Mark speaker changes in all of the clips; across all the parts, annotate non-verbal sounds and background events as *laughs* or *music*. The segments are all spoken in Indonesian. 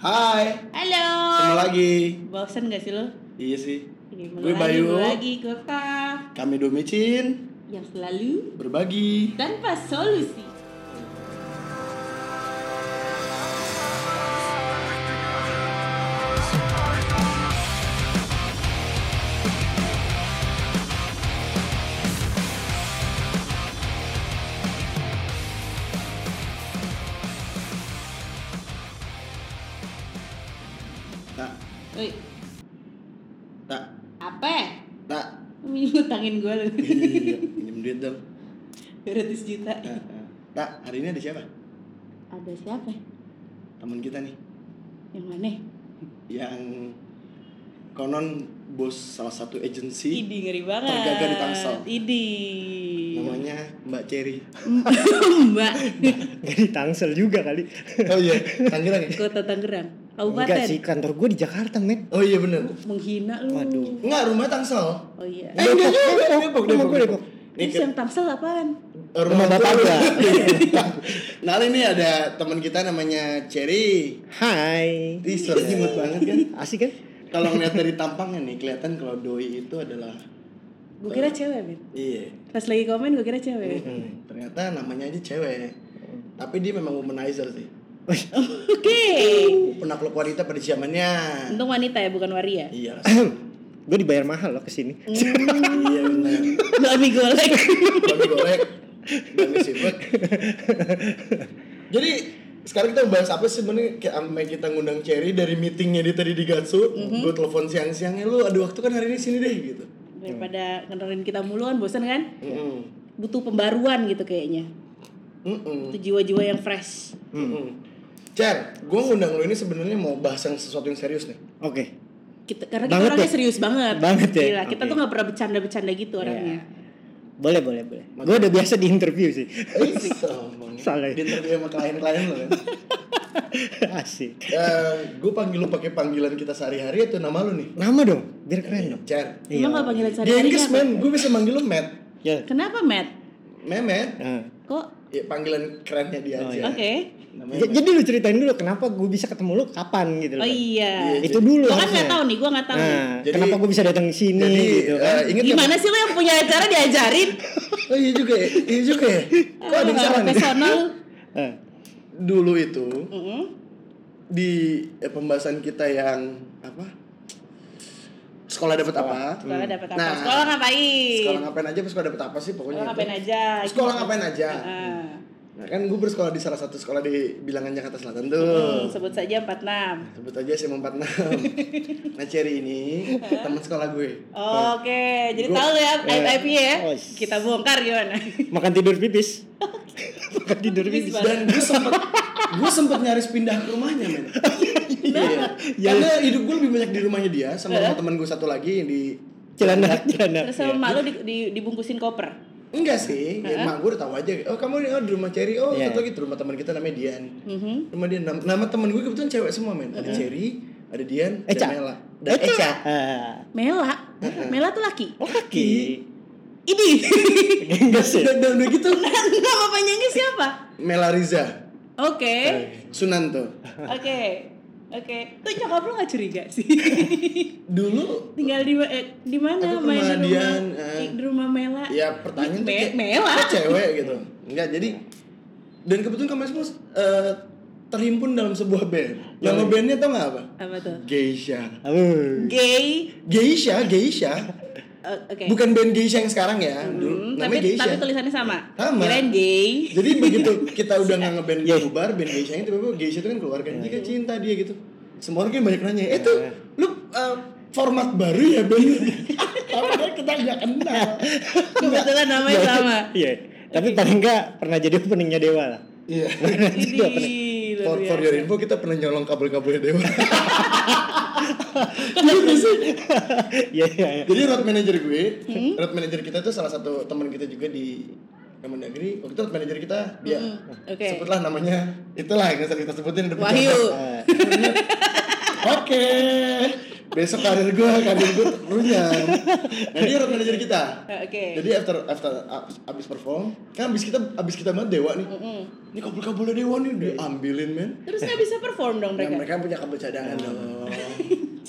Speaker 1: Hai,
Speaker 2: Halo.
Speaker 1: ketemu lagi.
Speaker 2: Bosen gak sih lo?
Speaker 1: Iya sih.
Speaker 2: Ini mulai
Speaker 1: Gue
Speaker 2: lagi,
Speaker 1: Bayu.
Speaker 2: mulai lagi gue Kak.
Speaker 1: Kami Domicin
Speaker 2: Yang selalu
Speaker 1: berbagi.
Speaker 2: tanpa solusi.
Speaker 1: Tak,
Speaker 2: Woi,
Speaker 1: tak,
Speaker 2: apa? ya?
Speaker 1: tak.
Speaker 2: Lu Minum utangin gue lo.
Speaker 1: Nah, *laughs*
Speaker 2: *laughs*
Speaker 1: Iya, pinjem duit dong.
Speaker 2: 200 juta.
Speaker 1: Tak, tak. Tak, hari ini ada siapa?
Speaker 2: Ada siapa? ya?
Speaker 1: Temen kita nih,
Speaker 2: Yang mana?
Speaker 1: yang konon bos salah satu agensi
Speaker 2: Idi ngeri banget.
Speaker 1: Tergagah di Tangsel.
Speaker 2: Idi.
Speaker 1: Iya. namanya Mbak Cherry.
Speaker 2: *laughs* Mbak.
Speaker 3: Gak di Tangsel juga kali.
Speaker 1: *laughs* Oh iya, Tangerang ya?
Speaker 2: Kota Tangerang.
Speaker 3: Enggak sih,
Speaker 2: Kabupaten.
Speaker 3: kantor gue di Jakarta, men.
Speaker 1: Oh iya bener.
Speaker 2: Menghina lu.
Speaker 3: Waduh.
Speaker 1: Enggak, rumah Tangsel.
Speaker 2: Oh iya.
Speaker 1: Eh, Depok, Depok, Depok,
Speaker 3: Rumah gue Depok.
Speaker 1: Ini
Speaker 2: Terus
Speaker 1: ke-
Speaker 2: yang Tangsel apaan?
Speaker 3: Rumah bapak
Speaker 1: tua.
Speaker 3: gua.
Speaker 1: Nah, ini ada teman kita namanya Cherry.
Speaker 3: Hai.
Speaker 1: Ih, suaranya imut banget kan.
Speaker 3: Asik kan?
Speaker 1: Kalau ngeliat dari tampangnya nih, kelihatan kalau doi itu adalah
Speaker 2: Gue kira cewek, Ben.
Speaker 1: iya.
Speaker 2: Pas lagi komen gue kira
Speaker 3: Iya.
Speaker 2: cewek.
Speaker 1: Hmm, Ternyata namanya aja cewek. Tapi dia memang womanizer sih.
Speaker 2: Oke.
Speaker 1: Penakluk wanita pada zamannya.
Speaker 2: Untung wanita ya, bukan waria.
Speaker 1: Iya.
Speaker 3: gue dibayar mahal loh kesini.
Speaker 1: iya benar.
Speaker 2: Babi golek.
Speaker 1: Babi golek, babi siput. Jadi sekarang kita bahas apa sih sebenarnya kayak sampai kita ngundang Cherry dari meetingnya dia tadi di Gatsu, gue telepon siang-siangnya lu ada waktu kan hari ini sini deh gitu.
Speaker 2: Daripada ngedengerin kita mulu kan bosan kan?
Speaker 1: Mm-mm.
Speaker 2: Butuh pembaruan gitu kayaknya.
Speaker 1: Mm-mm.
Speaker 2: Butuh jiwa-jiwa yang fresh.
Speaker 1: Mm-mm. Cher, gue ngundang lu ini sebenarnya mau bahas yang sesuatu yang serius nih.
Speaker 3: Oke.
Speaker 2: Kita karena kita
Speaker 3: Banget
Speaker 2: orangnya
Speaker 3: ya?
Speaker 2: serius banget.
Speaker 3: Banget ya?
Speaker 2: Gila, kita
Speaker 3: Oke. Iya.
Speaker 2: tuh nggak pernah bercanda-bercanda gitu orangnya.
Speaker 3: Boleh, boleh, boleh. Gue udah biasa di interview sih. *laughs*
Speaker 1: Eh, sombong.
Speaker 3: Salah.
Speaker 1: Dia interview sama klien-klien lo kan.
Speaker 3: Asik.
Speaker 1: gue Eh, panggil lu pakai panggilan kita sehari-hari itu nama lu nih.
Speaker 3: Nama dong, biar keren dong.
Speaker 1: Cher.
Speaker 3: Iya.
Speaker 2: Emang nggak panggilan
Speaker 3: kan
Speaker 1: Di
Speaker 2: sehari-hari
Speaker 1: Inggris
Speaker 2: apa?
Speaker 1: men, gue bisa manggil lu Matt.
Speaker 3: Ya.
Speaker 2: Kenapa, Matt?
Speaker 1: Memet.
Speaker 3: Nah.
Speaker 2: Kok?
Speaker 1: Ya, panggilan kerennya dia
Speaker 3: Oh,
Speaker 1: aja.
Speaker 2: Oke.
Speaker 1: Namanya
Speaker 3: J- Jadi lu ceritain dulu kenapa gue bisa ketemu lu kapan gitu loh.
Speaker 2: Oh iya.
Speaker 3: Itu dulu
Speaker 2: Gua kan
Speaker 3: harusnya.
Speaker 2: nggak tahu nih, gua nggak tahu. nih.
Speaker 3: Nah,
Speaker 1: Jadi-
Speaker 3: kenapa gue bisa datang ke sini
Speaker 1: Jadi
Speaker 3: gitu kan?
Speaker 1: eh, inget
Speaker 2: Gimana sih lo yang punya acara diajarin?
Speaker 1: nggak- Oh iya juga ya, iya juga ya. Kok
Speaker 2: Lo
Speaker 1: ada yang
Speaker 2: nggak
Speaker 1: salah nih? Hmm.
Speaker 2: Profesional.
Speaker 3: Eh,
Speaker 1: Dulu itu
Speaker 2: Mm-mm.
Speaker 1: di eh, pembahasan kita yang apa? Sekolah dapat apa?
Speaker 2: Sekolah dapat apa?
Speaker 1: Nah,
Speaker 2: sekolah ngapain?
Speaker 1: Sekolah ngapain aja, sekolah dapat apa sih
Speaker 2: Iya. Sekolah
Speaker 1: pokoknya
Speaker 2: ngapain
Speaker 1: itu.
Speaker 2: aja? Ah.
Speaker 1: Sekolah ngapain aja?
Speaker 2: Heeh.
Speaker 1: Nah, kan gue bersekolah di salah satu sekolah di bilangan Jakarta Selatan tuh.
Speaker 2: Hmm, sebut saja 46.
Speaker 1: Sebut aja SMA
Speaker 3: *laughs*
Speaker 1: 46. nah, Cherry ini teman sekolah gue.
Speaker 2: Oke, jadi
Speaker 1: Gua- Iya.
Speaker 2: tahu ya
Speaker 3: eh,
Speaker 2: aib ya.
Speaker 3: oh, s-
Speaker 2: Kita bongkar gimana?
Speaker 3: makan tidur pipis. makan tidur
Speaker 2: Pipis
Speaker 3: pipis.
Speaker 1: Dan
Speaker 2: banget.
Speaker 1: gue sempet gue sempet nyaris pindah ke rumahnya, men. Iya.
Speaker 3: Iya.
Speaker 1: Karena hidup gue lebih banyak di rumahnya dia sama rumah teman gue satu lagi yang di
Speaker 3: Celana,
Speaker 1: Iya,
Speaker 3: celana. Iya.
Speaker 2: Terus sama mak lu di- di- dibungkusin koper.
Speaker 1: Enggak sih, ya, mak gue udah tahu aja. Oh kamu oh, di rumah Cherry, oh
Speaker 3: Iya.
Speaker 1: satu lagi di rumah teman kita namanya Dian.
Speaker 2: Mhm.
Speaker 1: Rumah Dian, nama, nama teman gue kebetulan cewek semua men. Ada Cherry, ada Dian,
Speaker 3: Eca.
Speaker 1: ada Mela, dan Eca.
Speaker 3: Ah,
Speaker 2: Mela, Mela tuh laki.
Speaker 3: laki.
Speaker 1: *laughs*
Speaker 2: Ini
Speaker 3: oh, Enggak sih.
Speaker 1: Dan, dan udah gitu,
Speaker 2: nama penyanyi siapa?
Speaker 1: Mela Riza,
Speaker 2: Oke,
Speaker 3: Iya.
Speaker 1: Sunanto.
Speaker 2: oke, oke. Tuh nyokap lu gak curiga sih? *laughs*
Speaker 1: Dulu
Speaker 2: Tinggal di eh, di mana?
Speaker 1: Aku ke
Speaker 2: Main
Speaker 1: rumah
Speaker 2: di rumah
Speaker 1: Dian, eh.
Speaker 2: di- di rumah Mela.
Speaker 1: ya pertanyaan tuh
Speaker 2: Me-
Speaker 1: kayak,
Speaker 2: mewah.
Speaker 1: kok cewek gitu enggak jadi dan kebetulan kami semua eh, terhimpun dalam sebuah band nama bandnya tau nggak apa
Speaker 2: Apa tuh?
Speaker 1: Geisha
Speaker 3: Aduh.
Speaker 2: Gay.
Speaker 1: Geisha Geisha
Speaker 2: eh, Oke.
Speaker 1: bukan band Geisha yang sekarang ya dulu
Speaker 2: Hmm,
Speaker 1: namanya
Speaker 2: tapi
Speaker 1: Geisha
Speaker 2: tapi tulisannya sama.
Speaker 1: Sama.
Speaker 2: Kirain gay.
Speaker 1: *laughs*
Speaker 2: *laughs*
Speaker 1: jadi begitu kita udah nggak ngeband bubar band Geisha itu tiba Geisha itu kan keluar kan jika cinta dia gitu semua orang kan banyak nanya eh tuh lu eh, format baru ya band *laughs* Padahal kita nggak
Speaker 2: *laughs*
Speaker 1: kenal
Speaker 2: Kebetulan namanya
Speaker 1: *laughs*
Speaker 2: sama.
Speaker 3: Iya. Tapi paling enggak pernah jadi openingnya Dewa lah.
Speaker 1: iya
Speaker 2: Ini
Speaker 1: For, for your info kita pernah nyolong kabel-kabelnya Dewa.
Speaker 3: Iya, iya, iya.
Speaker 1: Jadi road manager gue,
Speaker 2: Hmm?
Speaker 1: road manager kita itu salah satu teman kita juga di Kemendagri. Waktu itu road manager kita dia.
Speaker 2: *laughs* Hmm, oke.
Speaker 1: Sebutlah namanya. *laughs* Itulah yang sering kita sebutin di
Speaker 2: Wahyu.
Speaker 1: podcast. Oke. besok karir gue karir gue runyam nah dia road manager kita
Speaker 2: Eh, Oke.
Speaker 1: jadi after after abis perform kan abis kita abis kita banget dewa nih
Speaker 2: Mm-mm.
Speaker 1: ini kabel kabelnya dewa nih diambilin men
Speaker 2: Terus nggak bisa perform dong
Speaker 1: nah,
Speaker 2: mereka. Hmm.
Speaker 1: mereka punya kabel cadangan dong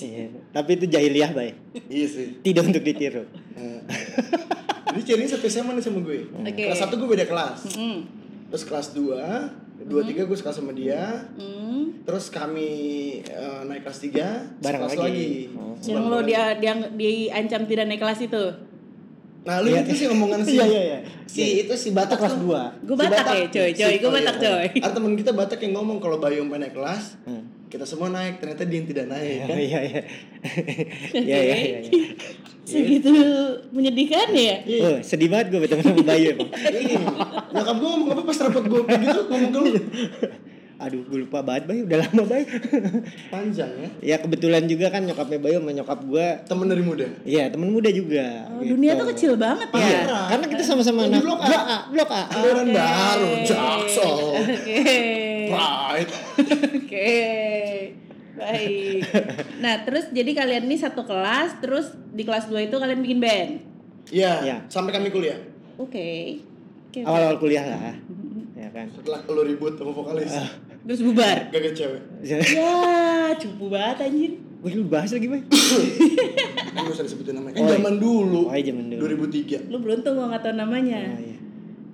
Speaker 3: Cie, Iya. Tapi itu jahiliyah bay.
Speaker 1: iya sih
Speaker 3: Tidak untuk ditiru.
Speaker 1: Nah. jadi ceritain satu SMA nih sama gue
Speaker 2: Oke.
Speaker 1: kelas satu gue beda kelas
Speaker 2: Mm-mm.
Speaker 1: terus kelas dua dua
Speaker 2: Mm-hmm.
Speaker 1: tiga gue sekelas sama dia
Speaker 2: Mm.
Speaker 1: terus kami eh, naik kelas tiga
Speaker 3: Bareng
Speaker 1: sekelas lagi,
Speaker 3: lagi. Oh.
Speaker 1: Sekelas
Speaker 2: Yang lo
Speaker 1: lagi.
Speaker 2: dia dia diancam tidak naik kelas itu.
Speaker 1: Nah lu
Speaker 3: Iya.
Speaker 1: itu sih
Speaker 3: *laughs*
Speaker 1: omongan si
Speaker 3: Iya, iya, iya.
Speaker 1: si
Speaker 3: Iya.
Speaker 1: itu si Batak
Speaker 3: Itu kelas
Speaker 1: tuh.
Speaker 3: dua.
Speaker 2: Gua
Speaker 1: Si
Speaker 2: Batak ya, coy, coy.
Speaker 1: Si-
Speaker 2: Gua
Speaker 1: oh, iya,
Speaker 2: Batak,
Speaker 1: iya.
Speaker 2: coy.
Speaker 1: Ada temen kita Batak yang ngomong kalau Bayung naik kelas,
Speaker 3: Hmm.
Speaker 1: kita semua naik. Ternyata dia yang tidak naik.
Speaker 3: Oh, iya iya. Iya iya iya. iya.
Speaker 2: Segitu menyedihkan ya.
Speaker 1: Iya.
Speaker 3: Oh, sedih banget gue bertemu sama Bayu emang.
Speaker 1: Iya. Nyokap gue ngomong apa pas rapat gue gitu ngomong ke lu
Speaker 3: Aduh, gue lupa banget Bayu, udah lama Bayu.
Speaker 1: panjang ya.
Speaker 3: ya kebetulan juga kan nyokapnya Bayu sama nyokap gue
Speaker 1: Temen dari muda.
Speaker 3: Iya, temen muda juga.
Speaker 2: Oh,
Speaker 3: gitu.
Speaker 2: dunia tuh kecil banget ya.
Speaker 3: Iya,
Speaker 1: Parah.
Speaker 3: karena kita sama-sama
Speaker 1: Di
Speaker 3: anak
Speaker 1: blok A.
Speaker 3: blok A, blok A.
Speaker 1: Keluaran
Speaker 2: Oke.
Speaker 1: baru, Jaksel,
Speaker 2: Oke.
Speaker 1: Pride.
Speaker 2: Oke. Baik. Nah, terus jadi kalian ini satu kelas, terus di kelas 2 itu kalian bikin band.
Speaker 1: Iya.
Speaker 3: Iya.
Speaker 1: Sampai kami kuliah.
Speaker 2: Oke. Oke. oke.
Speaker 3: Awal-awal kuliah lah. Ya kan.
Speaker 1: Setelah lu ribut sama vokalis,
Speaker 3: Ah.
Speaker 2: Terus bubar.
Speaker 1: gak cewek.
Speaker 2: ya, cupu banget anjir.
Speaker 3: Gue lu bahas lagi, Bay.
Speaker 1: Gue gak usah disebutin namanya. Kan
Speaker 3: Oi.
Speaker 1: zaman dulu.
Speaker 3: Oh, iya, zaman dulu.
Speaker 1: 2003.
Speaker 2: Lu beruntung gua nggak tahu
Speaker 3: Oh,
Speaker 2: namanya.
Speaker 3: iya.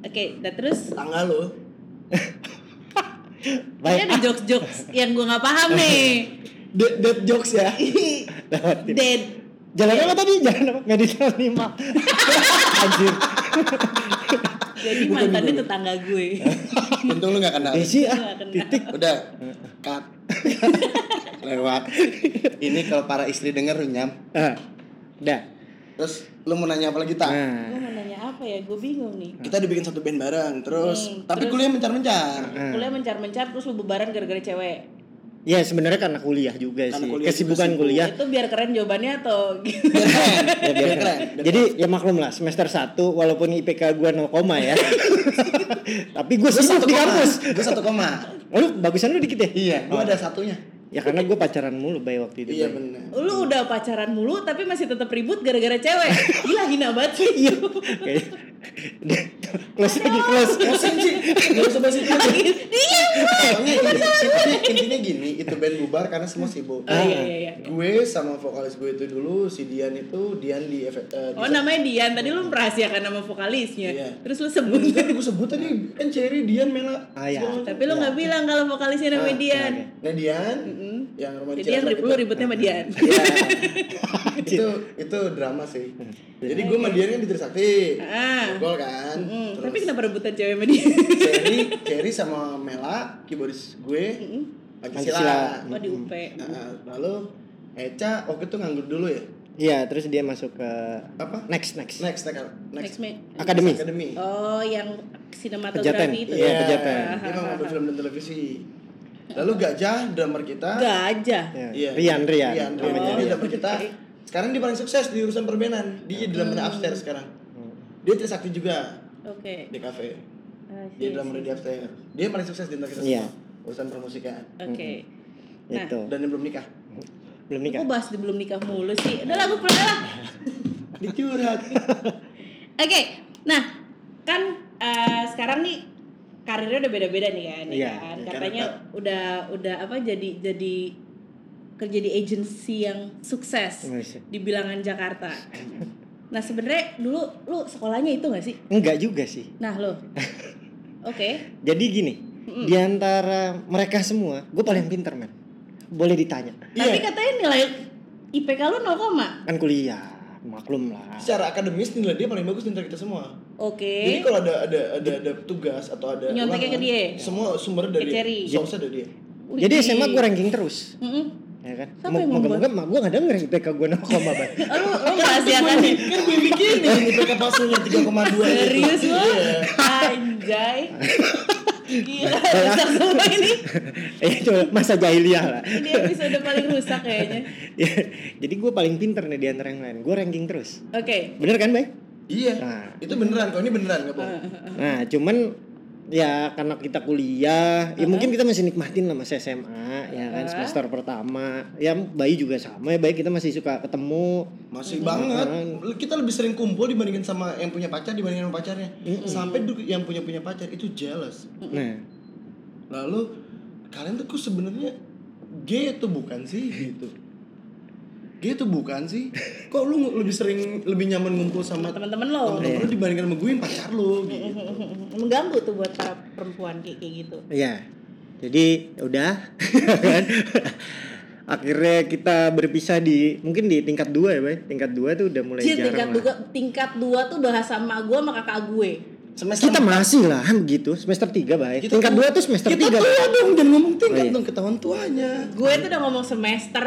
Speaker 2: Oke, nah terus
Speaker 1: Tanggal lo.
Speaker 2: ini
Speaker 3: Baik,
Speaker 2: ada jokes-jokes yang gua nggak
Speaker 3: *laughs*
Speaker 2: paham nih.
Speaker 1: Dead, dead jokes ya.
Speaker 3: lewatin.
Speaker 2: Dead.
Speaker 3: Jalan apa tadi? Jalan apa? Medical 5. *laughs* Anjir.
Speaker 2: Jadi
Speaker 1: Bukan,
Speaker 2: mantannya
Speaker 1: bukan.
Speaker 2: tetangga
Speaker 3: *laughs*
Speaker 2: gue.
Speaker 1: *laughs* Untung lu gak kenal.
Speaker 3: Desi
Speaker 2: Gua
Speaker 3: ah.
Speaker 2: kena.
Speaker 3: Titik.
Speaker 1: Udah, cut. *laughs* Lewat. Ini kalau para istri denger runyam.
Speaker 3: Ah. Dah.
Speaker 1: Terus lu mau nanya apa lagi tak?
Speaker 2: Gue
Speaker 3: Nah.
Speaker 2: mau nanya apa ya? Gue bingung nih.
Speaker 1: Kita dibikin satu band bareng terus,
Speaker 2: Hmm,
Speaker 1: tapi
Speaker 2: terus-
Speaker 1: kuliah mencar-mencar.
Speaker 3: Ah.
Speaker 2: Kuliah mencar-mencar terus lu bubaran gara-gara cewek.
Speaker 3: Ya sebenarnya karena kuliah juga
Speaker 1: Karena
Speaker 3: sih.
Speaker 1: kuliah juga
Speaker 3: Kesibukan
Speaker 1: sibuk.
Speaker 3: kuliah.
Speaker 2: Itu biar keren jawabannya atau gitu.
Speaker 1: Biar *laughs* Iya, keren,
Speaker 3: Ya, biar keren. Jadi ya maklum lah semester 1 walaupun IPK gua 0, koma ya.
Speaker 1: *laughs*
Speaker 3: Tapi
Speaker 1: gue
Speaker 3: gua sibuk
Speaker 1: satu
Speaker 3: di
Speaker 1: koma.
Speaker 3: kampus.
Speaker 1: Gue satu koma.
Speaker 3: Lu bagusan lu dikit ya?
Speaker 1: Iya, gue ada satunya.
Speaker 3: Ya karena gue pacaran mulu bay waktu itu.
Speaker 1: Iya
Speaker 3: Bay.
Speaker 1: benar.
Speaker 2: Lu udah pacaran mulu tapi masih tetap ribut gara-gara cewek. Gila hina banget sih.
Speaker 3: Iya. Kayaknya. Udah, Close lagi close.
Speaker 1: Pusing sih, gak usah bahas itu.
Speaker 2: Iya.
Speaker 1: Soalnya gini, sifatnya intinya gini, itu band bubar karena semua sibuk.
Speaker 3: Ah.
Speaker 2: Oh iya iya iya.
Speaker 1: Gue sama vokalis gue itu dulu, si Dian itu, Dian di... F- eh, di
Speaker 2: Oh namanya Dian, tadi lu merahasiakan nama vokalisnya
Speaker 1: Iya.
Speaker 2: Terus lu sebut
Speaker 1: Kan gue sebut tadi, kan Cherry, Dian, Mela.
Speaker 3: Ah ya.
Speaker 2: Tapi lu nggak bilang kalau vokalisnya namanya
Speaker 1: Ah, Oh,
Speaker 2: Dian
Speaker 3: iya,
Speaker 1: Nah Dian,
Speaker 2: Mm-mm.
Speaker 1: yang rumah di
Speaker 2: Jadi yang
Speaker 1: Cilandak
Speaker 2: ribut,
Speaker 1: itu-
Speaker 2: lu ributnya sama Dian
Speaker 3: *laughs*
Speaker 1: Iya. itu itu drama sih.
Speaker 3: Hmm.
Speaker 1: Jadi gue sama Dian kan di Trisakti.
Speaker 2: Ah.
Speaker 1: Gol kan.
Speaker 2: Mm,
Speaker 1: Terus Hmm.
Speaker 2: Tapi kenapa rebutan cewek sama dia?
Speaker 1: Cherry, Cherry sama Mela, keyboardis gue,
Speaker 2: Mm-mm.
Speaker 1: Pancasila.
Speaker 3: Pancasila.
Speaker 2: Oh di UP
Speaker 1: Nah, lalu Eca waktu itu nganggur dulu ya.
Speaker 3: Iya terus dia masuk ke
Speaker 1: Apa?
Speaker 3: next next.
Speaker 2: Nah.
Speaker 1: Next, next, next.
Speaker 2: Next me-
Speaker 3: Akademi.
Speaker 1: Academy.
Speaker 2: Oh yang
Speaker 3: Pejaten.
Speaker 2: sinematografi itu
Speaker 3: Iya,
Speaker 2: ya?
Speaker 3: pejaten.
Speaker 1: Dia mau ngambil film dan televisi. Lalu Gajah, drummer kita.
Speaker 2: Gajah
Speaker 3: Ya.
Speaker 1: Iya.
Speaker 3: Rian Rian.
Speaker 1: Rian, Rian.
Speaker 3: namanya.
Speaker 1: Jadi
Speaker 2: Oh.
Speaker 1: drummer kita. Sekarang dia paling sukses di urusan perbenan. Dia jadi drummer upstairs sekarang. Dia Trisakti juga
Speaker 2: Oke
Speaker 1: di kafe.
Speaker 2: Ah,
Speaker 1: Dia
Speaker 2: sih,
Speaker 1: drummer
Speaker 2: sih.
Speaker 1: di upstairs. Dia paling sukses di antara kita
Speaker 3: Iya.
Speaker 1: semua. Urusan permusikan.
Speaker 2: Oke Nah.
Speaker 3: Itu kan?
Speaker 1: Dan yang belum nikah.
Speaker 3: Gitu. belum
Speaker 2: Kok
Speaker 3: nikah.
Speaker 2: bahas di belum nikah mulu sih? Udah lah, gue pernah lah. *laughs*
Speaker 1: Dicurhat.
Speaker 2: Oke, nah kan eh, sekarang nih karirnya udah beda-beda nih kan, ya
Speaker 3: Iya,
Speaker 2: kan?
Speaker 1: iya,
Speaker 2: Katanya
Speaker 1: karena-
Speaker 2: udah udah apa jadi jadi kerja di agensi yang sukses
Speaker 3: Nggak sih.
Speaker 2: di bilangan Jakarta. Nah sebenarnya dulu lu sekolahnya itu gak sih?
Speaker 3: Enggak juga sih.
Speaker 2: Nah lo, oke,
Speaker 3: Jadi gini di antara mereka semua gue paling pinter men. Boleh ditanya.
Speaker 2: tapi katanya nilai IPK lu 0, koma.
Speaker 3: Kan kuliah maklum lah.
Speaker 1: Secara akademis nilai dia paling bagus di antara kita semua. Jadi
Speaker 2: oke,
Speaker 1: kalau ada ada ada ada tugas atau ada
Speaker 2: Nyonteknya ke
Speaker 1: ulangan,
Speaker 2: dia?
Speaker 1: Semua sumber dari
Speaker 2: Ke Cherry.
Speaker 1: dia. Source dari dia.
Speaker 3: Jadi SMA gue ranking terus.
Speaker 2: Mm-mm.
Speaker 3: Ya kan?
Speaker 2: Siapa
Speaker 3: Mo-
Speaker 2: yang
Speaker 3: Moga-moga emak gue gak denger IPK gue 0, koma *laughs* Bay.
Speaker 2: Oh, lu lu merahasiakan nih.
Speaker 1: *laughs* Kan gue bikin ini IPK palsunya 3,2 itu.
Speaker 2: Serius lu?
Speaker 1: Iya.
Speaker 2: Anjay.
Speaker 1: *laughs*
Speaker 2: Gila,
Speaker 1: Iya.
Speaker 2: rusak semua ini.
Speaker 3: Eh, itu masa jahiliyah lah. *laughs*
Speaker 2: Ini episode paling rusak kayaknya.
Speaker 3: Ya, jadi gue paling pinter nih di antara yang lain. Gue ranking terus.
Speaker 2: Oke.
Speaker 3: Bener kan, Bay?
Speaker 1: Iya.
Speaker 3: Nah.
Speaker 1: Itu beneran kok, ini beneran enggak bohong.
Speaker 3: Nah, cuman ya karena kita kuliah ya mungkin kita masih nikmatin lah masih SMA ya kan
Speaker 2: Uh-huh.
Speaker 3: semester pertama ya Bayu juga sama ya Bayu kita masih suka ketemu
Speaker 1: Masih banget. Kita lebih sering kumpul dibandingin sama yang punya pacar dibandingin sama pacarnya. Sampai du- yang punya punya pacar itu jealous.
Speaker 3: nah
Speaker 1: Lalu kalian tuh kok sebenarnya gay itu bukan sih gitu. Gay itu bukan sih. Kok lu ng- lebih sering lebih nyaman ngumpul sama teman-teman
Speaker 2: teman-teman lo
Speaker 1: lu dibandingkan sama gue yang pacar lu gitu.
Speaker 2: *laughs* mengganggu tuh buat para perempuan kayak kayak gitu
Speaker 3: ya jadi ya udah *laughs* kan akhirnya kita berpisah di mungkin di tingkat dua ya Bay tingkat dua tuh udah mulai
Speaker 2: Cil,
Speaker 3: jarang
Speaker 2: Iya, tingkat
Speaker 3: lah.
Speaker 2: dua tingkat dua tuh udah sama gue sama kakak gue
Speaker 1: Semester
Speaker 3: kita masih lah begitu semester tiga Bay
Speaker 1: Kita
Speaker 3: tingkat
Speaker 1: tuh-
Speaker 3: dua tuh semester
Speaker 1: kita
Speaker 3: tiga
Speaker 1: tua dong jangan ngomong tingkat
Speaker 3: Oh, iya.
Speaker 1: dong ketahuan tuanya.
Speaker 2: gue tuh udah ngomong semester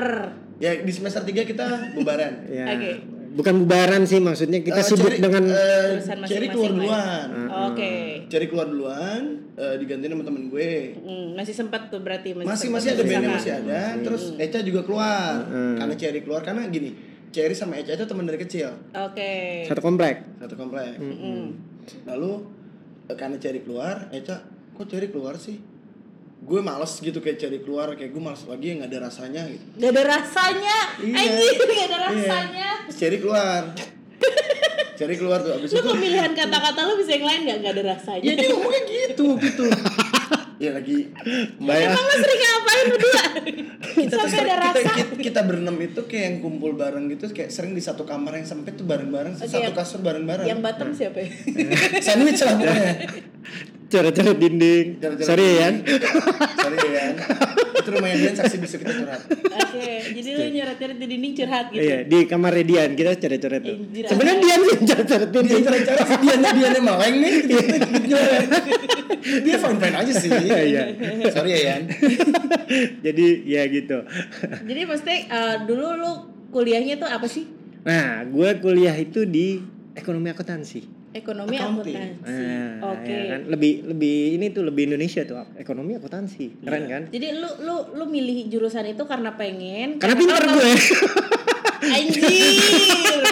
Speaker 1: Ya di semester 3 kita bubaran.
Speaker 3: ya
Speaker 2: Oke.
Speaker 3: bukan bubaran sih maksudnya kita
Speaker 1: Eh,
Speaker 3: sibuk
Speaker 1: Cherry-
Speaker 3: dengan
Speaker 1: eh,
Speaker 2: Urusan
Speaker 1: Cherry keluar
Speaker 2: masing-masing lah ya.
Speaker 1: duluan.
Speaker 2: oke
Speaker 1: Cherry keluar duluan, eh, digantiin sama temen gue.
Speaker 2: Mm, masih sempat tuh berarti
Speaker 1: masih
Speaker 2: sempet
Speaker 1: masih ada ya? bandnya
Speaker 2: bersama.
Speaker 1: masih ada terus Eca juga keluar karena Cherry keluar karena gini Cherry sama Eca itu teman dari kecil
Speaker 2: oke
Speaker 3: satu komplek
Speaker 1: satu komplek
Speaker 2: Hmm.
Speaker 1: lalu eh, karena Cherry keluar Eca kok Cherry keluar sih gue males gitu kayak Cherry keluar kayak gue males lagi nggak ada rasanya gitu
Speaker 2: gak ada rasanya
Speaker 1: Iya.
Speaker 2: anjir gak Eh, ada
Speaker 1: Iya.
Speaker 2: rasanya
Speaker 1: Terus Cherry
Speaker 2: *laughs*
Speaker 1: keluar Cherry keluar tuh abis
Speaker 2: lu
Speaker 1: itu
Speaker 2: pemilihan kata-kata lu bisa yang lain gak gak ada rasanya
Speaker 1: ya dia ngomongnya gitu *laughs* gitu ya lagi ya.
Speaker 3: Bayar.
Speaker 2: emang lu sering ngapain berdua
Speaker 1: kita tuh
Speaker 2: sampai
Speaker 1: sering-
Speaker 2: ada
Speaker 1: kita,
Speaker 2: rasa
Speaker 1: kita, kita berenam itu kayak yang kumpul bareng gitu kayak sering di satu kamar yang sempit tuh bareng-bareng
Speaker 2: Oke,
Speaker 1: satu
Speaker 2: yang-
Speaker 1: kasur bareng-bareng
Speaker 2: yang Batam siapa ya
Speaker 1: *laughs* sandwich lah pokoknya
Speaker 3: coret-coret dinding
Speaker 1: Jalan-jalan
Speaker 3: sorry ya
Speaker 1: dulu. sorry ya itu rumahnya Dian saksi bisu kita curhat
Speaker 3: *laughs*
Speaker 2: oke jadi lu nyoret-nyoret di dinding curhat gitu
Speaker 3: Iya, di kamar Dian kita coret-coret tuh.
Speaker 2: Anjir,
Speaker 3: Sebenarnya Dian yang *laughs* coret-coret
Speaker 1: dia
Speaker 3: dinding.
Speaker 1: curhat-curhat si Diannya Diannya meleng
Speaker 3: *laughs*
Speaker 1: nih kita gigit nyoret. dia fine fine aja sih
Speaker 3: Iya.
Speaker 1: sorry ya Yan
Speaker 3: Jadi ya gitu.
Speaker 2: jadi maksudnya eh, dulu lu kuliahnya tuh apa sih
Speaker 3: Nah, gue kuliah itu di ekonomi akuntansi.
Speaker 2: ekonomi
Speaker 1: Accounting.
Speaker 2: akuntansi
Speaker 3: Nah,
Speaker 2: oke
Speaker 3: ya kan? Lebih lebih ini tuh lebih Indonesia tuh ekonomi akuntansi. Keren kan?
Speaker 2: jadi lu lu lu milih jurusan itu karena pengen
Speaker 3: Karena pinter
Speaker 2: kalau-
Speaker 3: gue.
Speaker 2: *laughs*
Speaker 3: *laughs*
Speaker 2: anjir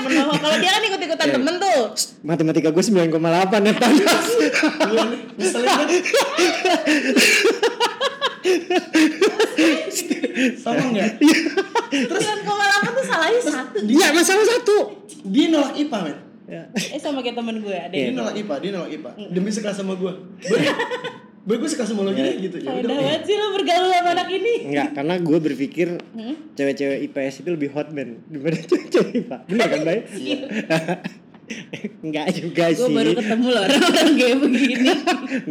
Speaker 2: menohok kalau dia kan ikut-ikutan temen tuh
Speaker 3: Matematika gue 9,8 ya Tan. *laughs*
Speaker 1: Gua nih, ngeselin banget. Sama nggak?
Speaker 2: sembilan koma kan tuh salahnya
Speaker 1: *laughs*
Speaker 2: satu
Speaker 3: Iya, masalah satu.
Speaker 1: Dia nolak IPA men
Speaker 3: Ya.
Speaker 2: eh sama kayak temen gue ada
Speaker 1: Dia
Speaker 3: Iya.
Speaker 2: yang
Speaker 1: nolak IPA, dia nolak IPA
Speaker 2: Iya.
Speaker 1: Demi sekelas sama gue Boy, gue sekelas sama lo gini
Speaker 3: Iya.
Speaker 1: gitu ya
Speaker 2: Faedah
Speaker 1: udah.
Speaker 2: banget sih lo bergaul sama anak ini
Speaker 3: Enggak, karena gue berpikir Hmm? cewek-cewek IPS itu lebih hot men daripada *laughs* cewek-cewek IPA. Bener kan, Bay? *laughs* Enggak juga
Speaker 2: Gue
Speaker 3: sih.
Speaker 2: baru ketemu loh orang-orang kayak begini
Speaker 3: *laughs*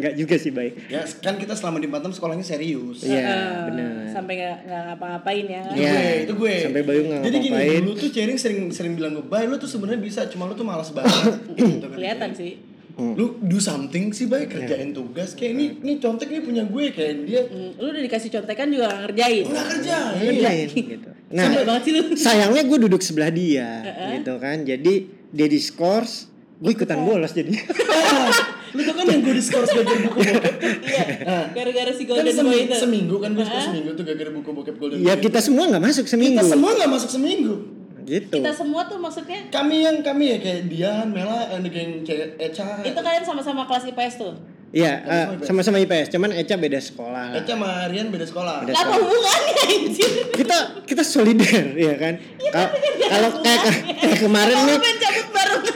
Speaker 3: Enggak juga sih, Bay.
Speaker 1: Ya kan kita selama di Batam sekolahnya serius
Speaker 3: Iya,
Speaker 2: Eh,
Speaker 3: benar.
Speaker 2: Sampai gak, nggak ngapa-ngapain ya kan?
Speaker 1: Itu
Speaker 3: Iya.
Speaker 1: gue, itu gue.
Speaker 3: Sampai Bayu nggak
Speaker 1: Jadi gini,
Speaker 3: ngapa-ngapain.
Speaker 1: dulu tuh Cering sering sering bilang gue, "Bay, lu tuh sebenarnya bisa, cuma lu tuh malas
Speaker 3: *laughs*
Speaker 1: banget." gitu kan.
Speaker 2: Kelihatan sih
Speaker 3: Hmm.
Speaker 1: Lu do something sih,
Speaker 3: Iya.
Speaker 1: Bay, kerjain tugas kayak ini, ini contek nih punya gue kayak dia
Speaker 2: Hmm, Lu udah dikasih contekan juga gak ngerjain
Speaker 1: nggak kerja. Iya,
Speaker 3: Ngerjain gitu. Nah,
Speaker 2: Sampai banget
Speaker 3: *laughs*
Speaker 2: sih lu
Speaker 3: sayangnya gue duduk sebelah dia gitu kan. Jadi dia diskors, gue ikutan bolos jadinya. *laughs*
Speaker 1: lu tuh kan yang gue diskors gara-gara buku bokep. *laughs*
Speaker 2: Iya
Speaker 3: Nah.
Speaker 2: Gara-gara si
Speaker 1: kan
Speaker 2: Golden
Speaker 1: semi-
Speaker 2: Boy itu
Speaker 1: Kan seminggu kan gue diskors seminggu tuh gara-gara buku bokep Golden
Speaker 3: ya
Speaker 1: Boy.
Speaker 3: kita semua nggak masuk seminggu.
Speaker 1: Kita semua nggak masuk seminggu.
Speaker 3: gitu.
Speaker 2: Kita semua tuh maksudnya
Speaker 1: Kami yang kami ya kayak Dian, Mela, and the gang cewek Eca.
Speaker 2: Itu kalian sama-sama kelas IPS tuh
Speaker 3: Iya, eh, sama-sama IPS, cuman Eca beda sekolah lah.
Speaker 1: Eca sama Rian beda sekolah.
Speaker 3: Beda
Speaker 2: Gak apa hubungannya anjir
Speaker 3: Kita kita solider, *laughs* ya kan? Ka- Kalau kayak kayak kemarin Eh,
Speaker 2: Kalau
Speaker 3: nih,
Speaker 2: main cabut bareng *laughs*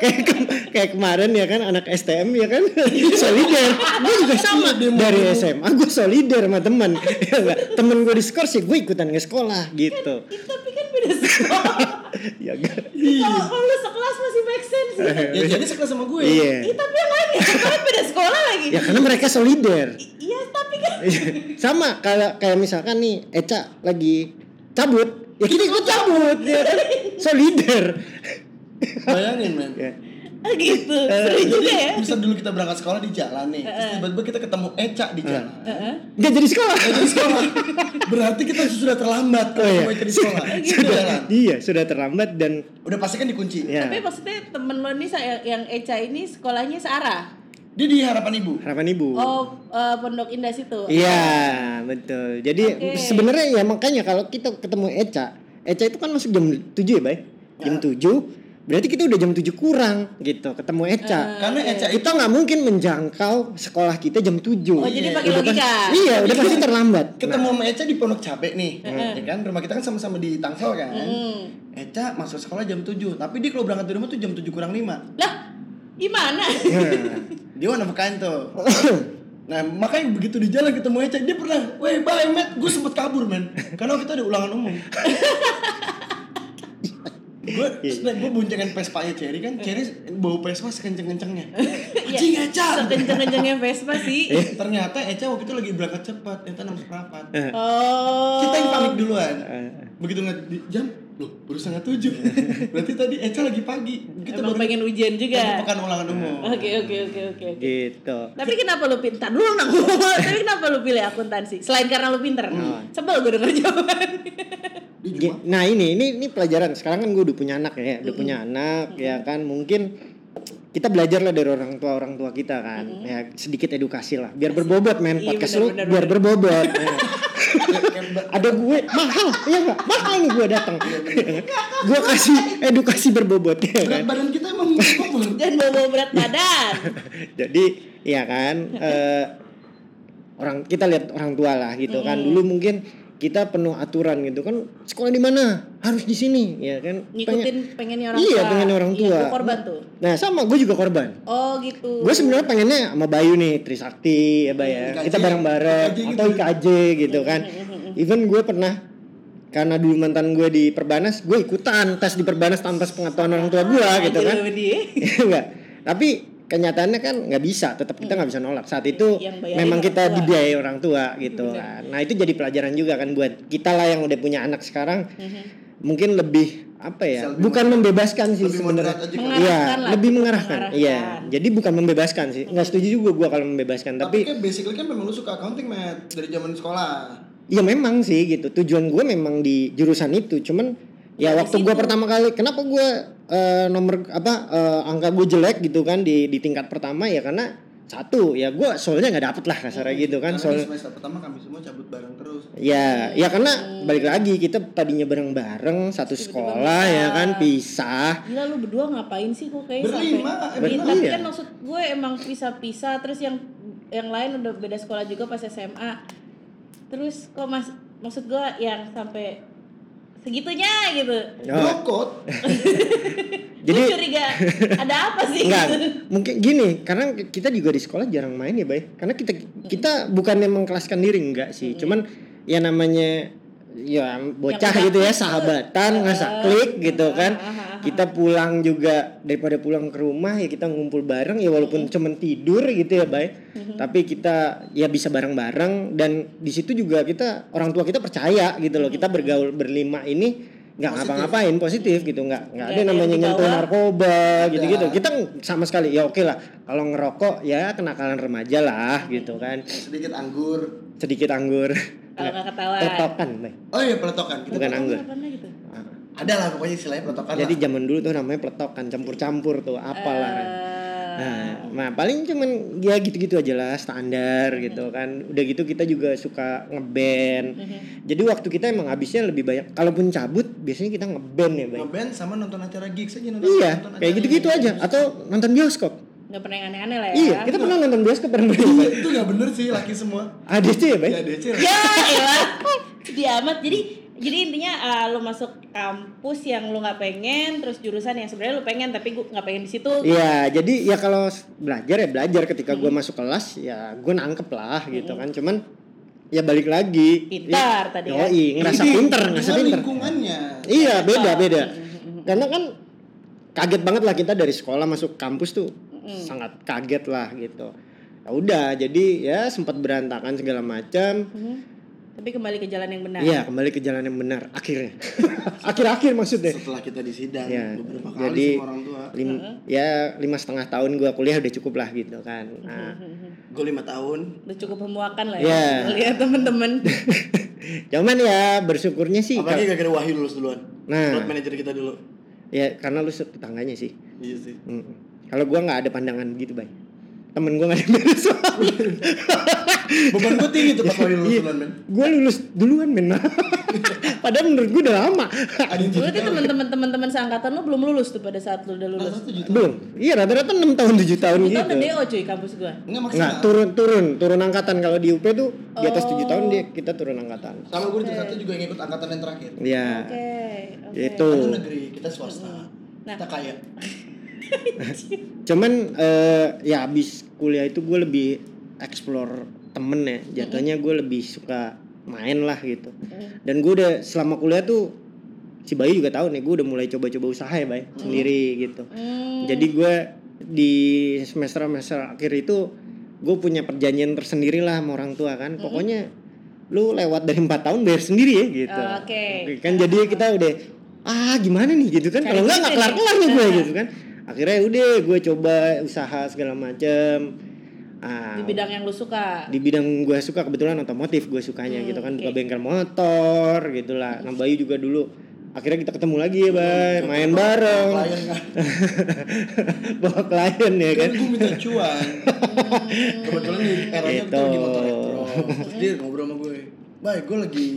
Speaker 3: kayak ke- *laughs* kayak kemarin ya kan anak STM ya kan *laughs* solider gue juga sama dari SMA gue solider sama teman ya nggak? temen gue diskors ya gue ikutan ke sekolah gitu
Speaker 2: Itu tapi kan beda sekolah
Speaker 3: ya nggak?
Speaker 2: Kalau kalau lu sekelas masih make
Speaker 3: *laughs*
Speaker 2: sense ya
Speaker 1: Iya. Ya jadi sekelas sama gue.
Speaker 2: Ih,
Speaker 3: iya
Speaker 2: tapi yang lain ya, kalian beda sekolah lagi.
Speaker 3: ya karena mereka solider *laughs*
Speaker 2: I- Iya, tapi kan
Speaker 3: sama kayak kayak misalkan nih Eca lagi cabut ya kita ikut cabut ya kan? solider
Speaker 1: Bayangin, men.
Speaker 3: ya. *laughs*
Speaker 2: Ah, gitu.
Speaker 1: Iya
Speaker 2: Seru juga ya.
Speaker 1: Bisa dulu kita berangkat sekolah di jalan nih. Terus tiba-tiba kita ketemu Eca
Speaker 3: Eh.
Speaker 1: di jalan.
Speaker 2: Heeh.
Speaker 3: nggak jadi sekolah
Speaker 1: Eca di sekolah. Berarti kita sudah terlambat
Speaker 3: Oh,
Speaker 1: kalau
Speaker 3: iya.
Speaker 1: ketemu Eca di sekolah. Di jalan.
Speaker 3: iya sudah terlambat dan
Speaker 1: Udah pasti kan dikunci.
Speaker 3: ya
Speaker 2: Tapi maksudnya temen lo nih saya- yang Eca ini sekolahnya searah.
Speaker 1: Dia di harapan ibu.
Speaker 3: harapan ibu
Speaker 2: Oh, eh, Pondok Indah situ.
Speaker 3: Iya,
Speaker 2: *laughs*
Speaker 3: betul.
Speaker 2: Oke.
Speaker 3: Jadi sebenarnya
Speaker 2: Nah.
Speaker 3: ya makanya kalau kita ketemu Eca, Eca itu kan masuk jam 7 ya, Bay? Jam 7 berarti kita udah jam 7 kurang gitu ketemu Eca
Speaker 2: Ah.
Speaker 1: Karena Eca itu
Speaker 3: kita nggak mungkin menjangkau sekolah kita jam 7
Speaker 2: Oh, jadi pakai
Speaker 3: Udah
Speaker 2: logika.
Speaker 3: pasti- iya udah pasti terlambat
Speaker 1: ketemu sama Eca di Pondok Cabe nih. Ya kan rumah kita kan sama-sama di Tangsel kan.
Speaker 2: Hmm.
Speaker 1: Eca masuk sekolah jam 7, tapi dia kalau berangkat dari rumah tuh jam 7 kurang 5.
Speaker 2: Lah,
Speaker 3: *laughs*
Speaker 2: gimana?
Speaker 3: Iya.
Speaker 1: Dia one of a kind tuh. Nah, makanya begitu di jalan ketemu Eca, dia pernah, "Weh, bye, Matt, gue sempet kabur, men." Karena kita ada ulangan umum. gue gue buncengan Vespa-nya Cherry kan, Cherry bau Vespa sekenceng-kencengnya.
Speaker 2: Iya.
Speaker 1: Anjing
Speaker 2: *laughs*
Speaker 1: Eca.
Speaker 2: Sekenceng-kencengnya Vespa
Speaker 3: Iya.
Speaker 2: sih.
Speaker 1: Ternyata Eca waktu itu lagi berangkat cepat, Eca enam seperempat.
Speaker 2: Oh.
Speaker 1: Kita yang panik duluan.
Speaker 3: Eh,
Speaker 1: Begitu ngeliat di jam, loh baru setengah
Speaker 3: *laughs*
Speaker 1: tujuh. Berarti tadi Eca lagi pagi.
Speaker 3: gitu
Speaker 1: Kita
Speaker 2: Emang
Speaker 1: baru
Speaker 2: pengen ujian juga.
Speaker 1: pekan ulangan umum.
Speaker 3: Eh.
Speaker 2: Oke, oke, oke, oke. oke.
Speaker 3: gitu
Speaker 2: Tapi kenapa lu pintar dulu nak? *laughs* Tapi kenapa lu pilih akuntansi? Selain karena lu pinter.
Speaker 3: Hmm.
Speaker 2: Sebel gue denger jawaban. *laughs*
Speaker 1: Dia
Speaker 3: Ge- Nah ini ini ini pelajaran. Sekarang kan gue udah punya anak ya, udah punya anak ya kan. Mungkin kita belajar lah dari orang tua orang tua kita kan. Ya sedikit edukasi lah. Biar berbobot men
Speaker 2: Iya,
Speaker 3: podcast
Speaker 2: bener,
Speaker 3: lu,
Speaker 2: bener,
Speaker 3: biar
Speaker 2: bener.
Speaker 3: berbobot.
Speaker 2: *laughs*
Speaker 3: Ya.
Speaker 1: cuma-
Speaker 3: Ada gue mahal, iya nggak? Mahal nih gue datang. *laughs* gue kasih edukasi berbobot ya
Speaker 1: Berat
Speaker 3: kan.
Speaker 1: badan kita emang bobot.
Speaker 2: Dan bawa berat
Speaker 3: *laughs*
Speaker 2: badan.
Speaker 3: Jadi ya kan eh, orang kita lihat orang tua lah gitu kan. Dulu mungkin kita penuh aturan gitu kan sekolah di mana harus di sini ya kan Pengen-
Speaker 2: Ngikutin pengennya orang tua.
Speaker 3: Iya, pengennya orang tua.
Speaker 2: Iya, lu korban tuh.
Speaker 3: Nah sama gue juga korban.
Speaker 2: Oh gitu.
Speaker 3: Gue sebenarnya pengennya sama Bayu nih Trisakti ya Bay ya.
Speaker 1: IKJ.
Speaker 3: Kita bareng-bareng
Speaker 1: IKJ gitu.
Speaker 3: atau IKJ gitu kan. Even gue pernah karena dulu mantan gue di Perbanas, gue ikutan tes di Perbanas tanpa sepengetahuan orang tua gue
Speaker 2: Ah,
Speaker 3: gitu kan.
Speaker 2: gila dia.
Speaker 3: *laughs* Enggak. Tapi kenyataannya kan nggak bisa, tetap kita nggak bisa nolak. Saat
Speaker 2: Hmm.
Speaker 3: itu
Speaker 2: Yang bayarin
Speaker 3: memang
Speaker 2: orang
Speaker 3: kita
Speaker 2: tua. Hmm,
Speaker 3: dibiayai orang tua gitu kan. Nah, itu jadi pelajaran juga kan buat kita lah yang udah punya anak sekarang.
Speaker 2: Hmm.
Speaker 3: Mungkin lebih apa ya?
Speaker 1: Bisa lebih
Speaker 3: bukan membebaskan sih
Speaker 1: Lebih moderat aja kan.
Speaker 3: sebenarnya.
Speaker 2: Mengarahkan
Speaker 3: Iya,
Speaker 2: lah,
Speaker 3: lebih
Speaker 2: cukup
Speaker 3: mengarahkan. Iya.
Speaker 2: mengarahkan.
Speaker 3: Jadi bukan membebaskan sih. Nggak setuju juga gua kalau membebaskan,
Speaker 1: Tapi
Speaker 3: tapi
Speaker 1: kan basically kan memang lu suka accounting, Matt. Dari zaman sekolah.
Speaker 3: ya memang sih gitu. Tujuan gue memang di jurusan itu, cuman
Speaker 2: Ya,
Speaker 3: ya
Speaker 2: di
Speaker 3: waktu gua
Speaker 2: situ.
Speaker 3: pertama kali kenapa gua eh, nomor apa eh, angka gue jelek gitu kan di di tingkat pertama ya karena satu ya gua soalnya nggak dapet lah kasarnya gitu kan
Speaker 1: Iya, Karena
Speaker 3: soal
Speaker 1: di semester pertama kami semua cabut bareng terus.
Speaker 3: ya ya karena balik lagi kita tadinya bareng-bareng satu sekolah ya kan pisah
Speaker 2: Gila lu berdua ngapain sih kok kayaknya
Speaker 1: Berlima,
Speaker 2: sampai
Speaker 1: berlima.
Speaker 2: Iya, tapi
Speaker 3: Iya.
Speaker 2: kan maksud gue emang pisah-pisah terus yang yang lain udah beda sekolah juga pas SMA. Terus kok mas maksud gue yang sampai segitunya gitu.
Speaker 3: Ya.
Speaker 1: Brokot.
Speaker 3: jadi
Speaker 2: Gue curiga
Speaker 3: *laughs*
Speaker 2: ada apa sih?
Speaker 3: Enggak,
Speaker 2: gitu.
Speaker 3: mungkin gini, karena kita juga di sekolah jarang main ya, Bay. Karena kita kita bukannya mengkelaskan diri enggak sih, cuman ya namanya ya bocah
Speaker 2: Yang
Speaker 3: gitu ya,
Speaker 2: *laughs* udah-
Speaker 3: sahabatan,
Speaker 2: Eh,
Speaker 3: nggak klik gitu kan. Kita pulang juga daripada pulang ke rumah ya kita ngumpul bareng ya walaupun cuman tidur gitu ya, Bay. Tapi kita ya bisa bareng-bareng dan di situ juga kita orang tua kita percaya gitu loh. Kita bergaul berlima ini nggak ngapa-ngapain positif gitu nggak nggak ada
Speaker 2: Nggak ada yang
Speaker 3: namanya nyentuh
Speaker 2: dibawa.
Speaker 3: narkoba gitu-gitu
Speaker 1: Ada.
Speaker 3: kita ng- sama sekali ya oke lah kalau ngerokok ya kenakalan remaja lah gitu kan
Speaker 1: Sedikit anggur.
Speaker 3: sedikit anggur
Speaker 2: eh, Kalau nggak ketahuan.
Speaker 3: petokan Bay.
Speaker 1: Oh iya peletokan. Kita
Speaker 3: bukan anggur
Speaker 2: Apaan gitu?
Speaker 1: ada lah pokoknya istilahnya peletokan.
Speaker 3: jadi
Speaker 1: lah.
Speaker 3: zaman dulu tuh namanya peletokan campur-campur tuh apalah kan
Speaker 2: Eh,
Speaker 1: Iya.
Speaker 3: Nah, nah, paling cuman ya gitu-gitu aja lah standar
Speaker 1: Iya.
Speaker 3: gitu kan. Udah gitu kita juga suka ngeband.
Speaker 1: Iya.
Speaker 3: Jadi waktu kita emang habisnya lebih banyak. Kalaupun cabut biasanya kita ngeband ya, Bay.
Speaker 1: ngeband sama nonton acara gigs aja nonton.
Speaker 3: Iya,
Speaker 1: nonton acara
Speaker 3: kayak
Speaker 1: gitu.
Speaker 3: gitu-gitu
Speaker 1: gigs.
Speaker 3: aja atau nonton bioskop.
Speaker 2: nggak pernah yang aneh-aneh lah ya.
Speaker 3: Iya, kita pernah nonton bioskop bareng
Speaker 1: Iya,
Speaker 3: berdua.
Speaker 1: *laughs* itu gak bener sih laki semua.
Speaker 3: Ada sih ya, Bay.
Speaker 1: Ya DC lah.
Speaker 2: ya elah sedih amat jadi jadi intinya eh, lo masuk kampus yang lo nggak pengen terus jurusan yang sebenarnya lo pengen tapi gue nggak pengen di situ
Speaker 3: Iya, jadi ya kalau s- belajar ya belajar ketika
Speaker 1: Iya.
Speaker 3: gua masuk kelas ya gue nangkep lah gitu kan. Cuman ya balik lagi.
Speaker 2: Pintar
Speaker 3: Ya,
Speaker 2: tadi ya.
Speaker 3: yoi, ngerasa
Speaker 1: Jadi,
Speaker 3: pinter, ngerasa
Speaker 1: cuma
Speaker 3: pinter.
Speaker 1: lingkungannya.
Speaker 3: Iya, beda beda. Karena kan kaget banget lah kita dari sekolah masuk kampus tuh
Speaker 2: Hmm. Mm-hmm.
Speaker 3: sangat kaget lah gitu. Ya udah, jadi ya sempat berantakan segala macam.
Speaker 2: Mhm. tapi kembali ke jalan yang benar
Speaker 3: Iya, kembali ke jalan yang benar akhirnya. Akhir-akhir maksudnya.
Speaker 1: Setelah kita di sidang
Speaker 3: Ya,
Speaker 1: beberapa kali
Speaker 3: jadi
Speaker 1: sama orang tua.
Speaker 3: lim- ya lima setengah tahun gua kuliah udah cukup lah gitu kan. Nah, *laughs*
Speaker 1: Gue lima tahun.
Speaker 2: udah cukup memuakan lah ya
Speaker 3: Iya.
Speaker 2: lihat temen-temen
Speaker 3: Cuman ya bersyukurnya sih.
Speaker 1: Apalagi
Speaker 3: kal-
Speaker 1: gara-gara Wahyu lulus duluan.
Speaker 3: Nah.
Speaker 1: Buat manajer kita dulu.
Speaker 3: ya karena lu tetangganya sih.
Speaker 1: Iya sih.
Speaker 3: Mm. Kalau gua nggak ada pandangan gitu, Bay. Temen gua nggak ada yang beres. Iya.
Speaker 1: Beban gue tinggi tuh pas Wahyu lulus duluan, men.
Speaker 3: Gua lulus duluan men. Padahal menurut gue udah lama.
Speaker 1: Ada yang
Speaker 2: Berarti teman-teman teman-teman seangkatan lo belum lulus tuh pada saat lo udah lulus.
Speaker 1: Satu juta.
Speaker 3: Belum. Iya rata-rata 6 tahun 7 tahun
Speaker 2: Itu
Speaker 3: gitu.
Speaker 2: udah DO cuy kampus gua.
Speaker 1: Enggak maksimal.
Speaker 3: Nggak, turun turun turun angkatan kalau di UP tuh di atas 7 tahun dia kita turun angkatan.
Speaker 1: Sama gue di satu juga yang ikut angkatan yang terakhir.
Speaker 3: Iya. gitu.
Speaker 2: Oke. oke.
Speaker 3: Itu.
Speaker 1: Itu negeri, kita swasta.
Speaker 2: Nah.
Speaker 1: Kita kaya.
Speaker 3: Cuman eh, ya abis kuliah itu gue lebih explore temen ya. Jatuhnya gue lebih suka main lah gitu. Dan gue udah selama kuliah tuh si Bayu juga tahu nih gue udah mulai coba-coba usaha ya Bay sendiri gitu.
Speaker 2: Hmm.
Speaker 3: Jadi gue di semester semester akhir itu gue punya perjanjian tersendiri lah sama orang tua
Speaker 2: Hmm.
Speaker 3: kan. Pokoknya lu lewat dari empat tahun bayar sendiri ya gitu.
Speaker 2: Oh, oke.
Speaker 3: Kan jadi kita udah ah gimana nih gitu kan.
Speaker 2: Cari
Speaker 3: Kalau nggak nggak
Speaker 2: duit
Speaker 3: kelar
Speaker 2: nih.
Speaker 3: kelar nih gue
Speaker 2: Nah.
Speaker 3: gitu kan. Akhirnya udah gue coba usaha segala macem. Ah,
Speaker 2: Di bidang yang lo suka.
Speaker 3: di bidang gue suka kebetulan otomotif gue sukanya
Speaker 2: Hmm,
Speaker 3: gitu kan
Speaker 2: oke.
Speaker 3: buka bengkel motor gitulah. Nah Bayu juga dulu akhirnya kita ketemu lagi ya Bay, main bareng
Speaker 1: Klien kan.
Speaker 3: *laughs* bawa klien
Speaker 2: Iya
Speaker 3: ya
Speaker 1: Kan
Speaker 3: kan
Speaker 1: gue minta
Speaker 2: *laughs*
Speaker 1: cuan. Kebetulan di eranya kita
Speaker 3: Gitu.
Speaker 1: lagi motor retro. Terus dia ngobrol sama gue. Baik, gue lagi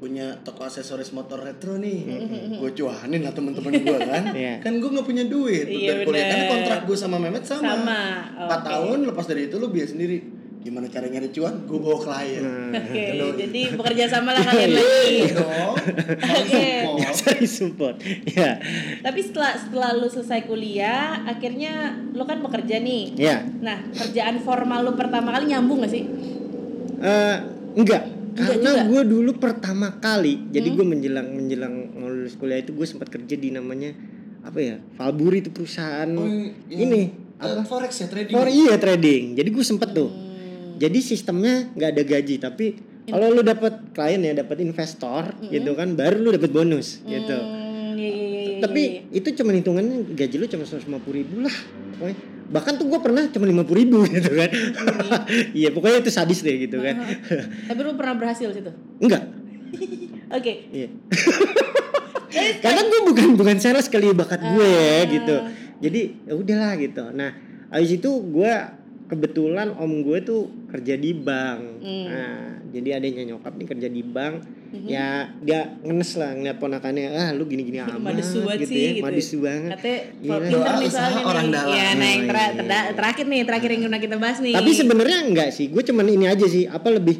Speaker 1: punya toko aksesoris motor retro nih
Speaker 2: Mm-hmm.
Speaker 1: gue cuanin lah temen-temen gue
Speaker 2: *laughs*
Speaker 1: kan
Speaker 3: Iya.
Speaker 1: kan gue nggak punya duit
Speaker 2: Iya,
Speaker 1: buat kuliah karena
Speaker 2: bener.
Speaker 1: kontrak gue sama Mehmet sama,
Speaker 2: Sama,
Speaker 1: Empat
Speaker 2: oke.
Speaker 1: tahun lepas dari itu lu biar sendiri gimana cara nyari cuan gue bawa klien Gitu
Speaker 2: Oke, jadi bekerja sama lah kalian lagi.
Speaker 1: Iya dong
Speaker 2: Oke.
Speaker 3: *laughs*
Speaker 1: Support.
Speaker 3: cari support ya
Speaker 2: Tapi setelah setelah lu selesai kuliah, akhirnya lu kan bekerja nih.
Speaker 3: ya
Speaker 2: Nah, kerjaan formal lu pertama kali nyambung gak sih?
Speaker 3: Eh,
Speaker 2: juga.
Speaker 3: enggak
Speaker 2: Hmm.
Speaker 3: karena gue dulu pertama kali jadi gue menjelang menjelang mau lulus kuliah itu gue sempat kerja di namanya apa ya Falburi itu perusahaan
Speaker 1: Oh,
Speaker 2: iya.
Speaker 1: yang-
Speaker 3: ini
Speaker 1: eh, forex ya trading
Speaker 3: for iya trading jadi gue sempet tuh
Speaker 2: Hmm.
Speaker 3: jadi sistemnya nggak ada gaji tapi
Speaker 2: Iya.
Speaker 3: kalau lu dapat klien ya dapat investor gitu kan baru lu dapat bonus gitu
Speaker 2: Hmm, iya, iya, iya, iya,
Speaker 3: tapi
Speaker 2: iya.
Speaker 3: itu cuman hitungannya gaji lu cuma seratus ribu lah pokoknya. bahkan tuh gue pernah cuma lima ribu *laughs* gitu kan iya pokoknya itu sadis deh gitu kan
Speaker 2: *laughs* tapi lu pernah berhasil situ.
Speaker 3: enggak
Speaker 2: Oke.
Speaker 3: iya
Speaker 2: *laughs*
Speaker 3: karena gue bukan bukan sales kali bakat gue ya gitu jadi ya udahlah gitu nah abis itu gue kebetulan om gue tuh kerja di bank
Speaker 2: Hmm.
Speaker 3: nah jadi adanya nyokap nih kerja di bank ya dia ngenes lah ngeliat ponakannya ah lu gini
Speaker 2: *laughs*
Speaker 3: gini amat
Speaker 2: Madesu banget
Speaker 3: gitu
Speaker 2: sih,
Speaker 3: ya
Speaker 2: gitu.
Speaker 3: madesu banget
Speaker 2: Katanya
Speaker 3: Iya.
Speaker 2: pinter
Speaker 1: Doa
Speaker 2: nih
Speaker 1: usaha
Speaker 2: soalnya
Speaker 1: orang
Speaker 2: nih.
Speaker 1: dalam.
Speaker 2: Iya, nah yang tera-
Speaker 3: Iya.
Speaker 2: terda- terakhir nih, terakhir yang pernah kita bahas nih.
Speaker 3: Tapi sebenarnya enggak sih. Gue cuman ini aja sih. Apa lebih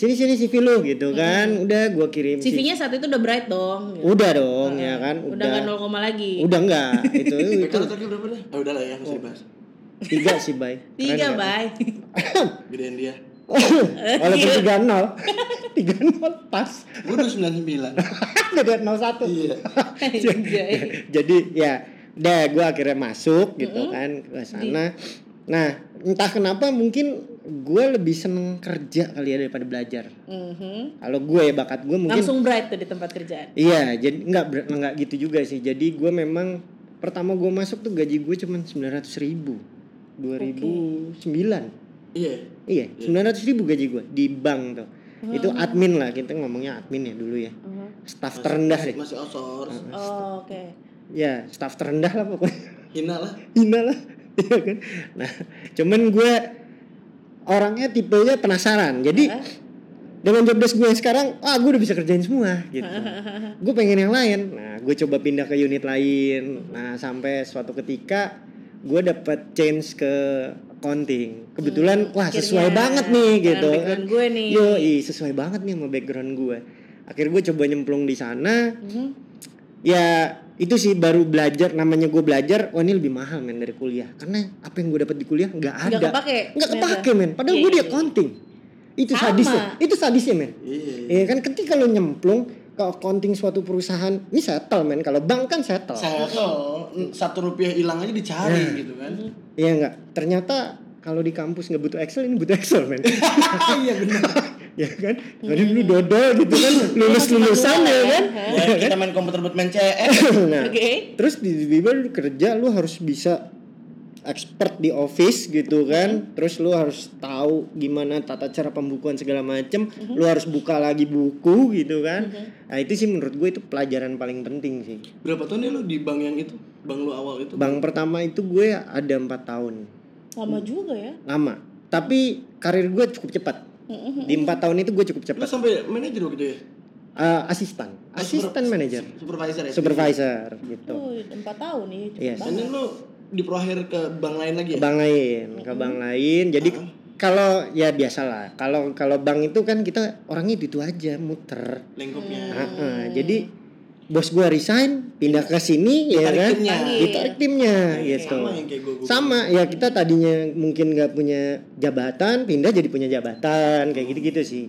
Speaker 3: sini sini CV lu
Speaker 2: Hmm.
Speaker 3: gitu kan. Udah gue kirim.
Speaker 2: CV-nya saat itu udah bright dong. gitu.
Speaker 3: Udah dong ya kan.
Speaker 2: Udah
Speaker 3: Udah.
Speaker 2: nggak nol koma lagi.
Speaker 3: Udah enggak. itu itu
Speaker 1: Kalau terakhir berapa dah? Oh, udah lah ya, masih dibahas.
Speaker 3: tiga sih bay. Keren
Speaker 2: Tiga,
Speaker 3: ya. kan? nggak?
Speaker 2: *laughs* Bay.
Speaker 1: Gedein dia.
Speaker 3: *laughs* Walaupun
Speaker 2: Iya.
Speaker 3: tiga nol. *laughs* Tiga nol pas. *laughs*
Speaker 1: Gue udah 99.
Speaker 3: Beda nol satu.
Speaker 1: Iya.
Speaker 3: *laughs*
Speaker 2: Anjay.
Speaker 3: Jadi ya. Udah gue akhirnya masuk gitu kan ke sana. Nah entah kenapa mungkin gue lebih seneng kerja kali ya daripada belajar.
Speaker 2: Mhm.
Speaker 3: Kalau gue ya bakat gue mungkin
Speaker 2: Langsung bright tuh di tempat kerjaan.
Speaker 3: Iya, jadi nggak ber- nggak gitu juga sih. Jadi gue memang pertama gue masuk tuh gaji gue cuma sembilan ratus ribu, dua ribu sembilan.
Speaker 1: Iya.
Speaker 3: Iya, sembilan ratus ribu gaji gue di bank tuh.
Speaker 2: Hmm.
Speaker 3: Itu admin lah kita ngomongnya admin ya dulu ya. Staff terendah deh.
Speaker 1: Masih outsource.
Speaker 2: Oh, oke.
Speaker 3: Ya, staff terendah lah pokoknya. *laughs*
Speaker 1: Hina lah.
Speaker 3: Hina lah, *laughs* iya kan. Nah, cuman gue orangnya tipenya penasaran. Jadi dengan job desk gue yang sekarang, ah gue udah bisa kerjain semua
Speaker 2: *laughs*
Speaker 3: gitu. gue pengen yang lain. Nah, gue coba pindah ke unit lain. Nah, sampai suatu ketika gue dapet change ke accounting. Kebetulan wah sesuai
Speaker 2: Hmm, akhirnya.
Speaker 3: banget nih
Speaker 2: Dengan
Speaker 3: gitu. iya.
Speaker 2: background gue nih.
Speaker 3: Yoi, sesuai banget nih sama background gue. Akhirnya gue coba nyemplung di sana.
Speaker 2: Mhm.
Speaker 3: Ya itu sih baru belajar namanya gue belajar wah ini lebih mahal men dari kuliah karena apa yang gue dapat di kuliah nggak ada
Speaker 2: Nggak kepake,
Speaker 3: nggak
Speaker 2: ternyata.
Speaker 3: kepake men padahal
Speaker 2: Iya,
Speaker 3: gue
Speaker 2: iya,
Speaker 3: di
Speaker 2: iya.
Speaker 3: accounting itu
Speaker 2: Sama.
Speaker 3: sadisnya itu sadisnya men
Speaker 1: Iya.
Speaker 3: Iya kan ketika lo nyemplung ke accounting suatu perusahaan, ini settle men. Kalau bank kan settle.
Speaker 1: Saya tuh satu rupiah hilang aja dicari gitu kan.
Speaker 3: Iya enggak? Ternyata kalau di kampus nggak butuh Excel, ini butuh
Speaker 2: *laughs*
Speaker 3: Excel men.
Speaker 1: Iya benar.
Speaker 3: *laughs* ya kan?
Speaker 2: Iya,
Speaker 3: Jadi lu dodol gitu kan, lulus lulusan ya kan?
Speaker 1: Ya, kita main komputer buat main CS.
Speaker 3: *clears throat* nah,
Speaker 2: Oke.
Speaker 3: terus tiba-tiba lu kerja, lu harus bisa expert di office gitu kan terus lu harus tahu gimana tata cara pembukuan segala macem lu harus buka lagi buku gitu kan nah itu sih menurut gue itu pelajaran paling penting sih
Speaker 1: Berapa tahun ya lu di bank yang itu? Bank lu awal itu?
Speaker 3: Bank pertama itu gue ada empat tahun
Speaker 2: Lama juga ya.
Speaker 3: lama, tapi karir gue cukup cepat. Di empat tahun itu gue cukup
Speaker 1: Lu
Speaker 3: cepat.
Speaker 1: sampai manajer waktu itu ya?
Speaker 3: Eh, asisten, asisten manajer,
Speaker 1: supervisor ya
Speaker 3: supervisor gitu.
Speaker 2: Tuh, empat tahun nih, cepet
Speaker 3: Yes.
Speaker 1: dan
Speaker 2: banget.
Speaker 1: lu diprohir ke bank lain lagi
Speaker 3: ke
Speaker 1: ya
Speaker 3: bank lain ke bank lain jadi
Speaker 1: Ah.
Speaker 3: kalau ya biasalah kalau kalau bank itu kan kita orangnya itu aja muter
Speaker 1: lingkupnya
Speaker 3: Ah, ah. jadi bos gua resign pindah ke sini ya
Speaker 1: Ditarik
Speaker 3: kan
Speaker 1: timnya.
Speaker 3: ditarik timnya
Speaker 1: Nah,
Speaker 3: gitu
Speaker 1: sama yang kayak gua, gua-
Speaker 3: sama ya kita tadinya mungkin nggak punya jabatan pindah jadi punya jabatan kayak gitu gitu sih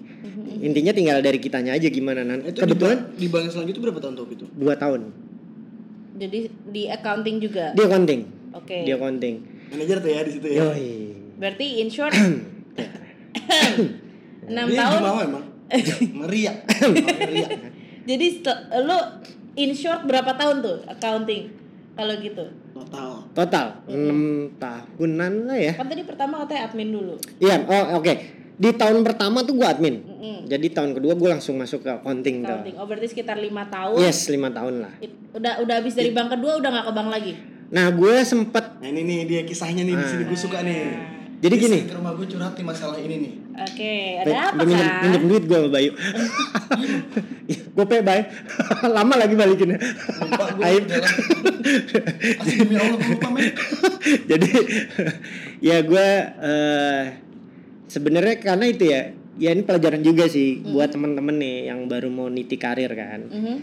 Speaker 3: intinya tinggal dari kitanya aja gimana nanti
Speaker 1: Mm-hmm. itu
Speaker 3: kebetulan
Speaker 1: di bank, di bank selanjutnya berapa tahun top itu
Speaker 3: dua tahun
Speaker 2: Jadi di accounting juga.
Speaker 3: dia konting
Speaker 2: Oke.
Speaker 3: dia konting
Speaker 1: manajer tuh ya di situ ya
Speaker 3: yoi
Speaker 2: Berarti in
Speaker 3: *coughs*
Speaker 2: short *coughs* 6
Speaker 3: Iya,
Speaker 1: Dia
Speaker 2: tahun.
Speaker 1: Jumawa emang
Speaker 2: *laughs*
Speaker 1: Maria Maria
Speaker 2: Jadi setel- lu in short berapa tahun tuh accounting? Kalau gitu.
Speaker 1: total
Speaker 3: total enam tahunan lah ya
Speaker 2: Kan tadi pertama katanya admin dulu.
Speaker 3: Iya, oh oke. Di tahun pertama tuh gue admin.
Speaker 2: Mm-mm.
Speaker 3: Jadi tahun kedua gue langsung masuk ke accounting tuh.
Speaker 2: Accounting. Oh, berarti sekitar lima tahun.
Speaker 3: Yes, lima tahun lah.
Speaker 2: It- Udah udah habis dari bank kedua udah nggak ke bank lagi.
Speaker 3: Nah, gue sempet
Speaker 1: nah ini nih dia kisahnya nih di sini gue suka
Speaker 2: Ah.
Speaker 1: nih
Speaker 3: Jadi
Speaker 1: Dia
Speaker 3: gini.
Speaker 1: sering ke rumah gue curhat nih masalah ini nih
Speaker 2: Oke, ada apa
Speaker 3: Gua minjem,
Speaker 2: Kak?
Speaker 3: minjem duit gue sama
Speaker 2: *laughs*
Speaker 3: Bayu. gue pe Bay. *laughs* Lama lagi balikinnya. *laughs*
Speaker 1: lupa gue
Speaker 3: Aib.
Speaker 1: dalam asli demi allah gue lupa men
Speaker 3: Jadi *laughs* ya gue sebenarnya karena itu ya, ya ini pelajaran juga sih
Speaker 2: Hmm.
Speaker 3: buat temen-temen nih yang baru mau niti karir kan.
Speaker 2: Mhm.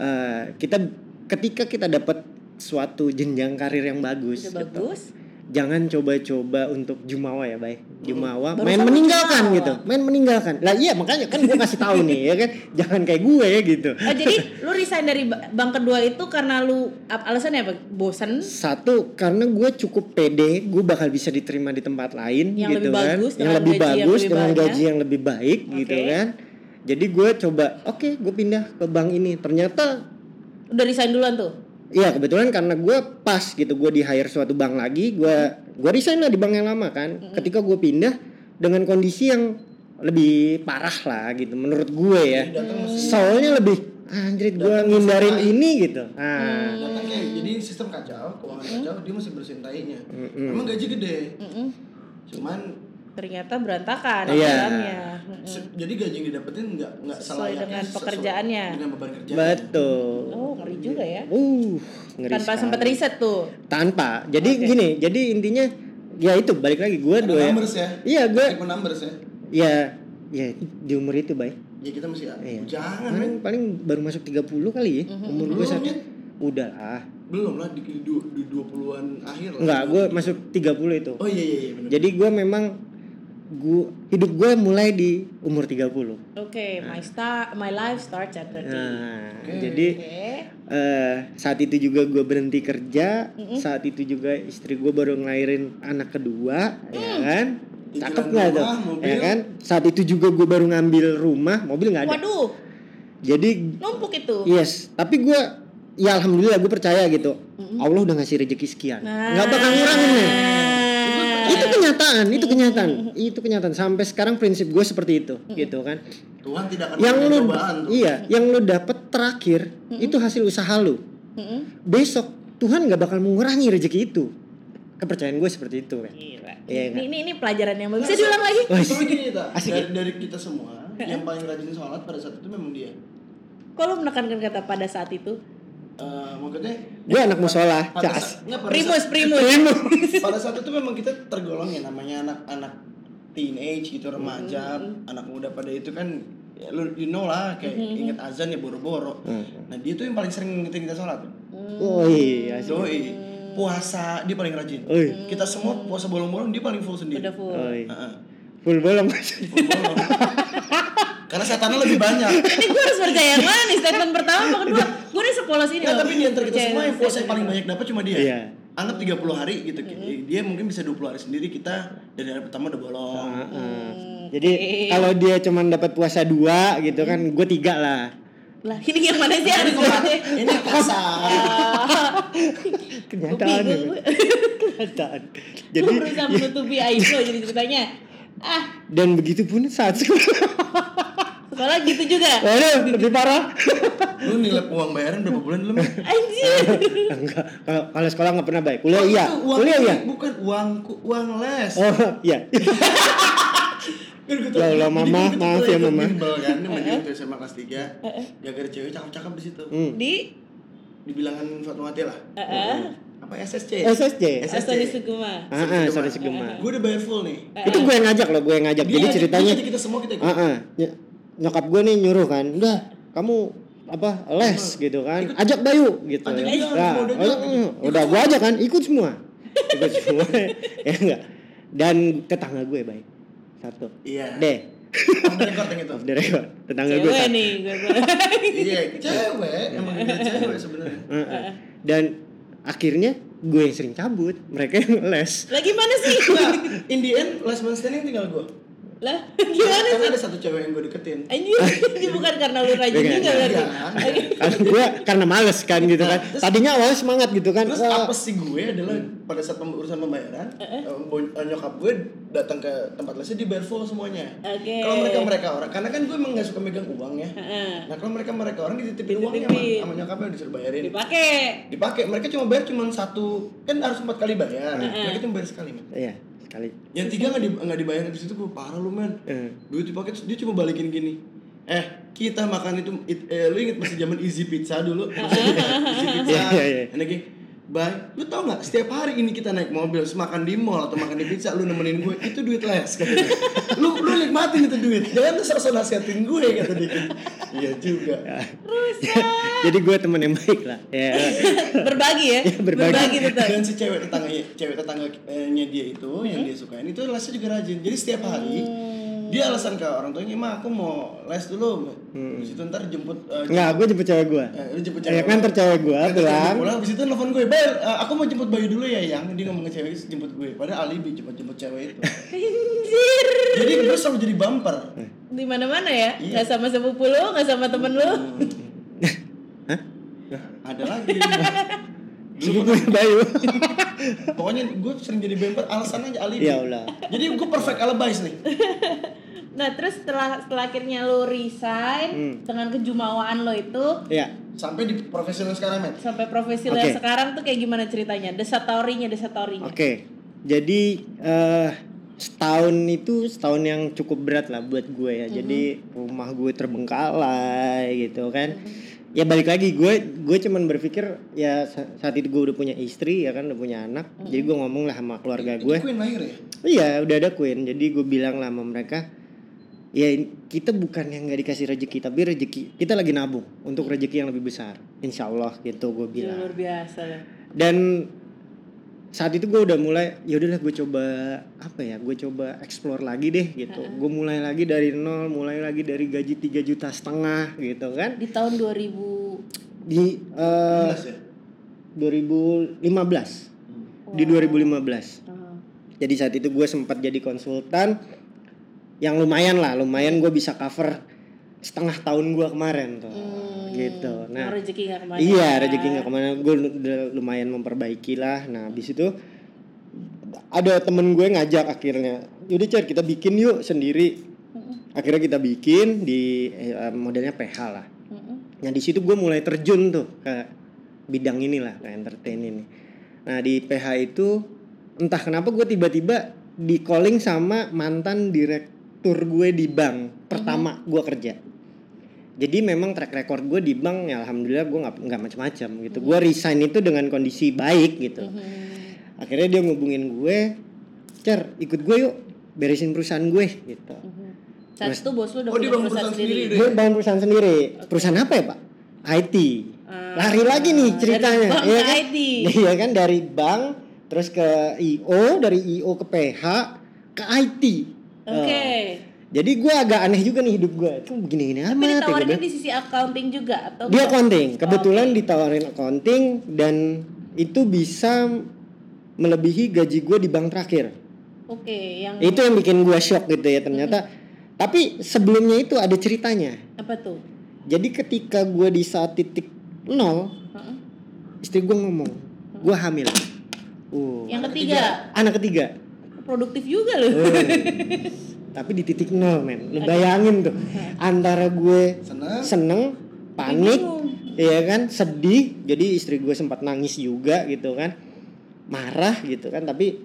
Speaker 3: Eh, kita ketika kita dapat suatu jenjang karir yang bagus,
Speaker 2: Udah
Speaker 3: gitu,
Speaker 2: bagus.
Speaker 3: jangan coba-coba untuk jumawa ya bay jumawa
Speaker 2: Barusan
Speaker 3: main
Speaker 2: lu
Speaker 3: meninggalkan
Speaker 2: jumawa.
Speaker 3: gitu main meninggalkan lah iya makanya kan gue kasih tahu nih ya kan jangan kayak gue gitu
Speaker 2: Oh, jadi lu resign dari ba- bank kedua itu karena lu ap- alasannya apa? Bosen
Speaker 3: satu karena gue cukup pede gue bakal bisa diterima di tempat lain
Speaker 2: Yang
Speaker 3: gitu
Speaker 2: lebih
Speaker 3: kan
Speaker 2: bagus,
Speaker 3: yang
Speaker 2: dengan
Speaker 3: lebih
Speaker 2: gaji yang
Speaker 3: bagus
Speaker 2: lebih
Speaker 3: dengan
Speaker 2: banyak.
Speaker 3: gaji yang lebih baik gitu
Speaker 2: Oke.
Speaker 3: kan jadi gue coba oke gue pindah ke bank ini ternyata
Speaker 2: udah resign duluan tuh.
Speaker 3: Iya kebetulan karena gue pas gitu gue di hire suatu bank lagi gue gue resign lah di bank yang lama kan ketika gue pindah dengan kondisi yang lebih parah lah gitu menurut gue
Speaker 2: Iya.
Speaker 3: ya
Speaker 1: datang masih
Speaker 3: soalnya lebih anjrit gue
Speaker 1: Datang
Speaker 3: ngindarin
Speaker 1: masih
Speaker 3: ini gitu
Speaker 2: Hmm.
Speaker 3: ah
Speaker 1: datang kayak jadi sistem kacau keuangan kacau dia masih bersihin tainya emang gaji gede
Speaker 2: Mm-mm.
Speaker 1: cuman
Speaker 2: Ternyata berantakan
Speaker 3: Iya.
Speaker 2: dalamnya.
Speaker 1: se- jadi gaji yang didapetin nggak nggak
Speaker 2: Sesuai
Speaker 1: selayaknya
Speaker 2: dengan
Speaker 1: sesuai
Speaker 2: pekerjaannya.
Speaker 1: dengan beban kerjaan
Speaker 3: betul
Speaker 2: Oh, ngeri juga ya.
Speaker 3: uh ngeri
Speaker 2: Tanpa
Speaker 3: sekali.
Speaker 2: sempat riset tuh.
Speaker 3: tanpa jadi
Speaker 2: Oke.
Speaker 3: gini jadi intinya ya itu balik lagi gue
Speaker 1: Karena
Speaker 3: dua ya
Speaker 1: numbers ya
Speaker 3: iya gue
Speaker 1: Tipe numbers ya
Speaker 3: ya ya di umur itu baik
Speaker 1: ya kita mesti
Speaker 3: Iya.
Speaker 1: jangan men
Speaker 3: paling paling baru masuk 30 kali ya
Speaker 2: Mm-hmm.
Speaker 3: umur gue
Speaker 1: Belum,
Speaker 3: saat
Speaker 1: ya?
Speaker 3: udah lah
Speaker 1: belum lah di, di, du- di 20-an akhir lah
Speaker 3: Enggak, gue masuk 30 itu.
Speaker 1: oh iya iya iya benar
Speaker 3: Jadi gue memang gua hidup gue mulai di umur 30.
Speaker 2: Oke, my star, my life starts at 30.
Speaker 3: Nah,
Speaker 1: Oke.
Speaker 3: jadi
Speaker 2: Oke.
Speaker 3: eh, saat itu juga gue berhenti kerja, saat itu juga istri gue baru ngelahirin anak kedua, ya kan?
Speaker 1: Cicilan
Speaker 3: Cakep nggak tuh?
Speaker 1: rumah, Mm. mobil.
Speaker 3: Ya kan? Saat itu juga gue baru ngambil rumah, mobil nggak ada. Iya.
Speaker 2: Waduh,
Speaker 3: Jadi
Speaker 2: numpuk itu.
Speaker 3: Yes, tapi gue ya alhamdulillah gue percaya gitu. Allah udah ngasih rezeki sekian.
Speaker 2: Nah.
Speaker 3: nggak bakal ngurang men.
Speaker 1: Nah.
Speaker 3: Itu
Speaker 2: Iya.
Speaker 3: kenyataan, itu kenyataan, itu kenyataan. Sampai sekarang prinsip gue seperti itu, gitu kan.
Speaker 1: Tuhan tidak akan
Speaker 3: Yang
Speaker 1: memberikan
Speaker 3: lu
Speaker 1: cobaan tuh
Speaker 3: iya, yang lu dapet terakhir itu hasil usaha lu.
Speaker 2: Mm-mm.
Speaker 3: Besok Tuhan nggak bakal mengurangi rezeki itu. Kepercayaan gue seperti itu kan.
Speaker 2: Gila.
Speaker 3: Iya,
Speaker 2: ini,
Speaker 3: nggak?
Speaker 2: ini ini pelajaran yang bagus. Bisa diulang lagi?
Speaker 3: Wah,
Speaker 1: Tapi gini Ta,
Speaker 3: Asik ya.
Speaker 1: dari, dari kita semua yang paling rajin sholat pada saat itu memang dia.
Speaker 2: Kok lu menekankan kata pada saat itu?
Speaker 1: Eh, maksudnya
Speaker 3: Gue anak musola,
Speaker 1: pada
Speaker 3: cas.
Speaker 1: saat- nggak, pada
Speaker 2: Primus, primus.
Speaker 1: saat- *laughs* pada saat itu memang kita tergolong ya namanya anak-anak teenage gitu remaja, anak muda pada itu kan ya, lu you know lah kayak inget azan ya boro-boro.
Speaker 3: Mm.
Speaker 1: Nah, dia tuh yang paling sering ngingetin kita sholat.
Speaker 3: Oh iya, asik.
Speaker 1: Doi, puasa dia paling rajin.
Speaker 3: Oi.
Speaker 1: Kita semua puasa bolong-bolong dia paling full sendiri.
Speaker 2: Udah full.
Speaker 3: Oh, iya.
Speaker 1: Heeh,
Speaker 3: Full bolong.
Speaker 1: full bolong. *laughs* Karena setannya lebih banyak.
Speaker 2: Ini gue harus percaya yang mana nih statement pertama apa kedua? Gue nih sepolos ini.
Speaker 1: Nah,
Speaker 2: loh.
Speaker 1: tapi di antara kita
Speaker 2: Percaya
Speaker 1: semua yang
Speaker 2: sama
Speaker 1: puasa yang
Speaker 2: statement
Speaker 1: paling banyak dapat cuma dia.
Speaker 3: Iya.
Speaker 1: Anggap 30 hari gitu. Dia mungkin bisa 20 hari sendiri kita dari hari pertama udah bolong.
Speaker 3: Heeh. Jadi kalau dia cuman dapat puasa dua gitu kan, gue tiga lah.
Speaker 2: Lah, ini yang mana sih harus gue?
Speaker 1: Ini pasar.
Speaker 3: Kenyataan.
Speaker 2: *laughs*
Speaker 3: ya,
Speaker 2: bingung.
Speaker 3: men. Kenyataan.
Speaker 2: Jadi
Speaker 3: Jadi
Speaker 2: berusaha menutupi aib lo jadi ceritanya. Ah,
Speaker 3: dan begitu pun saat sekolah,
Speaker 2: sekolah gitu juga.
Speaker 3: waduh lebih parah.
Speaker 1: Lu nilai uang bayaran berapa bulan lu? Mas?
Speaker 2: Anjir.
Speaker 3: Enggak, kalau kalau sekolah nggak pernah baik. Kuliah iya,
Speaker 1: Itu uang
Speaker 3: kuliah iya.
Speaker 1: bukan uang uang les.
Speaker 3: Oh iya,
Speaker 1: Kan gua tau-
Speaker 3: Ya Allah,
Speaker 1: jadi
Speaker 3: Mama,
Speaker 1: gua- gua
Speaker 3: maaf
Speaker 1: ikut
Speaker 3: ya, Mama.
Speaker 1: bimbel kan, sama dia waktu SMA kelas 3 Gara-gara cewek cakep-cakep di situ
Speaker 2: di
Speaker 1: Di bilangan Fatmawati lah eh?
Speaker 2: Heeh.
Speaker 1: Apa SSC?
Speaker 3: Eh, SSJ.
Speaker 1: SSC.
Speaker 2: Astoni Suguma.
Speaker 3: Ah, ah, sorry Sigma.
Speaker 1: Gue udah bayar full nih
Speaker 3: Itu gue yang ngajak loh, gue yang ngajak.
Speaker 1: Eh,
Speaker 3: Jadi
Speaker 1: Dia gitu. aja-
Speaker 3: ceritanya
Speaker 1: dia aja kita semua kita ikut
Speaker 3: ah, ah, ny- nyokap gue nih nyuruh kan, udah kamu apa les gitu kan, ajak Bayu gitu.
Speaker 1: Hmm. Ajak
Speaker 3: Ya,
Speaker 1: dia, mau udah
Speaker 3: udah,
Speaker 1: dia.
Speaker 3: mm, udah gue ajak kan, ikut semua, ikut semua, *laughs* ya enggak. Dan tetangga gue baik satu,
Speaker 1: Iya
Speaker 3: deh,
Speaker 1: Off the record yang itu
Speaker 3: off the record, tetangga gue
Speaker 2: Cewek
Speaker 3: satu.
Speaker 2: nih, gue bilang.
Speaker 1: Iya cewek Emang dia cewek sebenarnya
Speaker 3: Ah, ah. Dan akhirnya gue yang sering cabut, mereka yang
Speaker 1: *laughs*
Speaker 3: les.
Speaker 2: Lagi mana sih?
Speaker 1: Nah, in the end, last man standing tinggal gue
Speaker 2: lah, gimana
Speaker 1: Karena
Speaker 2: sih?
Speaker 1: ada satu cewek yang gue deketin
Speaker 2: Anjir, ini bukan karena lu rajin
Speaker 3: Enggak,
Speaker 2: juga berarti.
Speaker 1: Enggak.
Speaker 3: Karena gue karena males kan gitu kan. Tadinya awalnya semangat gitu kan.
Speaker 1: Terus
Speaker 3: Wah,
Speaker 1: apa sih gue adalah pada saat pem- urusan pembayaran,
Speaker 3: Iya.
Speaker 1: eh, bo- eh, nyokap gue datang ke tempat lesnya dibayar full semuanya.
Speaker 3: Iya.
Speaker 2: Oke.
Speaker 1: Kalau mereka mereka orang, karena kan gue emang gak suka megang uang ya.
Speaker 2: Heeh.
Speaker 1: Nah kalau mereka mereka orang dititipin uangnya sama,
Speaker 2: Dititipin.
Speaker 1: sama nyokapnya disuruh bayarin.
Speaker 2: Dipakai.
Speaker 1: Dipakai, mereka cuma bayar cuma satu, kan harus empat kali bayar. Mereka cuma bayar sekali. Man.
Speaker 3: iya sekali.
Speaker 1: Yang tiga nggak di, nggak dibayar di situ gue parah lu men.
Speaker 3: Eh.
Speaker 1: Duit dipakai terus dia cuma balikin gini. Eh kita makan itu, it- eh, lu inget masih zaman Easy Pizza
Speaker 2: *laughs*
Speaker 1: dulu? Easy Pizza.
Speaker 3: Iya, iya, iya.
Speaker 1: Ini gini, Bay, lu tau gak setiap hari ini kita naik mobil, terus makan di mall atau makan di pizza, lu nemenin gue, itu duit les katanya. Lu, lu nikmatin itu duit, jangan lu sok nasihatin gue kata dia. gitu. Iya juga.
Speaker 3: Ya, Jadi gue temen yang baik lah. Ya.
Speaker 2: Berbagi ya.
Speaker 3: Iya, berbagi.
Speaker 2: betul.
Speaker 1: Dan si cewek tetangganya, cewek tetangganya dia itu yang dia sukain itu lesnya juga rajin. Jadi setiap hari
Speaker 3: Oh.
Speaker 1: dia alasan ke orang tuanya, "Ma, aku mau les dulu." Habis itu ntar jemput eh,
Speaker 3: Enggak, gue jemput cewek gue.
Speaker 1: Eh, lu jemput
Speaker 3: Hmm. Ya
Speaker 1: cewek.
Speaker 3: kan tercewek gue
Speaker 1: Terus
Speaker 3: pulang.
Speaker 1: dia pulang habis itu nelfon gue, "Bel, eh, aku mau jemput Bayu dulu ya, Yang." Dia ngomong ke cewek itu jemput gue. Padahal alibi jemput-jemput cewek
Speaker 3: *laughs*
Speaker 1: itu.
Speaker 2: Anjir.
Speaker 1: Jadi gue selalu jadi bumper.
Speaker 2: Di mana-mana ya?
Speaker 3: Iya.
Speaker 2: Nggak sama sepupu lu, nggak sama temen lu.
Speaker 3: Hmm.
Speaker 1: Ada lagi.
Speaker 3: *laughs* Jadi gue
Speaker 1: *laughs*
Speaker 3: Bayu.
Speaker 1: Pokoknya gue sering jadi bumper alasan aja alibi.
Speaker 3: ya Allah.
Speaker 1: Jadi gue perfect alibis nih.
Speaker 2: Nah, terus setelah setelah akhirnya lu
Speaker 3: Hmm.
Speaker 2: resign dengan kejumawaan lo itu
Speaker 3: Ya.
Speaker 1: Sampai di profesional sekarang, Matt.
Speaker 2: sampai profesi lo yang
Speaker 3: Oke.
Speaker 2: sekarang tuh kayak gimana ceritanya? Desatorinya, desatorinya.
Speaker 3: Oke. Jadi eh setahun itu setahun yang cukup berat lah buat gue ya. Jadi rumah gue terbengkalai gitu kan. Ya balik lagi gue gue cuman berpikir ya sa- saat itu gue udah punya istri ya kan udah punya anak. Jadi gue ngomong lah sama keluarga gue.
Speaker 1: Itu Queen lahir ya?
Speaker 3: Iya udah ada Queen Jadi gue bilang lah sama mereka Ya kita bukan yang gak dikasih rezeki Tapi rezeki Kita lagi nabung Untuk rezeki yang lebih besar Insya Allah gitu gue
Speaker 2: Gila,
Speaker 3: bilang
Speaker 2: Iya, Luar biasa lo.
Speaker 3: Dan saat itu gue udah mulai yaudahlah gue coba apa ya gue coba explore lagi deh gitu gue mulai lagi dari nol mulai lagi dari gaji 3 juta setengah gitu kan
Speaker 2: Di tahun 2000
Speaker 3: di
Speaker 1: 15
Speaker 3: eh,
Speaker 1: ya?
Speaker 3: 2015 di 2015
Speaker 2: uh,
Speaker 3: jadi saat itu gue sempat jadi konsultan yang lumayan lah lumayan gue bisa cover setengah tahun gue kemarin tuh gitu nah
Speaker 2: yang Hmm. rezeki nggak kemana.
Speaker 3: iya rezeki nggak kemana gue udah lumayan memperbaiki lah nah habis itu ada temen gue ngajak akhirnya yaudah cer kita bikin yuk sendiri akhirnya kita bikin di eh, modelnya PH lah
Speaker 2: Mm-mm.
Speaker 3: Nah di situ gue mulai terjun tuh ke bidang inilah ke entertain ini. Nah di PH itu entah kenapa gue tiba-tiba di calling sama mantan direktur gue di bank pertama gue kerja. Jadi memang track record gue di bank ya alhamdulillah gue nggak nggak macam-macam gitu. Gue resign itu dengan kondisi baik
Speaker 2: Iya.
Speaker 3: gitu. Akhirnya dia ngubungin gue, cer ikut gue yuk beresin perusahaan gue gitu.
Speaker 2: Saat itu bos lu udah
Speaker 1: Oh, dia
Speaker 2: punya
Speaker 1: bangun
Speaker 2: perusahaan
Speaker 1: perusahaan sendiri
Speaker 2: sendiri.
Speaker 1: deh.
Speaker 3: Gue bangun perusahaan sendiri. Perusahaan apa ya pak? IT. Lari lagi nih ceritanya.
Speaker 2: bank Hmm. ke
Speaker 3: iya kan? *laughs*
Speaker 2: IT.
Speaker 3: Iya kan dari bank terus ke IO, dari IO ke PH ke IT.
Speaker 2: Oke.
Speaker 3: Jadi gue agak aneh juga nih hidup gue. Kok begini-gini
Speaker 2: Tapi
Speaker 3: amat ya gua
Speaker 2: ditawarinnya
Speaker 3: bilang.
Speaker 2: di sisi accounting juga atau
Speaker 3: Dia
Speaker 2: enggak?
Speaker 3: accounting. Kebetulan
Speaker 2: Oh, oke.
Speaker 3: ditawarin accounting dan itu bisa melebihi gaji gue di bank terakhir.
Speaker 2: Oke, yang
Speaker 3: Itu yang bikin gue shock gitu ya ternyata.
Speaker 2: Hmm.
Speaker 3: Tapi sebelumnya itu ada ceritanya.
Speaker 2: apa tuh?
Speaker 3: Jadi ketika gue di saat titik nol,
Speaker 2: Heeh.
Speaker 3: istri gue ngomong, gue hamil. Uh,
Speaker 2: Yang ketiga,
Speaker 3: anak ketiga.
Speaker 2: produktif juga loh. *laughs*
Speaker 3: Uh. Tapi di titik nol men, lu bayangin tuh antara gue
Speaker 1: Senang.
Speaker 3: seneng, panik,
Speaker 2: Bingung.
Speaker 3: ya kan, sedih. Jadi istri gue sempat nangis juga gitu kan, marah gitu kan. Tapi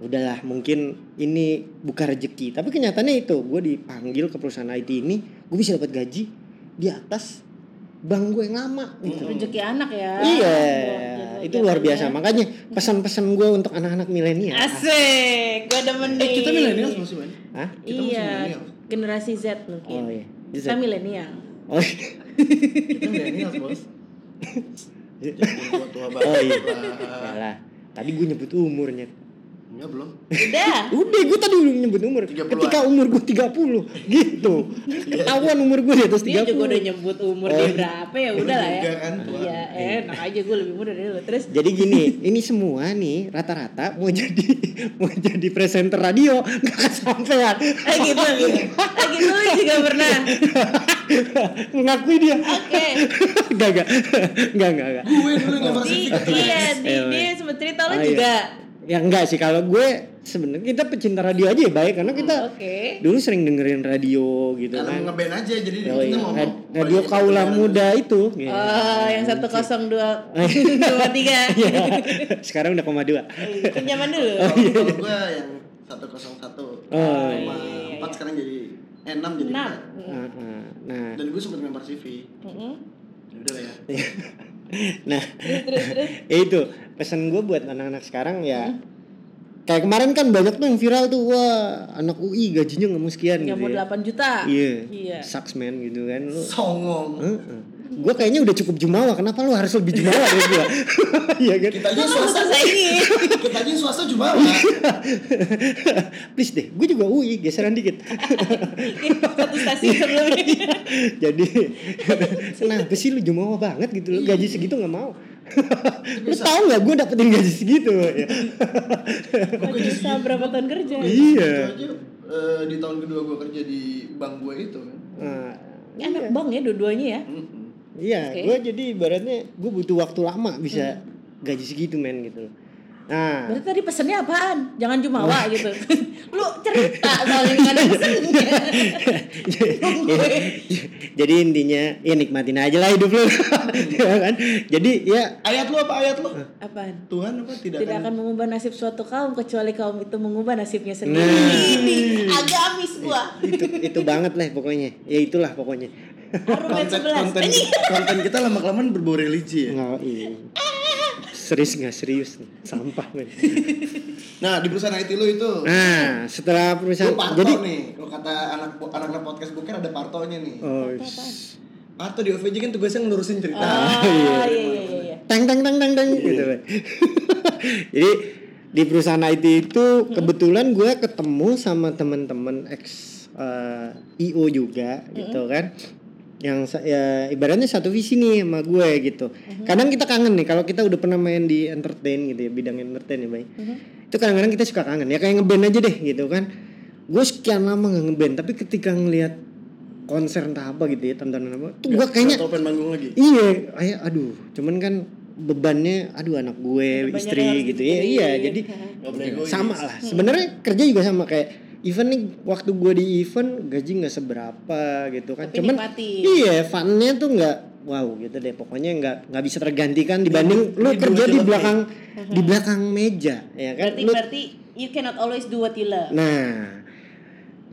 Speaker 3: udahlah mungkin ini buka rezeki tapi kenyataannya itu gue dipanggil ke perusahaan IT ini gue bisa dapat gaji di atas bank gue yang lama gitu
Speaker 2: rezeki anak ya
Speaker 3: iya
Speaker 2: Gitu,
Speaker 3: itu luar biasa ya.
Speaker 2: jatuhnya.
Speaker 3: makanya pesan-pesan gue untuk anak-anak milenial
Speaker 2: ya. asik gue demen
Speaker 1: Eh
Speaker 2: nih
Speaker 1: kita milenial masih banyak.
Speaker 3: Hah?
Speaker 1: kita masih
Speaker 2: iya
Speaker 1: milenial.
Speaker 2: generasi Z
Speaker 3: oh
Speaker 2: mungkin
Speaker 3: iya Bisa.
Speaker 2: kita
Speaker 3: *laughs*
Speaker 2: milenial
Speaker 3: oh,
Speaker 1: Kita milenial bos. Jangan tua-tua banget.
Speaker 3: Oh, iya.
Speaker 1: lah.
Speaker 3: iyalah. tadi gue nyebut umurnya
Speaker 1: Enggak belum.
Speaker 2: udah
Speaker 3: udah gue tadi udah nyebut umur
Speaker 1: 30-an.
Speaker 3: ketika umur gue 30 gitu
Speaker 1: Iya.
Speaker 3: ketahuan umur gue di atas 30
Speaker 2: dia juga udah nyebut umur
Speaker 3: Oh,
Speaker 2: dia
Speaker 3: iya.
Speaker 2: berapa ya udah lah ya
Speaker 1: Juga kan, tua.
Speaker 2: iya enak aja gue lebih muda dari lu terus
Speaker 3: Jadi gini, ini semua nih rata-rata mau jadi *laughs* mau jadi presenter radio nggak kesampaian. *laughs*
Speaker 2: ah gitu
Speaker 3: Eh,
Speaker 2: ah gitu lu juga pernah
Speaker 3: Mengakui dia. *laughs*
Speaker 2: oke
Speaker 3: Enggak *laughs* enggak. Enggak enggak enggak.
Speaker 1: Gue dulu yang merasa
Speaker 2: Di-
Speaker 1: sedikit.
Speaker 2: iya di,
Speaker 3: Iya,
Speaker 2: dia sempet cerita lu
Speaker 3: Ah, iya.
Speaker 2: juga
Speaker 3: Ya enggak sih kalau gue sebenarnya kita pecinta radio aja ya baik karena kita
Speaker 2: Hmm, oke
Speaker 3: dulu sering dengerin radio gitu
Speaker 1: Dalam
Speaker 3: kan.
Speaker 1: ngeband aja jadi kita
Speaker 3: Oh, iya.
Speaker 1: ngomong.
Speaker 3: Rad- Radio
Speaker 1: banyak
Speaker 3: Kaula
Speaker 1: kedengaran.
Speaker 3: Muda itu. Ya.
Speaker 2: Oh, yang satu kosong
Speaker 3: *laughs*
Speaker 2: dua
Speaker 3: Iya.
Speaker 2: dua tiga. Iya,
Speaker 3: Ya. *laughs* Sekarang udah koma dua.
Speaker 2: Pinjaman dulu.
Speaker 1: Kalau kalau gue yang 101
Speaker 3: iya, Oh,
Speaker 1: Sama
Speaker 2: iya.
Speaker 1: empat sekarang jadi eh, enam jadi
Speaker 2: Enam.
Speaker 1: empat.
Speaker 3: Nah, nah, nah,
Speaker 1: Dan gue sempat lempar CV.
Speaker 2: Mm-mm.
Speaker 1: Ya Udah lah ya.
Speaker 3: Iya. nah.
Speaker 2: Terus terus terus.
Speaker 3: *laughs*
Speaker 2: Hmm?
Speaker 3: ya itu pesan gue buat anak-anak sekarang ya kayak kemarin kan banyak tuh yang viral tuh wah anak UI gajinya nggak mau sekian
Speaker 2: Nggak
Speaker 3: gitu
Speaker 2: mau
Speaker 3: ya
Speaker 2: delapan juta.
Speaker 3: iya
Speaker 2: Iya.
Speaker 3: sucks man gitu kan lu
Speaker 1: Songong.
Speaker 3: gue kayaknya udah cukup jumawa kenapa lu harus lebih jumawa dari gue *laughs* iya kan
Speaker 1: Kita aja
Speaker 2: Kok kamu
Speaker 1: swasta.
Speaker 2: selesai ini?
Speaker 1: Kita aja swasta cuma lah.
Speaker 3: *laughs* please deh gue juga UI geseran dikit *laughs*
Speaker 2: Satu
Speaker 3: Iya.
Speaker 2: stasiun sebelumnya.
Speaker 3: jadi *laughs* kenapa sih lu jumawa banget gitu lu
Speaker 2: Iya.
Speaker 3: gaji segitu nggak mau *laughs* lu
Speaker 1: Bisa.
Speaker 3: tau nggak gue dapetin gaji
Speaker 2: *laughs*
Speaker 3: segitu ya.
Speaker 2: Masih bisa
Speaker 1: gitu?
Speaker 2: berapa tahun kerja?
Speaker 3: iya
Speaker 1: Itu aja eh, di tahun kedua gue kerja di bank gue itu kan.
Speaker 3: Nah,
Speaker 2: Ini anak bang ya dua-duanya ya.
Speaker 1: Mm-mm.
Speaker 3: Iya,
Speaker 2: Oke.
Speaker 3: gue jadi ibaratnya gue butuh waktu lama bisa
Speaker 1: Hmm.
Speaker 3: gaji segitu men gitu loh. Nah, *laughs*
Speaker 2: Berarti tadi pesennya apaan? Jangan jumawa gitu. *laughs* Lu cerita soalnya nggak ada pesennya.
Speaker 3: ya, jadi intinya ya nikmatin aja lah hidup lu. *laughs* ya kan? Jadi ya
Speaker 1: Ayat lu apa ayat lu?
Speaker 3: Eh.
Speaker 2: Apaan?
Speaker 1: Tuhan apa tidak,
Speaker 2: Tidak akan mengubah nasib suatu kaum kecuali kaum itu mengubah nasibnya sendiri.
Speaker 3: Nah.
Speaker 2: Ini agamis gua.
Speaker 3: itu itu banget lah pokoknya. Ya itulah pokoknya.
Speaker 1: konten,
Speaker 2: Argumen sebelas.
Speaker 1: konten,
Speaker 2: Ini *laughs*
Speaker 1: konten kita lama kelamaan berbau religi ya.
Speaker 3: Nggak, iya. Serius nggak serius nih. Sampah
Speaker 1: *laughs*
Speaker 3: men.
Speaker 1: Nah di perusahaan IT lu itu,
Speaker 3: Nah, setelah
Speaker 1: lu
Speaker 3: perusahaan
Speaker 1: parto
Speaker 3: jadi
Speaker 1: nih. Kalau kata anak anak podcast bukan ada partonya nih.
Speaker 3: Oh,
Speaker 1: Parto di OVJ kan tugasnya ngelurusin cerita.
Speaker 2: Ah, iya iya iya iya.
Speaker 3: tang tang tang tang tang gitu. Pak. *laughs* Jadi di perusahaan IT itu kebetulan gue ketemu sama teman-teman ex eh, IO juga gitu kan. Yang sa- ya, ibaratnya satu visi nih sama gue gitu. Kadang kita kangen nih kalau kita udah pernah main di entertain gitu ya, bidang entertain ya, Bay. Itu kadang-kadang kita suka kangen. Ya kayak ngeband aja deh gitu kan. Gue sekian lama gak ngeband, tapi ketika ngelihat konser entah apa gitu ya, tontonan apa, tuh gue kayaknya
Speaker 1: Atau open manggung lagi.
Speaker 3: Iya, ayah aduh, cuman kan bebannya aduh anak gue,
Speaker 2: Banyak
Speaker 3: istri
Speaker 2: yang harus
Speaker 3: gitu ya. Iya,
Speaker 2: dipikirin.
Speaker 3: jadi
Speaker 1: Gak boleh egois.
Speaker 3: sama lah.
Speaker 2: Hmm.
Speaker 3: Sebenarnya kerja juga sama kayak event nih waktu gue di event gaji nggak seberapa gitu kan.
Speaker 2: Tapi
Speaker 3: cuman
Speaker 2: nikmatin.
Speaker 3: iya, funnya tuh nggak wow gitu deh. Pokoknya nggak nggak bisa tergantikan
Speaker 2: Iya,
Speaker 3: dibanding lu
Speaker 1: Ini dua
Speaker 3: kerja di
Speaker 1: film
Speaker 3: belakang di belakang meja ya kan.
Speaker 2: Berarti
Speaker 3: Lu-
Speaker 2: berarti you cannot always do what you love.
Speaker 3: Nah,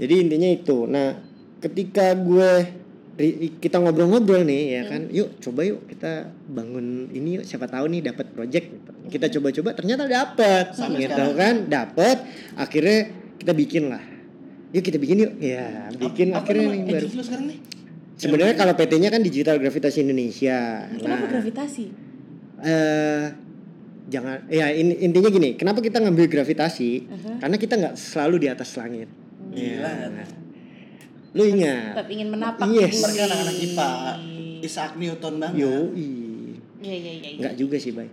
Speaker 3: jadi intinya itu. Nah, ketika gue ri- kita ngobrol-ngobrol nih ya
Speaker 1: Hmm.
Speaker 3: kan, yuk coba yuk kita bangun ini yuk siapa tahu nih dapat project gitu. Kita coba-coba ternyata dapat
Speaker 1: Sampai
Speaker 3: gitu
Speaker 1: Hmm. sekarang.
Speaker 3: kan, dapat. Akhirnya kita bikin lah. Yuk kita bikin yuk. Ya, bikin
Speaker 1: Oh, Apa
Speaker 3: akhirnya
Speaker 1: nama
Speaker 3: nih baru.
Speaker 1: agensi lu sekarang nih?
Speaker 3: Sebenarnya kalau PT-nya kan Digital Gravitasi Indonesia. Nah,
Speaker 2: Kenapa gravitasi?
Speaker 3: eh jangan ya in- intinya gini kenapa kita ngambil gravitasi
Speaker 2: Uh-huh.
Speaker 3: karena kita nggak selalu di atas langit Iya.
Speaker 1: Gila.
Speaker 3: lu ingat
Speaker 2: Tetap ingin menapak di
Speaker 3: Yes.
Speaker 2: bumi.
Speaker 1: Mereka anak-anak IPA. Isaac Newton banget.
Speaker 3: yo
Speaker 2: Iya iya iya. iya.
Speaker 3: nggak juga sih bay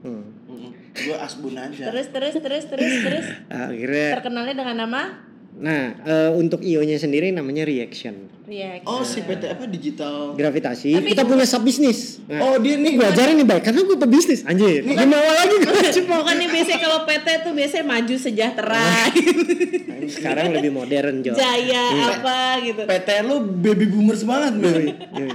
Speaker 3: Hmm.
Speaker 1: Gue asbun aja.
Speaker 2: Terus terus terus terus terus
Speaker 3: akhirnya
Speaker 2: terkenalnya dengan nama
Speaker 3: nah eh, untuk io nya sendiri namanya reaction
Speaker 2: React.
Speaker 1: Oh si PT apa digital?
Speaker 3: gravitasi
Speaker 2: Tapi-
Speaker 3: kita punya sub bisnis
Speaker 1: Oh dia nih
Speaker 3: gue ajarin nih bay karena gue pebisnis anjir
Speaker 1: Nih.
Speaker 3: gimana lagi *laughs* gua?
Speaker 2: Bukannya biasanya kalau PT tuh biasanya maju sejahtera,
Speaker 3: Iya. sekarang lebih modern jo
Speaker 2: *laughs* jaya
Speaker 3: Iya.
Speaker 2: apa gitu.
Speaker 1: PT lu baby boomers banget nih.
Speaker 3: Yoi.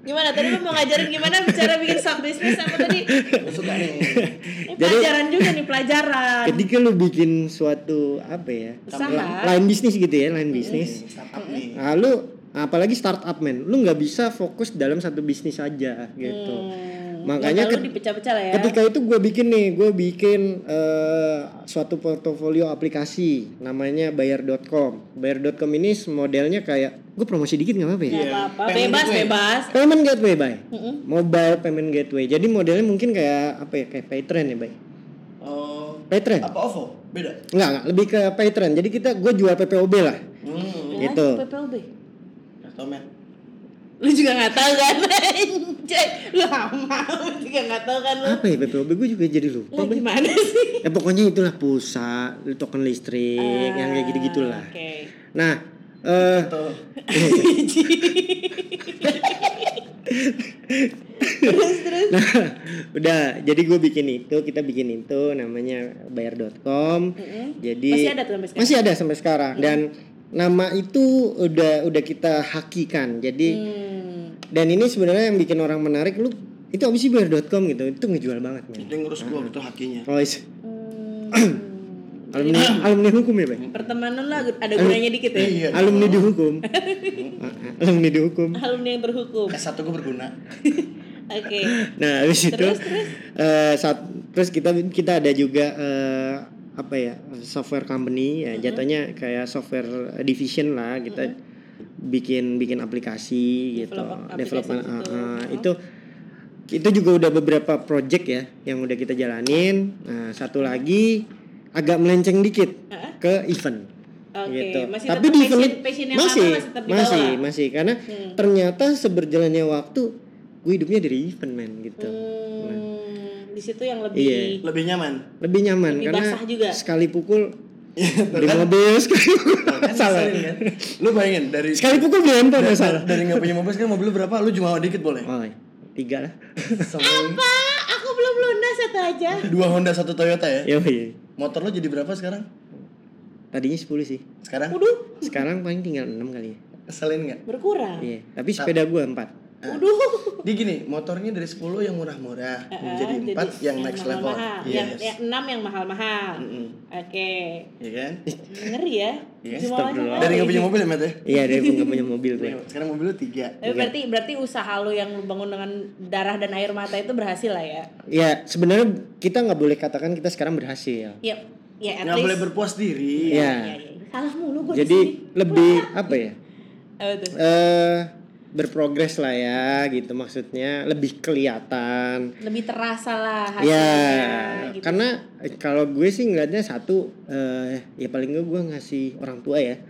Speaker 2: Gimana tadi lu mau ngajarin gimana bicara bikin sub business apa tadi?
Speaker 1: *laughs* Gue *laughs* suka nih.
Speaker 2: Eh,
Speaker 3: Jadi
Speaker 2: pelajaran juga nih pelajaran.
Speaker 3: ketika lu bikin suatu apa ya?
Speaker 2: Usaha. Iya.
Speaker 3: Lain bisnis gitu ya, lain bisnis.
Speaker 1: startup nih
Speaker 3: Nah, lu apalagi startup men, lu nggak bisa fokus dalam satu bisnis aja gitu.
Speaker 2: Hmm.
Speaker 3: Makanya
Speaker 2: Mata lu
Speaker 3: ket-
Speaker 2: dipecah-pecah lah ya.
Speaker 3: Ketika itu gue bikin nih, gue bikin eh, suatu portofolio aplikasi namanya bayar.com. Bayar.com ini modelnya kayak gue promosi dikit nggak apa-apa ya.
Speaker 2: Nggak apa-apa.
Speaker 1: Pengen
Speaker 2: Bebas,
Speaker 1: gue.
Speaker 2: bebas.
Speaker 3: Payment gateway, bay.
Speaker 2: Iya. Mm-mm.
Speaker 3: Mobile payment gateway. Jadi modelnya mungkin kayak apa ya? Kayak Paytrend ya, bay.
Speaker 1: oh
Speaker 3: Paytrend.
Speaker 1: apa ovo beda
Speaker 3: Enggak, enggak, lebih ke Paytrend. Jadi kita gue jual PPOB lah.
Speaker 1: hmm
Speaker 2: Ya,
Speaker 3: Gitu.
Speaker 2: PPLB.
Speaker 1: atau men
Speaker 2: Lu juga nggak tahu kan? *laughs* Anjay, lu lama lu juga nggak tahu kan lu.
Speaker 3: Apa ya PPOB? Gue juga jadi
Speaker 2: Lu
Speaker 3: lupa, bay.
Speaker 2: gimana sih?
Speaker 3: Ya pokoknya itulah pulsa, token listrik, yang kayak gitu-gitulah.
Speaker 2: Oke.
Speaker 3: Nah, eh *laughs*
Speaker 1: atau
Speaker 3: Nah, udah jadi gue bikin itu kita bikin itu namanya bayar.com jadi
Speaker 2: Masih ada tuh sampai sekarang?
Speaker 3: masih ada sampai sekarang dan nama itu udah udah kita hakikan jadi
Speaker 2: Hmm.
Speaker 3: dan ini sebenarnya yang bikin orang menarik lu itu abis sih bayar.com gitu itu ngejual banget men
Speaker 1: dia ngurus gua gitu, betul hakinya
Speaker 3: oh, is-
Speaker 2: Hmm.
Speaker 3: alumni alumni hukum ya bang
Speaker 2: Pertemanan lah ada gunanya dikit ya.
Speaker 1: iya
Speaker 3: alumni di hukum
Speaker 2: *laughs*
Speaker 3: alumni di hukum
Speaker 2: Alumni yang berhukum.
Speaker 1: S1 gua berguna
Speaker 2: Oke.
Speaker 3: nah habis itu
Speaker 2: Terus,
Speaker 3: terus, saat, terus kita kita ada juga eh, apa ya software company ya jatuhnya kayak software division lah kita bikin bikin aplikasi gitu
Speaker 2: Develop aplikasi
Speaker 3: development
Speaker 2: gitu.
Speaker 3: ah, ah, itu itu juga udah beberapa project ya yang udah kita jalanin nah satu lagi agak melenceng dikit
Speaker 2: Hah?
Speaker 3: ke event
Speaker 2: Oke,
Speaker 3: gitu.
Speaker 2: masih
Speaker 3: Tapi
Speaker 2: tetap
Speaker 3: di
Speaker 2: passion-
Speaker 3: event-
Speaker 2: passion yang
Speaker 3: masih,
Speaker 2: lama masih tetap dibawa.
Speaker 3: masih, masih karena
Speaker 2: Hmm.
Speaker 3: ternyata seberjalannya waktu gue hidupnya dari event men gitu.
Speaker 2: Hmm, di situ yang lebih
Speaker 3: Iya.
Speaker 1: lebih nyaman
Speaker 3: Lebih nyaman
Speaker 2: Lebih
Speaker 3: karena
Speaker 2: basah juga.
Speaker 3: sekali pukul
Speaker 1: Iya,
Speaker 3: di mobil sekali pukul, salah.
Speaker 1: Ngeselin *laughs* kan? lu bayangin dari
Speaker 3: Sekali pukul di handphone ya, salah.
Speaker 1: dari nggak punya mobil sekarang mobil lu berapa lu cuma dikit boleh
Speaker 3: Oh, tiga lah.
Speaker 1: Sama
Speaker 2: Pak, aku belum lunas satu aja.
Speaker 1: dua Honda satu Toyota ya
Speaker 3: Ya iya.
Speaker 1: motor lu jadi berapa sekarang
Speaker 3: Tadinya 10 sih.
Speaker 1: sekarang
Speaker 2: Waduh,
Speaker 3: Sekarang paling tinggal 6 kali ya.
Speaker 2: Ah.
Speaker 1: keselin nggak
Speaker 2: berkurang.
Speaker 3: Iya, tapi sepeda gue 4.
Speaker 2: Waduh.
Speaker 1: Dia gini, motornya dari 10 yang murah-murah
Speaker 2: Ah,
Speaker 1: Eh, Hmm, jadi 4 yang Iya, next level.
Speaker 2: mahal-mahal. Yang,
Speaker 1: Yes.
Speaker 2: yang enam yang mahal-mahal.
Speaker 1: Mm-mm.
Speaker 2: Oke,
Speaker 1: Iya kan?
Speaker 2: ngeri ya.
Speaker 1: Iya,
Speaker 2: Cuma
Speaker 3: stop
Speaker 2: macam
Speaker 3: dulu.
Speaker 2: apa
Speaker 1: Dari nggak
Speaker 2: ini?
Speaker 1: punya mobil ya, Matt ya?
Speaker 3: Iya, dari gue punya mobil gue.
Speaker 1: Sekarang mobil lu 3.
Speaker 2: Tapi berarti berarti usaha lu yang lu bangun dengan darah dan air mata itu berhasil lah ya.
Speaker 3: Ya, sebenarnya kita nggak boleh katakan kita sekarang berhasil.
Speaker 2: Ya, ya at
Speaker 1: Nggak
Speaker 2: least.
Speaker 1: boleh berpuas diri.
Speaker 3: Iya.
Speaker 2: Ya, ya, ya. Salah mulu gua di
Speaker 3: Jadi
Speaker 2: sini.
Speaker 3: lebih apa ya?
Speaker 2: Apa tuh?
Speaker 3: eh berprogres lah ya gitu maksudnya lebih kelihatan
Speaker 2: Lebih terasa lah
Speaker 1: Iya.
Speaker 2: hasilnya.
Speaker 3: ya
Speaker 2: Iya, gitu.
Speaker 3: karena eh, kalau gue sih ngeliatnya satu eh ya paling nggak gue ngasih orang tua ya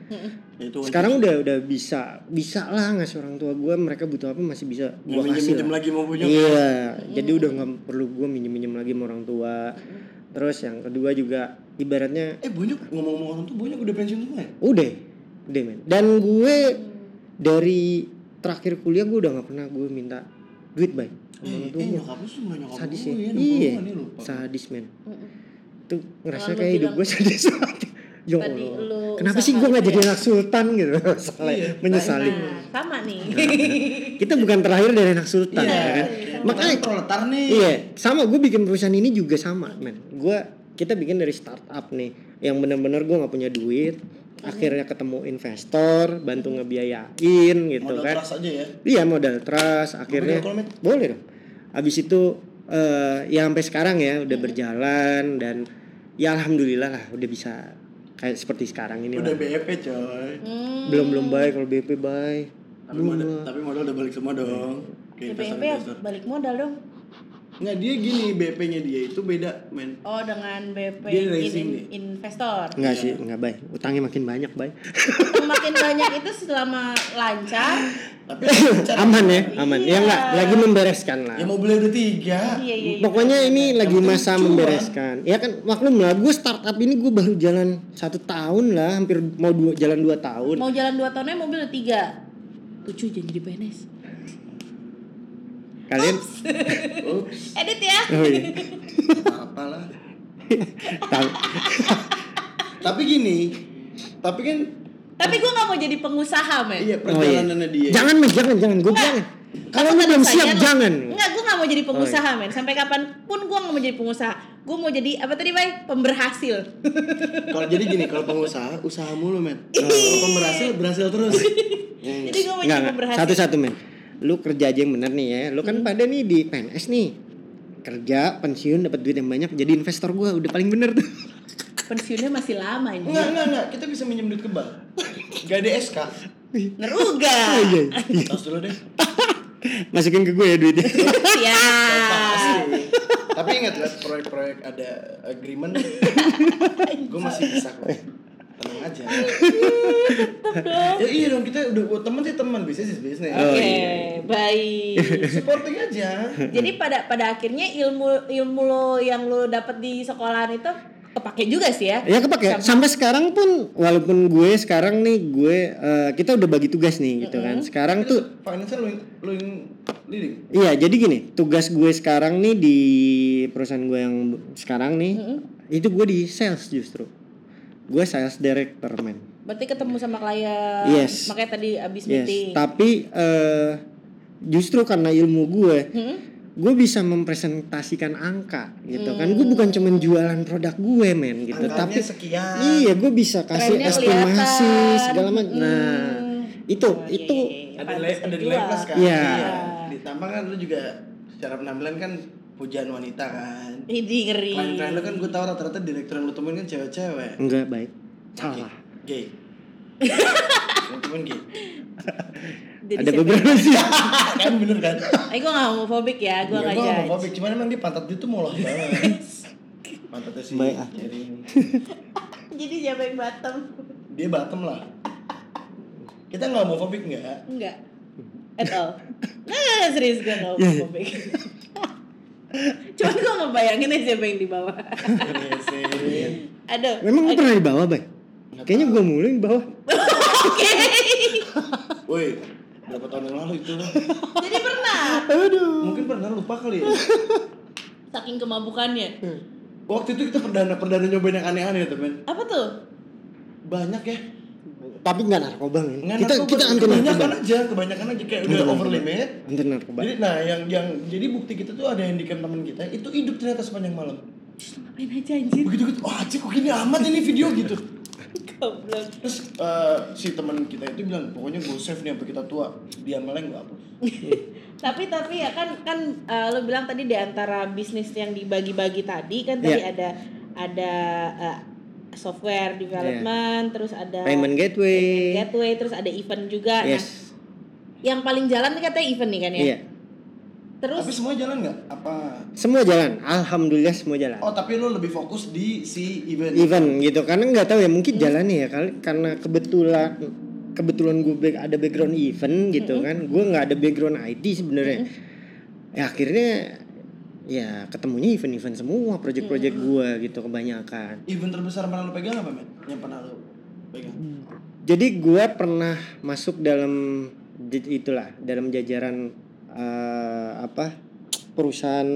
Speaker 1: Itu
Speaker 3: sekarang udah udah bisa bisa lah ngasih orang tua gue mereka butuh apa masih bisa gue
Speaker 1: nggak
Speaker 3: kasih
Speaker 1: minjem-minjem
Speaker 3: lah.
Speaker 1: lagi mau punya.
Speaker 3: iya jadi udah nggak perlu gue minjem minjem lagi sama orang tua terus yang kedua juga ibaratnya
Speaker 1: Eh, Bonyok ngomong-ngomong orang tuh Bonyok udah pensiun semua ya?
Speaker 3: udah udah men dan gue
Speaker 2: Hmm,
Speaker 3: dari terakhir kuliah gue udah nggak pernah gue minta duit
Speaker 2: Oh,
Speaker 3: baik
Speaker 2: iya.
Speaker 3: sama orang
Speaker 1: Eh,
Speaker 3: tua
Speaker 1: eh,
Speaker 3: gue.
Speaker 1: nyokap lu sih nggak nyokap
Speaker 3: sadis
Speaker 1: gue
Speaker 3: ya,
Speaker 1: ya,
Speaker 3: iya
Speaker 1: Nih, lupa.
Speaker 3: sadis men
Speaker 2: Mm-mm.
Speaker 3: itu ngerasa
Speaker 2: Orang lu
Speaker 3: kayak hidup
Speaker 2: bilang-
Speaker 3: gue sadis *laughs* banget ya
Speaker 2: Tadi lu
Speaker 3: Allah kenapa sih
Speaker 2: usaha
Speaker 3: gue nggak
Speaker 2: itu
Speaker 3: jadi
Speaker 2: ya?
Speaker 3: anak sultan gitu *laughs* Soalnya
Speaker 1: Iya.
Speaker 3: menyesali
Speaker 2: Nah, sama nih.
Speaker 3: kita bukan terakhir dari anak sultan
Speaker 1: Iya.
Speaker 3: ya kan
Speaker 1: Makanya
Speaker 3: makanya
Speaker 1: proletar nih.
Speaker 3: iya sama gue bikin perusahaan ini juga sama men gue kita bikin dari startup nih yang bener-bener gue nggak punya duit
Speaker 2: Iya.
Speaker 3: akhirnya ketemu investor bantu ngebiayain gitu
Speaker 1: Modal
Speaker 3: kan
Speaker 1: keras aja ya.
Speaker 3: Iya modal trust akhirnya
Speaker 1: video call, Met?
Speaker 3: boleh dong. Abis itu eh, ya sampai sekarang ya
Speaker 1: Hmm.
Speaker 3: udah berjalan dan ya alhamdulillah lah udah bisa kayak seperti sekarang ini.
Speaker 1: Udah
Speaker 3: lah.
Speaker 1: BEP, coy.
Speaker 2: *laughs* Hmm.
Speaker 3: Belum belum baik kalau BP baik.
Speaker 1: Tapi modal, tapi modal udah balik
Speaker 3: Iya.
Speaker 1: semua dong. Ke
Speaker 2: BPMP
Speaker 1: investor-investor.
Speaker 2: balik modal dong.
Speaker 1: Nggak, dia gini, BP-nya dia itu beda, men.
Speaker 2: Oh, dengan BP
Speaker 1: Dia
Speaker 2: in-
Speaker 1: raising
Speaker 2: in- investor.
Speaker 3: Enggak sih, enggak baik. Utangnya makin banyak
Speaker 1: *laughs*
Speaker 3: baik.
Speaker 2: Makin banyak itu selama lancar.
Speaker 3: *laughs*
Speaker 1: Tapi lancar.
Speaker 3: aman ya, aman. Ya enggak, lagi membereskan lah.
Speaker 1: Iya. Ya mau beli udah tiga.
Speaker 2: Iya, iya, iya.
Speaker 3: Pokoknya ini lagi
Speaker 1: penting
Speaker 3: masa
Speaker 1: cuan.
Speaker 3: membereskan. Ya kan maklum lah, gue startup ini gue baru jalan satu tahun lah, hampir mau dua, jalan dua tahun.
Speaker 2: Mau jalan 2 tahunnya mobil udah 3. Lucu jangan jadi PNS.
Speaker 3: Kalian,
Speaker 1: Ups,
Speaker 2: Edit ya.
Speaker 3: oh iya,
Speaker 1: *laughs* apalah.
Speaker 3: Tahu.
Speaker 1: Tapi gini, tapi kan
Speaker 2: Tapi gua nggak mau jadi pengusaha, men.
Speaker 1: iya
Speaker 3: Oh, iya.
Speaker 1: perjalanannya dia.
Speaker 3: Jangan men, jangan, jangan. Gue bilang. Kalau lu belum siap, jangan. Oh, iya.
Speaker 2: Enggak, gue gak mau jadi pengusaha men Sampai kapanpun gue gak mau jadi pengusaha gue mau jadi apa tadi bay pemberhasil
Speaker 1: Kalau jadi gini, kalau pengusaha, usaha mulu, men. Kalau berhasil, berhasil terus.
Speaker 2: jadi gue mau
Speaker 3: Nggak,
Speaker 2: jadi
Speaker 3: nggak.
Speaker 2: pemberhasil
Speaker 3: Satu-satu men. Lu kerja aja yang bener nih ya. Lu kan pada nih di PNS nih. Kerja, pensiun, dapat duit yang banyak, jadi investor gua udah paling bener tuh.
Speaker 2: pensiunnya masih lama ini
Speaker 1: Enggak, enggak, enggak. Kita bisa minjem duit ke bank. Gak ada SK.
Speaker 2: *laughs* ngeruga
Speaker 3: Iya.
Speaker 1: Tos dulu deh.
Speaker 3: Masukin ke gue ya duitnya.
Speaker 2: *laughs* siap
Speaker 1: Pasti. Tapi ingat lihat proyek-proyek ada agreement. Gue masih bisa kok. Tenang aja. ya, iya dong kita udah buat teman sih teman bisnis is bisnis.
Speaker 2: oke
Speaker 1: iya.
Speaker 3: *laughs*
Speaker 2: baik
Speaker 1: Supporting aja.
Speaker 2: Jadi pada pada akhirnya ilmu ilmu lo yang lo dapat di sekolahan itu kepake juga sih ya.
Speaker 3: ya kepake. Sampai sekarang pun walaupun gue sekarang nih gue eh, kita udah bagi tugas nih gitu kan. Sekarang tuh
Speaker 1: Financial lu yang, lu yang leading.
Speaker 3: Iya, jadi gini, tugas gue sekarang nih di perusahaan gue yang b- sekarang nih, itu gue di sales justru. Gue sales director men.
Speaker 2: Berarti ketemu sama klien.
Speaker 3: Yes.
Speaker 2: Makanya tadi abis meeting.
Speaker 3: Yes, tapi eh, justru karena ilmu gue,
Speaker 2: Hmm?
Speaker 3: gue bisa mempresentasikan angka gitu kan. Gue
Speaker 2: Hmm.
Speaker 3: bukan cuman jualan produk gue men gitu, tapi
Speaker 1: Angkanya sekian.
Speaker 3: iya gue bisa kasih
Speaker 2: Trennya
Speaker 3: estimasi
Speaker 2: kelihatan. Hmm.
Speaker 3: segala macam. Nah, itu
Speaker 2: Oh, iya,
Speaker 3: itu
Speaker 2: iya, iya.
Speaker 1: Ada
Speaker 2: Pantes
Speaker 1: nilai ada
Speaker 2: dijual.
Speaker 1: nilai plus kan.
Speaker 3: Iya.
Speaker 1: Ditambah kan lu juga secara penampilan kan pujaan wanita kan.
Speaker 2: Ini ngeri.
Speaker 1: Klien-klien lu kan gue tau rata-rata direktur yang lu temuin kan
Speaker 2: iya.
Speaker 1: cewek-cewek.
Speaker 3: enggak baik. Salah.
Speaker 2: *laughs*
Speaker 1: Gay. Yang temuin gay. *laughs*
Speaker 2: Jadi
Speaker 3: Ada
Speaker 2: siapa-
Speaker 3: beberapa sih.
Speaker 1: kan bener kan?
Speaker 2: Eh gue gak homofobik ya, gue
Speaker 1: Gue
Speaker 2: gak
Speaker 1: gak
Speaker 2: judge.
Speaker 1: mau cuman emang dia pantat dia tuh
Speaker 2: *laughs*
Speaker 1: molor banget. Pantatnya sih.
Speaker 3: Baik, ah.
Speaker 1: Jadi
Speaker 2: Jadi siapa yang bottom?
Speaker 1: dia bottom lah. Kita nggak mau fobik nggak?
Speaker 2: Enggak. At all. Nah, serius gue
Speaker 3: Iya,
Speaker 2: gak homofobik. Cuman gue ngebayangin aja siapa yang di bawah. Iya
Speaker 1: Seriusin.
Speaker 3: *laughs*
Speaker 2: Aduh.
Speaker 3: Memang lu pernah di bawah, Bay? Kayaknya gue mulu yang di bawah.
Speaker 1: Woi, berapa tahun yang lalu itu?
Speaker 2: Jadi pernah.
Speaker 3: Aduh.
Speaker 1: Mungkin pernah lupa kali ya.
Speaker 2: Saking kemabukannya.
Speaker 1: Waktu itu kita perdana perdana nyobain yang aneh-aneh tuh men.
Speaker 2: Apa tuh?
Speaker 1: Banyak ya.
Speaker 3: Tapi nggak narkoba men.
Speaker 1: Nggak
Speaker 3: kita
Speaker 1: narkoba,
Speaker 3: kita anti narkoba.
Speaker 1: kebanyakan aja, kebanyakan aja kayak udah over limit.
Speaker 3: Anti narkoba.
Speaker 1: Jadi nah yang yang jadi bukti kita tuh ada handicap teman kita itu hidup ternyata sepanjang malam.
Speaker 2: Ngapain aja anjir?
Speaker 1: Begitu gitu, wah cik kok gini amat ini video gitu.
Speaker 2: Goblok.
Speaker 1: Terus eh, si teman kita itu bilang pokoknya gue save nih sampai kita tua. Dia malah nggak hapus.
Speaker 2: tapi tapi ya kan kan eh, lo bilang tadi di antara bisnis yang dibagi-bagi tadi kan tadi
Speaker 3: Iya.
Speaker 2: ada ada eh, software development, terus ada
Speaker 3: Iya. Payment gateway.
Speaker 2: payment gateway, terus ada event juga. Nah,
Speaker 3: Yes.
Speaker 2: yang paling jalan nih katanya event nih kan ya.
Speaker 3: Iya.
Speaker 2: Terus
Speaker 1: Tapi semua jalan nggak? Apa?
Speaker 3: Semua jalan. Alhamdulillah semua jalan.
Speaker 1: Oh iya. tapi lo lebih fokus di si event.
Speaker 3: Even gitu karena nggak tahu ya mungkin jalannya ya kali karena kebetulan kebetulan gue back- ada background event gitu kan. Gue nggak ada background IT sebenarnya. Ya akhirnya ya ketemunya event-event semua project-project gue gitu kebanyakan.
Speaker 1: Event terbesar pernah lo pegang apa men? Yang pernah lo pegang?
Speaker 3: Jadi gue pernah masuk dalam j- itulah dalam jajaran eh, apa perusahaan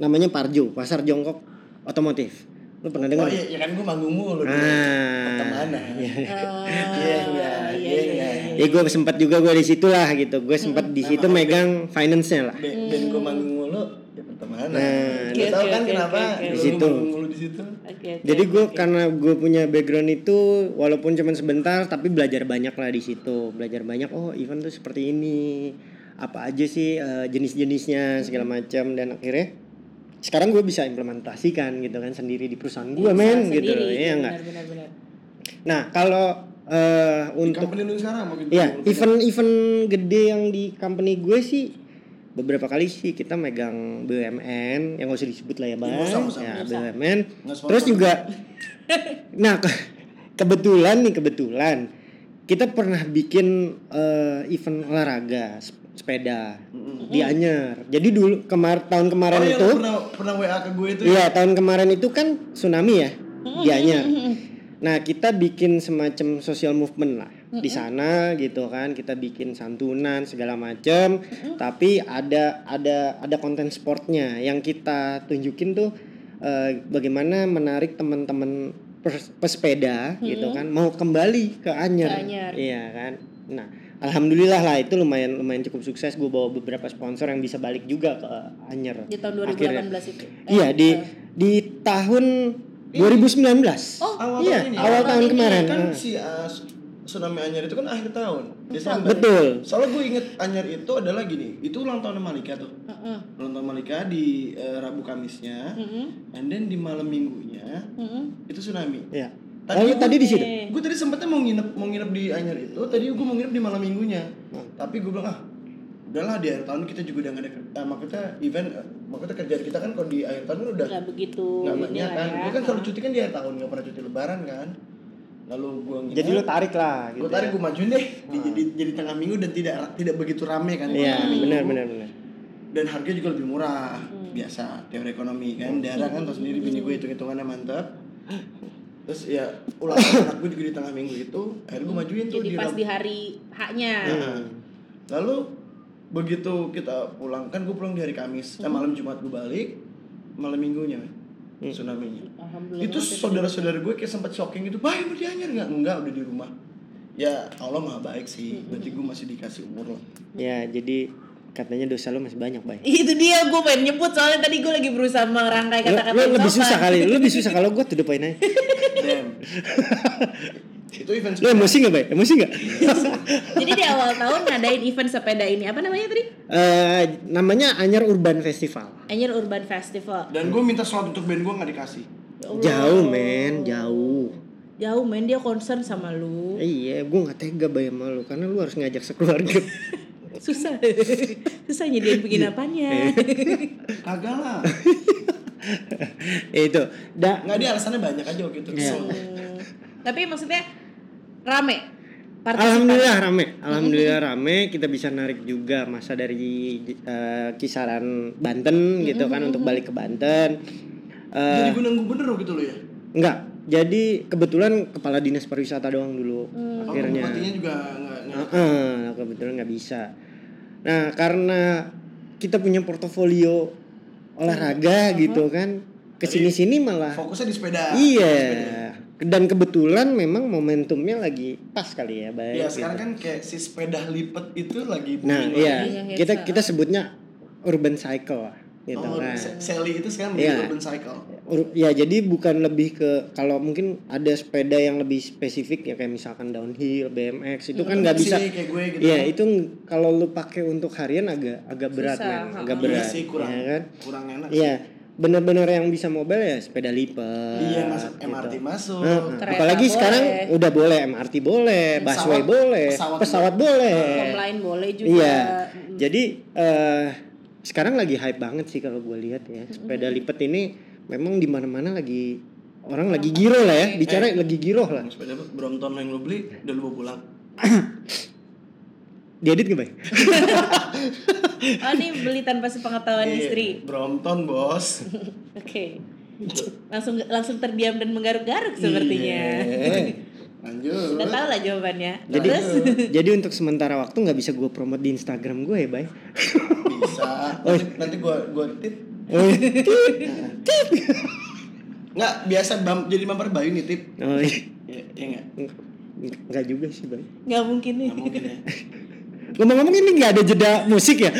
Speaker 3: namanya Parjo pasar jongkok otomotif. Lu pernah
Speaker 1: Oh
Speaker 3: dengar?
Speaker 1: iya, ya kan gue manggung mulu. dulu.
Speaker 3: Ah,
Speaker 1: Kemana?
Speaker 3: iya.
Speaker 2: Oh,
Speaker 1: Iya iya iya iya.
Speaker 3: *laughs* ya gue sempat juga gue di situ lah gitu. Gue
Speaker 1: Hmm,
Speaker 3: sempat di situ megang finance-nya lah.
Speaker 1: Be- Ben gue manggung mulu ya pertemanan.
Speaker 3: Nah,
Speaker 1: Lo
Speaker 2: Oke,
Speaker 1: tau
Speaker 2: oke,
Speaker 1: kan
Speaker 2: oke,
Speaker 1: kenapa
Speaker 2: oke,
Speaker 1: lo
Speaker 2: oke.
Speaker 3: Di situ.
Speaker 1: manggung mulu di situ?
Speaker 2: Oke, oke.
Speaker 3: Jadi gue karena gue punya background itu walaupun cuma sebentar tapi belajar banyak lah di situ. Belajar banyak oh event tuh seperti ini. Apa aja sih eh, jenis-jenisnya segala macam dan akhirnya sekarang gue bisa implementasikan gitu kan sendiri di perusahaan gue men gitu loh. Iya enggak?
Speaker 2: Benar-benar.
Speaker 3: Nah, kalau eh
Speaker 1: Di
Speaker 3: untuk
Speaker 1: company lu sekarang Oh, mungkin.
Speaker 3: ya
Speaker 1: iya,
Speaker 3: event-event gede yang di company gue sih beberapa kali sih kita megang BUMN yang gak usah disebut lah ya bang
Speaker 1: nggak usah, nggak usah,
Speaker 3: ya
Speaker 2: nggak usah.
Speaker 3: BUMN
Speaker 1: Nggak sponsor.
Speaker 3: terus juga nah ke- kebetulan nih kebetulan kita pernah bikin eh, event olahraga sep- sepeda di Anyer jadi dulu kemar tahun kemarin
Speaker 1: Oh iya,
Speaker 3: itu
Speaker 1: lu pernah pernah WA ke gue itu. ya?
Speaker 3: Iya tahun kemarin itu kan tsunami ya di Anyer. Nah kita bikin semacam social movement lah di sana gitu kan kita bikin santunan segala macem tapi ada ada ada konten sportnya yang kita tunjukin tuh eh, bagaimana menarik teman-teman pers- pesepeda gitu kan mau kembali ke Anyer.
Speaker 2: Ke Anyer.
Speaker 3: Iya kan. Nah Alhamdulillah lah itu lumayan lumayan cukup sukses. Gue bawa beberapa sponsor yang bisa balik juga ke Anyer.
Speaker 2: di tahun 2018
Speaker 3: Akhirnya.
Speaker 2: itu. Eh,
Speaker 3: Iya di
Speaker 2: eh.
Speaker 3: di tahun 2019.
Speaker 2: Oh,
Speaker 1: Awal
Speaker 3: iya,
Speaker 1: tahun ini.
Speaker 3: awal
Speaker 2: Awal
Speaker 3: tahun
Speaker 2: ini
Speaker 3: kemarin.
Speaker 1: kan
Speaker 3: Ah.
Speaker 1: si uh, tsunami Anyar itu kan akhir tahun Desember.
Speaker 3: Betul.
Speaker 1: Soalnya gue inget Anyar itu adalah gini, itu ulang tahun Malika tuh.
Speaker 2: Heeh.
Speaker 1: Ulang tahun Malika di eh, Rabu Kamisnya,
Speaker 3: Hmm.
Speaker 2: Heeh.
Speaker 1: and then di malam Minggunya
Speaker 2: Heeh.
Speaker 1: itu tsunami.
Speaker 3: Iya.
Speaker 1: Tadi
Speaker 3: Lalu
Speaker 1: gua-
Speaker 3: tadi di situ.
Speaker 2: Eh,
Speaker 1: Gue tadi sempetnya mau nginep mau nginep di Anyar itu, tadi gue mau nginep di malam Minggunya. Tapi gue bilang ah udahlah di akhir tahun kita juga udah gak ada kerja, maksudnya event, eh, maksudnya kerjaan kita kan kalau di akhir tahun kan udah
Speaker 2: Nggak begitu
Speaker 1: nggak
Speaker 2: ini
Speaker 1: banyak
Speaker 2: lah
Speaker 1: kan,
Speaker 2: ya.
Speaker 1: gue kan selalu cuti kan di akhir tahun nggak pernah cuti lebaran kan, lalu gue nginep.
Speaker 3: Jadi lu tarik lah gitu.
Speaker 1: Gue tarik gue majuin deh di- ya? jadi, jadi tengah minggu dan tidak tidak begitu rame kan
Speaker 3: Iya,
Speaker 1: tengah minggu.
Speaker 3: benar benar benar.
Speaker 1: dan harganya juga lebih murah
Speaker 2: Hmm.
Speaker 1: biasa teori ekonomi kan daerah kan tau sendiri bini gue hitung hitungannya
Speaker 2: *laughs*
Speaker 1: mantap terus ya ulang tahun anak gue juga di tengah minggu itu akhirnya gue majuin tuh
Speaker 2: Jadi
Speaker 1: di
Speaker 2: pas
Speaker 1: Rab-
Speaker 2: di hari haknya.
Speaker 3: Iya. Hmm.
Speaker 1: Nah, lalu begitu kita pulang kan gue pulang di hari Kamis
Speaker 2: Hmm.
Speaker 1: nah, malam Jumat gue balik malam minggunya tsunami nya
Speaker 2: Alhamdulillah.
Speaker 1: itu saudara-saudara gue kayak sempat shocking gitu bah udah dianyar nggak enggak udah di rumah ya Allah maha baik sih
Speaker 2: Hmm.
Speaker 1: berarti gue masih dikasih
Speaker 2: *laughs*
Speaker 1: umur lah
Speaker 3: Ya, jadi katanya dosa lu masih banyak, Bay.
Speaker 2: itu dia gue pengen nyebut soalnya tadi gue lagi berusaha merangkai
Speaker 3: Lu,
Speaker 2: kata-kata
Speaker 3: lu
Speaker 2: yang
Speaker 3: lebih
Speaker 2: sopan.
Speaker 3: susah kan? kali, lu lebih susah kalau gua tuh depan aja.
Speaker 1: Damn. itu event
Speaker 3: Lu emosi nggak, Bay? Emosi *laughs* nggak?
Speaker 2: jadi di awal tahun ngadain event sepeda ini apa namanya tadi
Speaker 3: Eh, namanya Anyer Urban Festival.
Speaker 2: Anjir Urban Festival
Speaker 1: dan gue minta slot untuk band gue nggak dikasih
Speaker 2: Ya Allah.
Speaker 3: Jauh, men, jauh.
Speaker 2: jauh men dia concern sama lu
Speaker 3: Iya, gua nggak tega Bay sama lu karena lu harus ngajak sekeluarga. *laughs*
Speaker 2: susah *laughs* susah nyediain *laughs*
Speaker 3: Iya.
Speaker 2: penginapannya
Speaker 1: kagak lah
Speaker 3: Ya, itu. Da,
Speaker 1: nggak dia alasannya banyak aja waktu itu
Speaker 3: Iya.
Speaker 1: So,
Speaker 2: Hmm. tapi maksudnya rame
Speaker 3: Alhamdulillah rame, alhamdulillah rame. Kita bisa narik juga masa dari eh, kisaran Banten gitu kan untuk balik ke Banten. Eh,
Speaker 1: jadi gue nunggu bener waktu itu lo ya
Speaker 3: enggak. Jadi kebetulan kepala dinas pariwisata doang dulu
Speaker 1: kalau
Speaker 3: akhirnya.
Speaker 1: bupatinya juga nggak nggak
Speaker 3: Heeh, kebetulan nggak bisa. Nah, karena kita punya portofolio olahraga gitu kan. Kesini-sini malah
Speaker 1: fokusnya di sepeda
Speaker 3: iya.
Speaker 1: Sepeda. Ya,
Speaker 3: Dan kebetulan memang momentumnya lagi pas kali ya, baik.
Speaker 1: ya
Speaker 3: gitu.
Speaker 1: sekarang kan kayak si sepeda lipat itu lagi
Speaker 3: Nah,
Speaker 1: booming
Speaker 3: iya.
Speaker 1: lagi.
Speaker 2: Iya,
Speaker 3: Kita
Speaker 2: headset.
Speaker 3: kita sebutnya urban cycle lah, gitu
Speaker 1: oh,
Speaker 3: kan.
Speaker 1: Se- Sally itu sekarang
Speaker 3: Iya.
Speaker 1: menjadi urban cycle
Speaker 3: Ur- Ya jadi bukan lebih ke kalau mungkin ada sepeda yang lebih spesifik ya kayak misalkan downhill, BMX itu kan nggak bisa.
Speaker 1: Sih, kayak gue gitu
Speaker 3: Iya, itu ng- kalau lu pakai untuk harian agak agak berat
Speaker 2: Susah,
Speaker 3: men,
Speaker 2: ha-ha.
Speaker 3: agak
Speaker 1: Iya
Speaker 3: berat.
Speaker 1: sih kurang
Speaker 3: ya kan?
Speaker 1: kurang enak
Speaker 3: Iya, benar-benar yang bisa mobile ya sepeda lipat.
Speaker 1: iya masuk
Speaker 3: gitu.
Speaker 1: MRT masuk
Speaker 3: Heeh.
Speaker 2: Kereta
Speaker 3: Apalagi sekarang
Speaker 2: boleh.
Speaker 3: udah boleh MRT boleh, busway boleh, pesawat,
Speaker 1: pesawat
Speaker 3: boleh.
Speaker 2: online boleh juga Mm.
Speaker 3: Iya. Jadi eh sekarang lagi hype banget sih kalau gue lihat ya. Sepeda lipat ini memang di mana-mana lagi orang lagi giro lah ya, bicara lagi giro lah.
Speaker 1: sepeda Brompton yang lo beli udah lo bawa pulang
Speaker 3: Diedit gak, Bay?
Speaker 2: oh ini beli tanpa sepengetahuan
Speaker 1: Iya,
Speaker 2: istri
Speaker 1: Brompton bos
Speaker 2: oke langsung langsung terdiam dan
Speaker 3: Iya.
Speaker 2: menggaruk-garuk sepertinya
Speaker 1: Iya. lanjut
Speaker 2: udah tahu lah jawabannya
Speaker 3: Jadi
Speaker 2: terus *laughs*
Speaker 3: jadi untuk sementara waktu nggak bisa gue promote di Instagram gue ya, Bay.
Speaker 1: bisa nanti, nanti gue gue tip nggak biasa bam, jadi bumper bayu nih tip
Speaker 3: Oh, iya.
Speaker 1: ya, ya nggak
Speaker 3: Nggak juga sih, Bay.
Speaker 2: nggak mungkin nih
Speaker 1: nggak mungkin ya
Speaker 3: Ngomong-ngomong ini nggak ada jeda musik ya?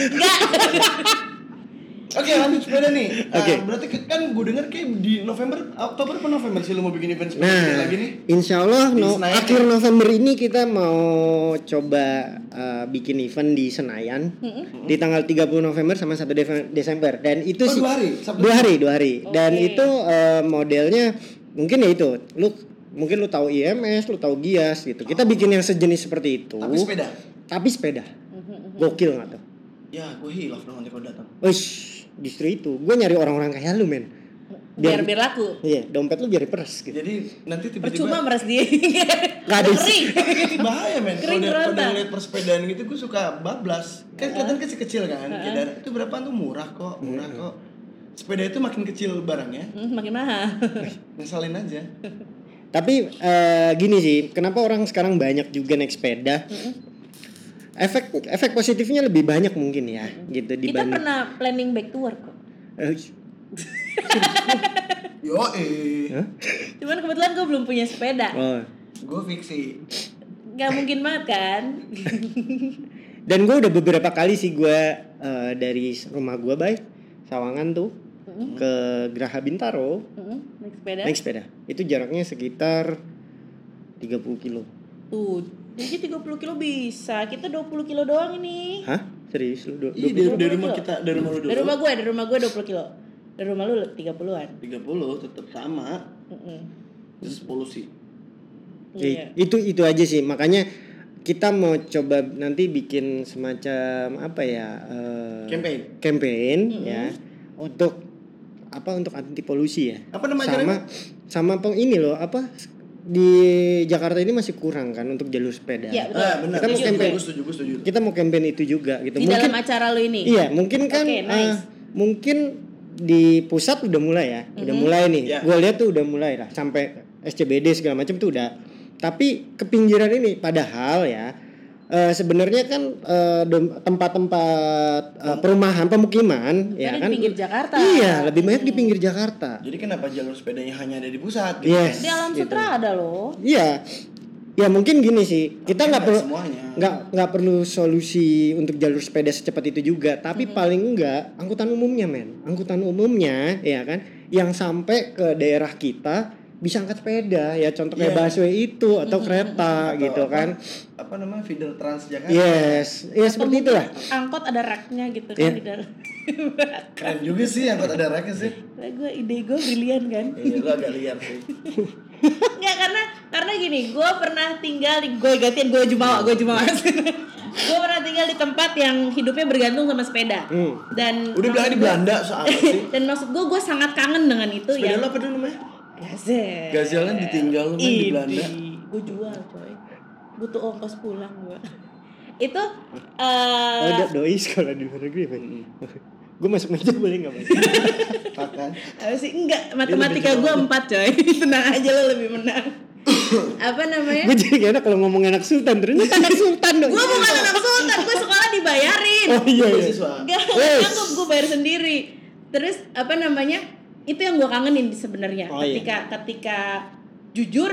Speaker 1: Oke lanjut sepeda nih. Ah,
Speaker 3: Oke.
Speaker 1: berarti ke- kan gue denger kayak di November, Oktober apa November sih lu mau bikin event sepeda
Speaker 3: Nah,
Speaker 1: lagi nih?
Speaker 3: insya Allah
Speaker 1: Di
Speaker 3: no-
Speaker 1: Senayan kan?
Speaker 3: akhir November ini kita mau coba uh, bikin event di Senayan di tanggal 30 November sama 1 Deve- Desember dan itu
Speaker 1: Oh,
Speaker 3: sih-
Speaker 1: dua hari, Sabtu.
Speaker 3: dua hari dua hari dan
Speaker 2: Oke.
Speaker 3: itu uh, modelnya mungkin ya itu lu mungkin lu tahu IMS lu tahu Gias gitu kita bikin yang sejenis seperti
Speaker 1: Oh.
Speaker 3: itu
Speaker 1: Tapi sepeda. Mm-hmm.
Speaker 3: tapi sepeda gokil nggak tuh
Speaker 1: Ya gue hilaf dong nanti kalau datang.
Speaker 3: Wish, justru itu gue nyari orang-orang kayak lu men
Speaker 2: biar biar laku
Speaker 3: iya dompet lu biar peres gitu
Speaker 1: Jadi nanti
Speaker 2: percuma
Speaker 1: tiba-tiba
Speaker 2: meres dia
Speaker 3: *laughs* Nggak ada isi.
Speaker 2: kering
Speaker 1: bahaya men. Kalau
Speaker 2: Kering
Speaker 1: udah kalau udah
Speaker 2: berontak.
Speaker 1: ngeliat persepedaan gitu gue suka bablas. Kan kelihatan kecil-kecil kan. Kayak daerah, itu berapaan tuh murah kok,
Speaker 3: Iya,
Speaker 1: murah kok. Sepeda itu makin kecil barangnya,
Speaker 2: Hmm, makin mahal
Speaker 1: ngesalin aja.
Speaker 3: Tapi eh, gini sih, kenapa orang sekarang banyak juga naik sepeda? Efek efek positifnya lebih banyak mungkin ya, gitu
Speaker 2: kita
Speaker 3: dibanding.
Speaker 2: pernah planning back to work kok
Speaker 3: Eh,
Speaker 1: Yo eh,
Speaker 2: cuman kebetulan gue belum punya sepeda
Speaker 3: oh,
Speaker 1: gue fiksi.
Speaker 2: nggak mungkin banget
Speaker 3: *laughs*
Speaker 2: kan
Speaker 3: Dan gue udah beberapa kali sih gue eh, dari rumah gue baik Sawangan tuh
Speaker 2: Mm-mm.
Speaker 3: ke Geraha Bintaro
Speaker 2: Mm-mm, naik sepeda
Speaker 3: naik sepeda. Itu jaraknya sekitar 30 kilo.
Speaker 2: tuh jadi 30 kilo bisa kita 20 kilo doang ini
Speaker 3: Hah? Serius lu? Do-
Speaker 1: Iya, dari,
Speaker 2: dua
Speaker 3: do-
Speaker 1: dari
Speaker 2: puluh
Speaker 1: rumah
Speaker 2: kilo.
Speaker 1: kita, dari rumah lu dulu.
Speaker 2: dari rumah gue dari rumah gue 20 kilo dari rumah lu 30-an
Speaker 1: 30 tetap sama.
Speaker 2: Mm-mm.
Speaker 1: Terus polusi.
Speaker 3: Nah.
Speaker 2: iya
Speaker 3: I- Itu itu aja sih. Makanya kita mau coba nanti bikin semacam apa ya? eh,
Speaker 1: Campaign.
Speaker 3: campaign
Speaker 2: Mm-mm.
Speaker 3: ya untuk apa untuk anti polusi ya.
Speaker 1: Apa nama
Speaker 3: sama
Speaker 1: acaranya?
Speaker 3: sama peng ini loh apa di Jakarta ini masih kurang kan untuk jalur sepeda.
Speaker 2: Iya, betul.
Speaker 1: Ah, benar.
Speaker 3: Kita mau
Speaker 1: Setuju,
Speaker 3: campaign.
Speaker 1: Gue setuju, gue setuju.
Speaker 3: Kita mau campaign itu juga gitu.
Speaker 2: di
Speaker 3: mungkin
Speaker 2: dalam acara lu ini
Speaker 3: iya, mungkin kan
Speaker 2: Oke, nice.
Speaker 3: eh, mungkin di pusat udah mulai ya. Udah mulai nih.
Speaker 1: Iya.
Speaker 3: Gue lihat tuh udah mulai lah sampai SCBD segala macam tuh udah. Tapi kepinggiran ini padahal ya eh, sebenarnya kan eh, dom- tempat-tempat eh, perumahan pemukiman ya
Speaker 2: Karena
Speaker 3: kan
Speaker 2: di pinggir Jakarta
Speaker 3: Iya, lebih banyak di pinggir Jakarta.
Speaker 1: Jadi kenapa jalur sepedanya hanya ada di pusat? gitu?
Speaker 3: Yes.
Speaker 2: di alam
Speaker 3: gitu.
Speaker 2: sutra ada loh
Speaker 3: Iya. Ya mungkin gini sih, kita nggak perlu
Speaker 1: semuanya.
Speaker 3: nggak nggak perlu solusi untuk jalur sepeda secepat itu juga, tapi paling enggak angkutan umumnya men, angkutan umumnya ya kan, yang sampai ke daerah kita bisa angkat sepeda ya contoh kayak
Speaker 1: Iya.
Speaker 3: busway itu atau kereta
Speaker 1: Atau
Speaker 3: gitu
Speaker 1: apa-
Speaker 3: kan,
Speaker 1: Apa namanya? Feeder Trans Jakarta.
Speaker 3: yes, ya seperti
Speaker 2: Atau
Speaker 3: itulah.
Speaker 2: mungkin Angkot ada raknya gitu kan
Speaker 3: Iya.
Speaker 2: di dalam.
Speaker 1: Keren juga sih angkot ada raknya sih.
Speaker 2: Lah, gue ide gue brilian kan.
Speaker 1: Iya, lu agak liar sih.
Speaker 2: *laughs* Enggak karena karena gini, gue pernah tinggal di gue gantian gue jumawa, gue jumawa.
Speaker 1: Hmm.
Speaker 2: *laughs* gue pernah tinggal di tempat yang hidupnya bergantung sama sepeda.
Speaker 3: Hmm.
Speaker 2: Dan
Speaker 1: Udah bilang di Belanda soalnya sih.
Speaker 2: dan maksud gue gue sangat kangen dengan itu
Speaker 1: Sepeda
Speaker 2: yang
Speaker 1: lu apa dulu namanya?
Speaker 2: Gazel.
Speaker 1: Gazelan ditinggal lu, men, di Belanda.
Speaker 2: Gue jual coy. Butuh ongkos pulang gue. itu eh,
Speaker 3: Oh, do- doi sekolah di luar negeri men. *laughs* Gue masuk meja boleh nggak mas?
Speaker 1: Pakan.
Speaker 2: apa sih enggak matematika
Speaker 1: lebih
Speaker 2: gue
Speaker 1: jauh.
Speaker 2: empat coy *laughs* tenang aja lo lebih
Speaker 1: *laughs*
Speaker 2: menang apa namanya
Speaker 3: gue jadi gak enak kalau ngomong anak sultan terus Ini anak sultan doi.
Speaker 2: gue bukan
Speaker 1: gitu.
Speaker 2: anak sultan gue sekolah dibayarin
Speaker 3: Oh iya
Speaker 1: Lu
Speaker 3: iya.
Speaker 1: siswa. *laughs*
Speaker 2: Gak
Speaker 3: Yes.
Speaker 2: nyanggup gue bayar sendiri. Terus apa namanya? Itu yang gue kangenin sebenarnya.
Speaker 3: Oh, iya.
Speaker 2: ketika ketika jujur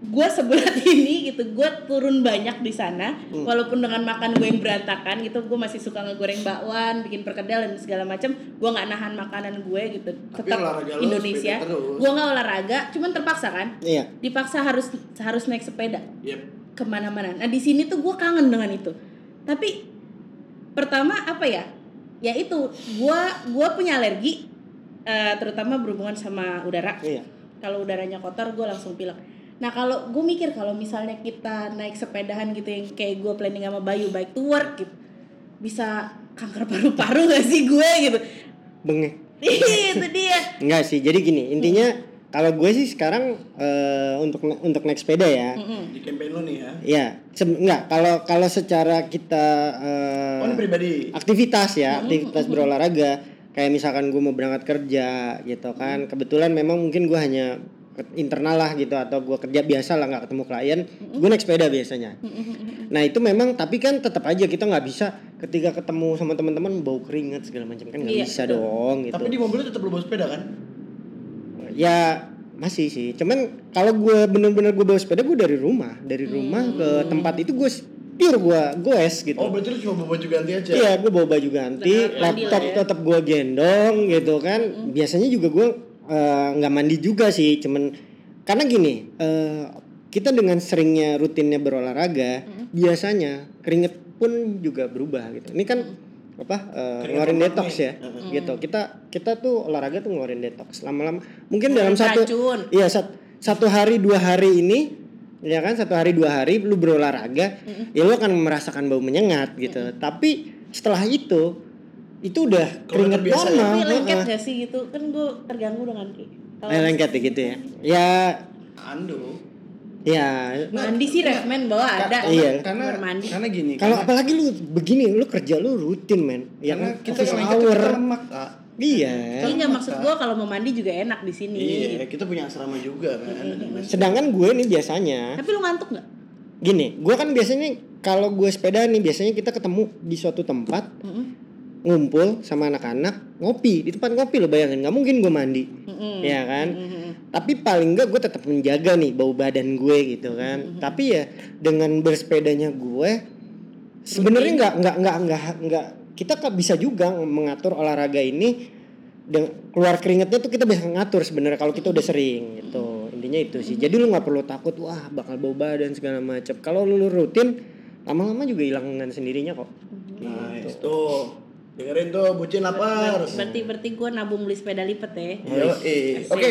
Speaker 2: gue seberat *laughs* ini gitu gue turun banyak di sana
Speaker 1: Hmm.
Speaker 2: walaupun dengan makan gue yang berantakan gitu gue masih suka ngegoreng bakwan bikin perkedel dan segala macam gue nggak nahan makanan gue gitu
Speaker 1: Tapi
Speaker 2: tetap
Speaker 1: olahraga lu
Speaker 2: Indonesia
Speaker 1: sepeda terus.
Speaker 2: gue nggak olahraga cuman terpaksa kan
Speaker 3: Iya.
Speaker 2: dipaksa harus harus naik sepeda
Speaker 1: Yep.
Speaker 2: kemana-mana. Nah di sini tuh gue kangen dengan itu. Tapi pertama apa ya? Ya itu gue gua punya alergi eh, terutama berhubungan sama udara.
Speaker 3: Iya.
Speaker 2: Kalau udaranya kotor gue langsung pilek. Nah kalau gue mikir kalau misalnya kita naik sepedahan gitu yang kayak gue planning sama Bayu bike to work gitu bisa kanker paru-paru *laughs* gak sih gue gitu?
Speaker 3: Bengek.
Speaker 2: itu dia.
Speaker 3: Enggak sih. Jadi gini, intinya kalau gue sih sekarang eh, untuk untuk naik sepeda ya.
Speaker 2: Mm-mm.
Speaker 1: Di campaign lu nih ya.
Speaker 3: Ya, se- enggak kalau kalau secara kita eh,
Speaker 1: Oh, ini Hmm, pribadi.
Speaker 3: aktivitas ya, aktivitas berolahraga kayak misalkan gue mau berangkat kerja gitu
Speaker 1: Hmm.
Speaker 3: kan. Kebetulan memang mungkin gue hanya ke- internal lah gitu atau gue kerja biasa lah nggak ketemu klien,
Speaker 1: Hmm.
Speaker 3: gue naik sepeda biasanya. Nah itu memang tapi kan tetap aja kita nggak bisa ketika ketemu sama teman-teman bau keringat segala macam kan nggak
Speaker 2: Iya,
Speaker 3: bisa
Speaker 2: betul.
Speaker 3: dong gitu.
Speaker 1: Tapi di mobil lu tetap lu bawa sepeda kan?
Speaker 3: Ya masih sih. Cuman kalau gue bener-bener gue bawa sepeda gue dari rumah, dari rumah ke
Speaker 2: Hmm.
Speaker 3: tempat itu gue s- pure gue goes gitu.
Speaker 1: Oh, berarti lu cuma bawa baju ganti aja.
Speaker 3: Iya, gue bawa baju ganti,
Speaker 2: Benar, mandi
Speaker 3: laptop
Speaker 2: lah ya. Hmm.
Speaker 3: tetap gue gendong gitu kan. Biasanya juga gue eh, nggak mandi juga sih, cuman karena gini, eh, kita dengan seringnya rutinnya berolahraga,
Speaker 2: Hmm.
Speaker 3: biasanya keringet pun juga berubah gitu. Ini kan
Speaker 2: Hmm.
Speaker 3: apa eh,
Speaker 1: Keringet
Speaker 3: ngeluarin
Speaker 1: obat
Speaker 3: detox
Speaker 1: nih.
Speaker 3: ya, gitu. Kita kita tuh olahraga tuh ngeluarin detox. Lama-lama mungkin dalam
Speaker 2: Ngeluarin
Speaker 3: satu
Speaker 2: racun.
Speaker 3: Iya sat- satu hari dua hari ini ya kan satu hari dua hari lu berolahraga ya lu akan merasakan bau menyengat gitu tapi setelah itu itu udah
Speaker 1: Keluar
Speaker 3: keringet
Speaker 1: terbiasa ya?
Speaker 3: normal
Speaker 2: Tapi lengket
Speaker 3: heeh.
Speaker 2: gak sih gitu? Kan gue terganggu dengan kayak- kalau
Speaker 3: Eh, lengket ya gitu ya ya
Speaker 1: Ando.
Speaker 3: ya
Speaker 2: mandi sih refmen bawa ada.
Speaker 1: Iya.
Speaker 3: Iya.
Speaker 1: Karena eh,
Speaker 2: Kamar mandi.
Speaker 1: karena gini.
Speaker 3: kalau
Speaker 2: kan?
Speaker 1: karena-
Speaker 3: apalagi lu begini lu kerja lu rutin men ya
Speaker 1: karena
Speaker 3: kan
Speaker 1: kita
Speaker 3: office
Speaker 1: lengket tuh kita
Speaker 3: hour
Speaker 1: lemak, Kak.
Speaker 3: iya
Speaker 2: Iya maksud gua kalau mau mandi juga enak di sini. Gitu.
Speaker 1: Iya, kita punya asrama juga kan.
Speaker 3: sedangkan gue nih biasanya
Speaker 2: Tapi lu ngantuk nggak?
Speaker 3: gini gue kan biasanya kalau gue sepeda nih biasanya kita ketemu di suatu tempat
Speaker 2: Mm-mm.
Speaker 3: ngumpul sama anak-anak ngopi di tempat ngopi lo bayangin nggak mungkin gue mandi
Speaker 1: Iya
Speaker 2: Mm-mm.
Speaker 3: ya kan
Speaker 2: Mm-mm.
Speaker 3: tapi paling enggak gue tetap menjaga nih bau badan gue gitu kan tapi ya dengan bersepedanya gue sebenarnya nggak nggak nggak nggak nggak kita kan bisa juga mengatur olahraga ini dengan keluar keringetnya tuh kita bisa ngatur sebenarnya kalau kita udah sering gitu intinya itu sih jadi lu nggak perlu takut wah bakal bau badan segala macam kalau lu rutin lama-lama juga hilang dengan sendirinya kok
Speaker 1: Mm-hmm. Nice. Tuh. Gitu. Dengerin tuh bucin lapar.
Speaker 2: Berarti berarti gue nabung beli sepeda lipat ya.
Speaker 1: Yo, eh. Oke.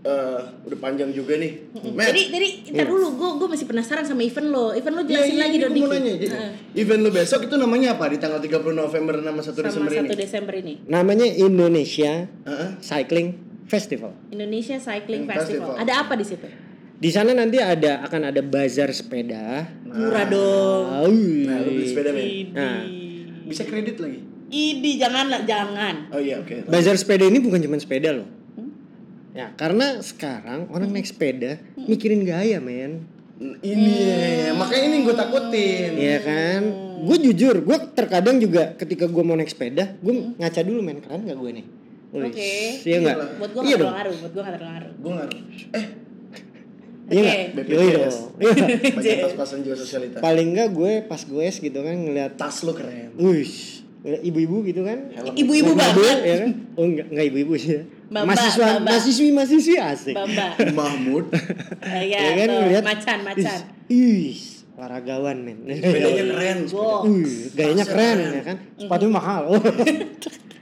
Speaker 1: Eh, udah panjang juga nih. Matt,
Speaker 2: Jadi jadi ntar dulu gue gue masih penasaran sama event lo. Event lo
Speaker 1: iya,
Speaker 2: jelasin
Speaker 1: iya,
Speaker 2: lagi
Speaker 1: iya,
Speaker 2: dong
Speaker 1: gua mau
Speaker 2: dikit.
Speaker 1: nanya. Jadi,
Speaker 2: Heeh.
Speaker 1: Event lu besok itu namanya apa? Di tanggal 30 November sama 1
Speaker 2: Sama
Speaker 1: Desember ini?
Speaker 2: 1 Desember ini.
Speaker 3: namanya Indonesia
Speaker 1: Heeh.
Speaker 3: Cycling Festival
Speaker 2: Indonesia
Speaker 1: Yang
Speaker 2: Cycling
Speaker 1: Ah.
Speaker 2: Festival.
Speaker 1: festival.
Speaker 2: Ada apa di situ?
Speaker 3: di sana nanti ada akan ada bazar sepeda
Speaker 2: Murah dong.
Speaker 3: Auy.
Speaker 1: Nah, lu beli sepeda, men.
Speaker 2: Idi.
Speaker 3: Nah.
Speaker 1: Bisa kredit lagi?
Speaker 2: Idi jangan lah, jangan.
Speaker 1: Oh iya, oke.
Speaker 3: Bazar sepeda ini bukan cuma sepeda loh.
Speaker 1: Hmm?
Speaker 3: Ya, karena sekarang orang naik sepeda mikirin gaya, men.
Speaker 1: Ini, ya, makanya ini yang gue takutin.
Speaker 3: Iya kan?
Speaker 1: Hmm.
Speaker 3: Gue jujur, gue terkadang juga ketika gue mau naik sepeda, gue
Speaker 1: Hmm.
Speaker 3: ngaca dulu, men. Keren gak gue nih? Wih,
Speaker 2: Oke.
Speaker 3: Iya nggak?
Speaker 2: Buat gue
Speaker 3: Iya
Speaker 2: nggak
Speaker 3: dong.
Speaker 2: terpengaruh. Buat gue nggak terpengaruh.
Speaker 1: Gue nggak eh
Speaker 3: Iya
Speaker 2: Oke.
Speaker 3: nggak?
Speaker 1: BPJS.
Speaker 3: Yoi dong. Iya.
Speaker 1: bagian pas-pasan jiwa sosialita.
Speaker 3: Paling nggak gue pas gue es gitu kan ngeliat,
Speaker 1: Tas lu keren.
Speaker 3: wih, ibu-ibu gitu kan.
Speaker 1: Helm.
Speaker 2: Ibu-ibu
Speaker 3: Naik mobil,
Speaker 2: banget.
Speaker 3: ya kan? Oh enggak, enggak ibu-ibu sih. ya.
Speaker 2: Mbak-mbak,
Speaker 3: mahasiswa,
Speaker 2: mbak-mbak.
Speaker 3: mahasiswi, mahasiswi asik.
Speaker 1: *laughs*
Speaker 2: Bamba.
Speaker 1: Mahmud.
Speaker 2: Nah, ya,
Speaker 1: Iya
Speaker 3: Ya kan
Speaker 2: tuh,
Speaker 3: ngeliat,
Speaker 2: macan, macan. Iya,
Speaker 3: Ih, olahragawan men. *laughs*
Speaker 1: Sepedanya keren. sepeda.
Speaker 2: Go.
Speaker 3: Wih, gayanya
Speaker 1: Tasnya
Speaker 3: keren
Speaker 1: keren.
Speaker 3: ya kan. Sepatunya mahal. *laughs*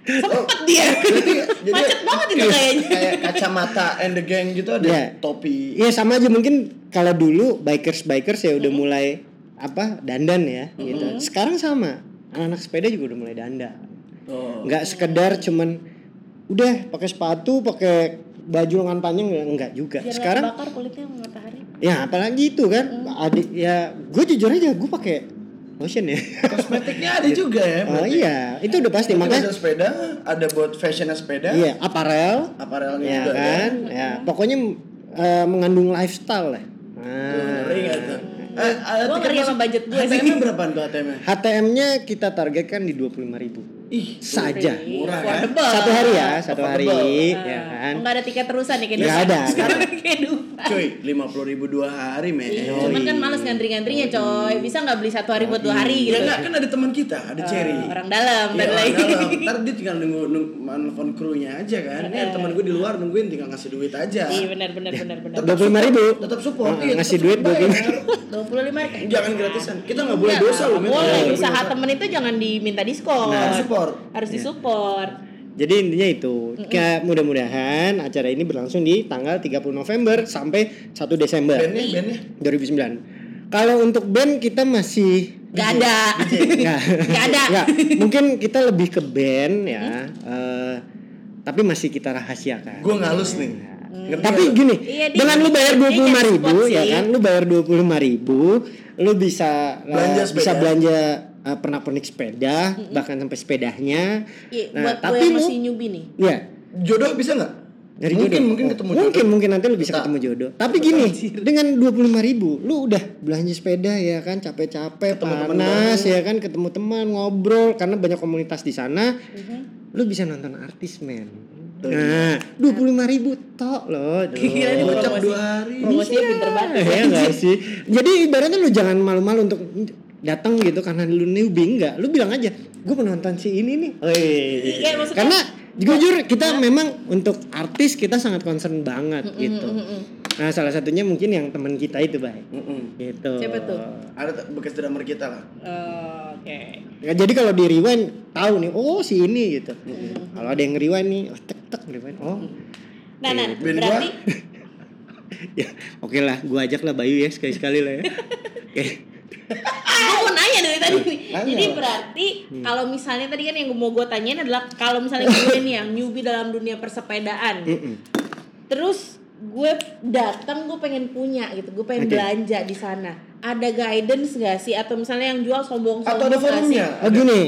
Speaker 2: Sempet dia.
Speaker 1: Berarti jadi
Speaker 2: Macet banget itu kayaknya.
Speaker 1: kayak kacamata and the gang gitu ada
Speaker 3: Iya.
Speaker 1: topi.
Speaker 3: Iya sama aja mungkin kalau dulu bikers bikers ya udah mulai apa dandan ya gitu. Sekarang sama anak-anak sepeda juga udah mulai dandan.
Speaker 1: Oh.
Speaker 3: Nggak sekedar cuman udah pakai sepatu, pakai baju lengan panjang nggak- nggak juga.
Speaker 2: Biar
Speaker 3: Sekarang
Speaker 2: bakar kulitnya sama matahari.
Speaker 3: ya apalagi itu kan adik ya gue jujur aja gue pakai lotion ya.
Speaker 1: Kosmetiknya ada juga ya.
Speaker 3: oh iya, itu udah pasti
Speaker 1: Makanya
Speaker 3: makanya
Speaker 1: sepeda ada buat fashionnya sepeda.
Speaker 3: iya aparel
Speaker 1: Aparelnya
Speaker 3: ya
Speaker 1: juga ada.
Speaker 3: kan ya pokoknya eh, mengandung lifestyle lah nah,
Speaker 1: Ngeri nggak Eh, tuh?
Speaker 2: Gua ngeri sama budget gua sih.
Speaker 1: HTM berapa tuh HTM?
Speaker 3: HTM-nya kita targetkan di 25.000 ribu
Speaker 1: Ih,
Speaker 3: saja
Speaker 1: murah, kan?
Speaker 2: Affordable.
Speaker 3: satu hari ya satu hari
Speaker 2: Nah,
Speaker 3: ya kan
Speaker 2: Nggak ada tiket terusan nih kayak
Speaker 3: Nggak
Speaker 2: Dufan.
Speaker 3: ada.
Speaker 2: Sekarang *laughs* kayak Dufan.
Speaker 1: cuy, 50 ribu dua hari men.
Speaker 2: Cuman kan males ngantri-ngantrinya coy. Bisa nggak beli satu hari buat dua hari gitu.
Speaker 1: Ya nggak, kan ada teman kita, ada
Speaker 2: Ah,
Speaker 1: Cherry.
Speaker 2: Orang dalam
Speaker 1: Iya,
Speaker 2: dan lain.
Speaker 1: orang dalam. Ntar dia tinggal nunggu, nunggu nelfon krunya aja kan. Ini ada teman gue di luar nungguin tinggal ngasih duit aja.
Speaker 2: *laughs* Iya benar benar benar benar.
Speaker 1: Tetap
Speaker 3: 25.000.
Speaker 1: support, Tetap support.
Speaker 3: Nah,
Speaker 1: iya,
Speaker 3: ngasih
Speaker 1: tetap
Speaker 3: duit
Speaker 1: support,
Speaker 3: 25.000.
Speaker 1: bayar.
Speaker 2: Dua puluh lima
Speaker 1: Jangan gratisan. Kita nggak boleh dosa loh. men.
Speaker 2: Iya, Boleh
Speaker 1: Nggak
Speaker 2: usaha temen itu jangan diminta diskon.
Speaker 1: Nah, support.
Speaker 2: Harus disupport.
Speaker 3: jadi intinya itu Ka- mudah-mudahan acara ini berlangsung di tanggal 30 November sampai 1 Desember
Speaker 1: Bandnya, bandnya.
Speaker 3: 2009 kalau untuk band kita masih
Speaker 2: Gak ada.
Speaker 3: Nggak.
Speaker 2: Nggak ada. Hmm?
Speaker 3: Nggak. Mungkin kita lebih ke band ya. Eh, tapi masih kita rahasiakan.
Speaker 1: Gue ngalus nih. Ngerti
Speaker 3: Tapi
Speaker 1: nggak?
Speaker 3: gini,
Speaker 2: Iya, dia-
Speaker 3: dengan lu
Speaker 2: dia
Speaker 3: bayar dua puluh
Speaker 2: jadi
Speaker 3: ribu,
Speaker 2: spot
Speaker 3: ya
Speaker 2: sih.
Speaker 3: kan? Lu bayar dua puluh ribu, lu bisa eh,
Speaker 1: Belanja sepeda.
Speaker 3: bisa belanja eh, pernak-pernik sepeda, bahkan sampai sepedanya.
Speaker 2: *laughs* Iya,
Speaker 3: Nah,
Speaker 2: buat gue
Speaker 3: tapi
Speaker 2: yang
Speaker 3: lu,
Speaker 2: masih newbie nih.
Speaker 3: ya
Speaker 1: jodoh bisa nggak?
Speaker 3: dari
Speaker 1: mungkin
Speaker 3: jodoh.
Speaker 1: mungkin
Speaker 3: Oh,
Speaker 1: ketemu
Speaker 3: mungkin
Speaker 1: jodoh. *laughs*
Speaker 3: mungkin nanti lu bisa
Speaker 1: Kita-
Speaker 3: ketemu jodoh. Tapi gini, dengan dua puluh ribu, lu udah belanja sepeda ya kan, capek-capek,
Speaker 1: Ketemu temen
Speaker 3: panas ya kan, ketemu teman, ngobrol, karena banyak komunitas di sana.
Speaker 1: Mhm.
Speaker 3: Lu bisa nonton artis men. Nah, dua puluh ribu tok loh. Aduh.
Speaker 2: Gila nih
Speaker 1: Gocap
Speaker 2: promosi.
Speaker 1: dua hari.
Speaker 2: Promosinya pinter banget.
Speaker 3: Iya nggak sih. Jadi ibaratnya lu jangan malu-malu untuk datang gitu karena lu newbie enggak. Lu bilang aja, gue penonton si ini nih.
Speaker 2: Iya, maksudnya-
Speaker 3: Karena jujur kita memang untuk artis kita sangat concern banget gitu. Nah, salah satunya mungkin yang teman kita itu baik.
Speaker 1: Mm-mm.
Speaker 3: Gitu.
Speaker 2: Siapa tuh?
Speaker 1: Ada t- bekas drummer kita lah.
Speaker 2: Oh, Oke.
Speaker 3: Ya, jadi kalau di rewind tahu nih, oh si ini gitu. Kalau ada yang rewind nih, oh, tek tek rewind. Oh.
Speaker 2: Nah, nah,
Speaker 1: Ben gua-
Speaker 2: berarti
Speaker 3: ya, oke lah, gua ajak lah Bayu ya sekali-sekali lah ya.
Speaker 2: *laughs*
Speaker 3: Oke.
Speaker 2: gue mau nanya dari tadi
Speaker 3: Iya,
Speaker 2: nih.
Speaker 1: Nanya
Speaker 2: Jadi
Speaker 1: apa?
Speaker 2: berarti
Speaker 3: Hmm.
Speaker 2: kalau misalnya tadi kan yang mau gue tanyain adalah kalau misalnya gue
Speaker 3: *laughs*
Speaker 2: nih yang newbie dalam dunia persepedaan, terus gue datang gue pengen punya gitu, gue pengen
Speaker 3: Oke.
Speaker 2: belanja di sana. Ada guidance gak sih? Atau misalnya yang jual sombong-sombong
Speaker 1: Atau ada
Speaker 2: nggak sih?
Speaker 1: forumnya?
Speaker 3: Oh gini,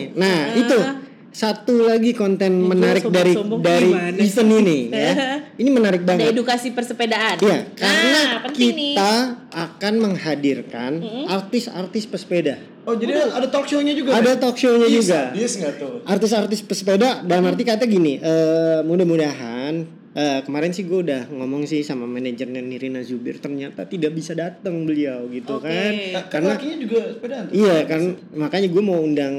Speaker 2: Ah.
Speaker 3: nah itu satu lagi konten menarik dari
Speaker 2: sombong-sombong
Speaker 3: dari
Speaker 2: gimana sih?
Speaker 3: event ini
Speaker 2: *laughs*
Speaker 3: ya. Ini menarik
Speaker 2: Ada
Speaker 3: banget.
Speaker 2: edukasi persepedaan.
Speaker 3: Iya, karena
Speaker 2: nah, penting nih.
Speaker 3: kita akan menghadirkan artis-artis pesepeda.
Speaker 1: Oh jadi ada talk show-nya juga. ya?
Speaker 3: Ada talk show-nya juga.
Speaker 1: Yes nggak tuh?
Speaker 3: Artis-artis pesepeda dalam arti kata gini, eh, mudah-mudahan Eh, kemarin sih gue udah ngomong sih sama manajernya Nirina Zubir ternyata tidak bisa datang beliau gitu
Speaker 2: Oke.
Speaker 3: kan
Speaker 1: Nah, kan
Speaker 3: karena
Speaker 1: lakinya juga sepedaan tuh.
Speaker 3: Iya kan makanya gue mau undang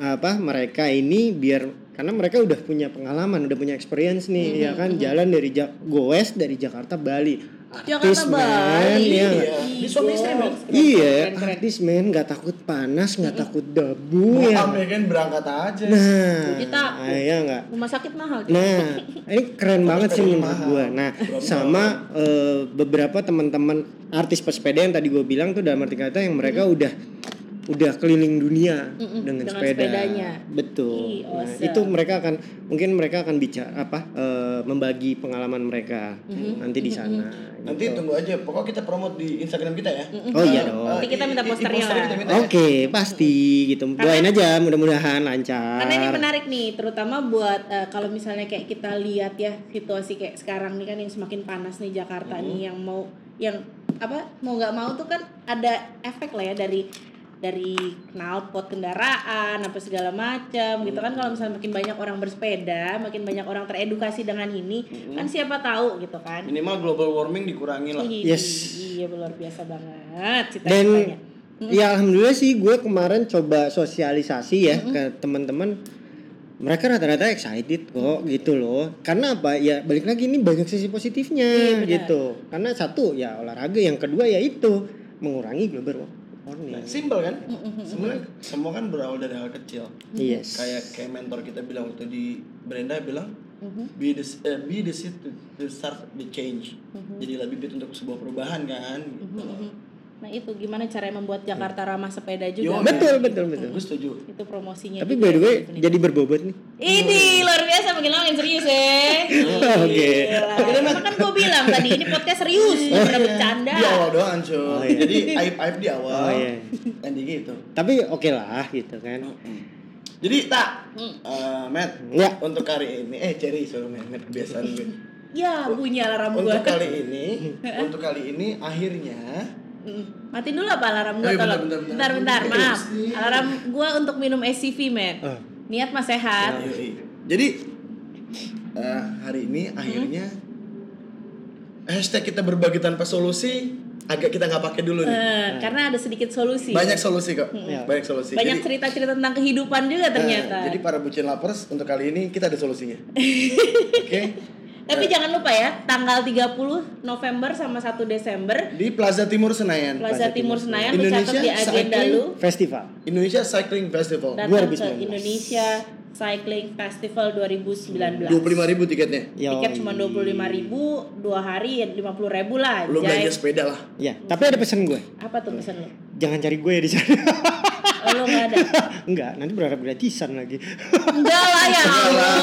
Speaker 3: apa mereka ini biar karena mereka udah punya pengalaman udah punya experience
Speaker 2: Hmm,
Speaker 3: nih ya kan jalan dari Jak goes dari Jakarta Bali artis
Speaker 2: Jakarta
Speaker 3: men
Speaker 2: Bali.
Speaker 3: ya nggak?
Speaker 1: Iya. Ini suami istri dong.
Speaker 3: iya
Speaker 2: Keren, Hmm. keren.
Speaker 3: artis men nggak takut panas nggak takut debu
Speaker 1: Mau
Speaker 3: ya
Speaker 1: ambil kan berangkat aja.
Speaker 3: nah
Speaker 2: Jadi takut.
Speaker 3: iya nggak
Speaker 2: Rumah sakit mahal. Cik.
Speaker 3: Nah, ini keren banget sih menurut
Speaker 1: mahal.
Speaker 3: gue. Nah,
Speaker 1: Berapa
Speaker 3: sama eh, beberapa teman-teman artis pesepeda yang tadi gue bilang tuh dalam arti kata yang mereka udah udah keliling dunia
Speaker 2: Mm-mm,
Speaker 3: dengan,
Speaker 2: dengan
Speaker 3: sepeda.
Speaker 2: sepedanya. Ih,
Speaker 3: Betul. Nah,
Speaker 2: awesome.
Speaker 3: itu mereka akan mungkin mereka akan bicara apa eh, membagi pengalaman mereka
Speaker 2: Mm-hmm.
Speaker 3: nanti di sana.
Speaker 1: Nanti
Speaker 3: gitu.
Speaker 1: tunggu aja. Pokoknya kita promote di Instagram kita ya.
Speaker 3: Oh iya
Speaker 1: Eh,
Speaker 3: dong.
Speaker 1: eh,
Speaker 2: Nanti kita
Speaker 1: i-
Speaker 2: minta
Speaker 1: i- i-
Speaker 2: posternya lah.
Speaker 1: kita minta ya.
Speaker 3: Oke, pasti gitu. Doain aja mudah-mudahan lancar.
Speaker 2: Karena ini menarik nih, terutama buat eh, kalau misalnya kayak kita lihat ya situasi kayak sekarang nih kan yang semakin panas nih Jakarta nih yang mau yang apa mau nggak mau tuh kan ada efek lah ya dari dari knalpot kendaraan apa segala macam gitu kan kalau misalnya makin banyak orang bersepeda, makin banyak orang teredukasi dengan ini kan siapa tahu gitu kan.
Speaker 1: Minimal global warming dikurangi lah.
Speaker 2: Ih,
Speaker 3: Yes.
Speaker 2: Iya luar biasa banget
Speaker 3: dan
Speaker 2: cita-citanya.
Speaker 3: ya alhamdulillah sih gue kemarin coba sosialisasi ya ke teman-teman mereka rata-rata excited kok gitu loh karena apa ya balik lagi ini banyak sisi
Speaker 2: Iya,
Speaker 3: positifnya
Speaker 2: benar.
Speaker 3: gitu karena satu ya olahraga yang kedua ya itu mengurangi global warming
Speaker 1: Nah, simple kan? Sebenarnya semua kan berawal dari hal kecil.
Speaker 3: yes
Speaker 1: Kayak kayak mentor kita bilang waktu di Brenda bilang be the eh, be the seed to, to start the change. Jadilah bibit untuk sebuah perubahan kan. Gitu.
Speaker 2: Nah itu gimana cara membuat Jakarta ramah sepeda
Speaker 1: Yo,
Speaker 2: juga. kan?
Speaker 3: betul betul betul
Speaker 1: Gue setuju.
Speaker 2: Itu promosinya.
Speaker 3: tapi
Speaker 2: juga
Speaker 3: by the way
Speaker 2: gitu nih.
Speaker 3: jadi berbobot nih
Speaker 2: Ini luar biasa makin lama makin serius ya.
Speaker 3: oke
Speaker 2: Gila. Emang kan gue bilang tadi ini podcast serius, nggak pernah bercanda.
Speaker 1: Di awal doang, cuy.
Speaker 3: Oh, iya.
Speaker 1: Jadi aib-aib di awal.
Speaker 3: Oh, iya.
Speaker 1: Ending gitu.
Speaker 3: tapi oke lah gitu
Speaker 2: Oh.
Speaker 3: kan
Speaker 1: Jadi tak, eh, Matt,
Speaker 3: Ya.
Speaker 1: untuk kali ini, eh Cherry, sorry Matt, Matt, kebiasaan gue.
Speaker 2: Ya bunyi alarm gue.
Speaker 1: Untuk kali ini, untuk kali ini akhirnya
Speaker 2: Matiin dulu apa alarm gue
Speaker 1: Eh, bentar,
Speaker 2: tolong.
Speaker 1: bentar, bentar.
Speaker 2: Bentar, bentar,
Speaker 1: Aduh,
Speaker 2: maaf.
Speaker 1: sih.
Speaker 2: Alarm gue untuk minum SCV, men.
Speaker 1: Oh.
Speaker 3: Ah.
Speaker 2: Niat mas sehat.
Speaker 1: Yoi. Iya, Jadi eh, hari ini akhirnya hashtag kita berbagi tanpa solusi agak kita nggak pakai dulu nih.
Speaker 2: Eh, karena ada sedikit solusi.
Speaker 1: Banyak solusi kok. Iya. Banyak solusi.
Speaker 2: Banyak
Speaker 1: Jadi,
Speaker 2: cerita-cerita tentang kehidupan
Speaker 1: eh,
Speaker 2: juga ternyata.
Speaker 1: jadi para bucin lapers untuk kali ini kita ada
Speaker 2: *laughs*
Speaker 1: solusinya. Oke. eh.
Speaker 2: Tapi jangan lupa ya, tanggal 30 November sama 1 Desember
Speaker 1: Di Plaza Iya, Timur Senayan.
Speaker 2: Plaza Timur Senayan
Speaker 1: Indonesia
Speaker 2: dicatat di agenda
Speaker 1: Cycling
Speaker 2: lu
Speaker 3: festival
Speaker 1: Indonesia Cycling Festival.
Speaker 2: datang ke
Speaker 3: 2019.
Speaker 2: Indonesia Cycling Festival 2019.
Speaker 1: 25.000 ribu tiketnya.
Speaker 2: Tiket
Speaker 3: Yoi.
Speaker 2: cuma 25.000, dua hari ya 50.000 lah.
Speaker 1: Lu belanja
Speaker 2: anjay.
Speaker 1: sepeda lah.
Speaker 3: ya tapi ada pesan gue
Speaker 2: Apa tuh pesan lu?
Speaker 3: jangan cari gue ya di sana *laughs*
Speaker 2: Oh, lu enggak ada.
Speaker 3: enggak nanti berharap gratisan lagi
Speaker 2: Enggak lah ya Allah.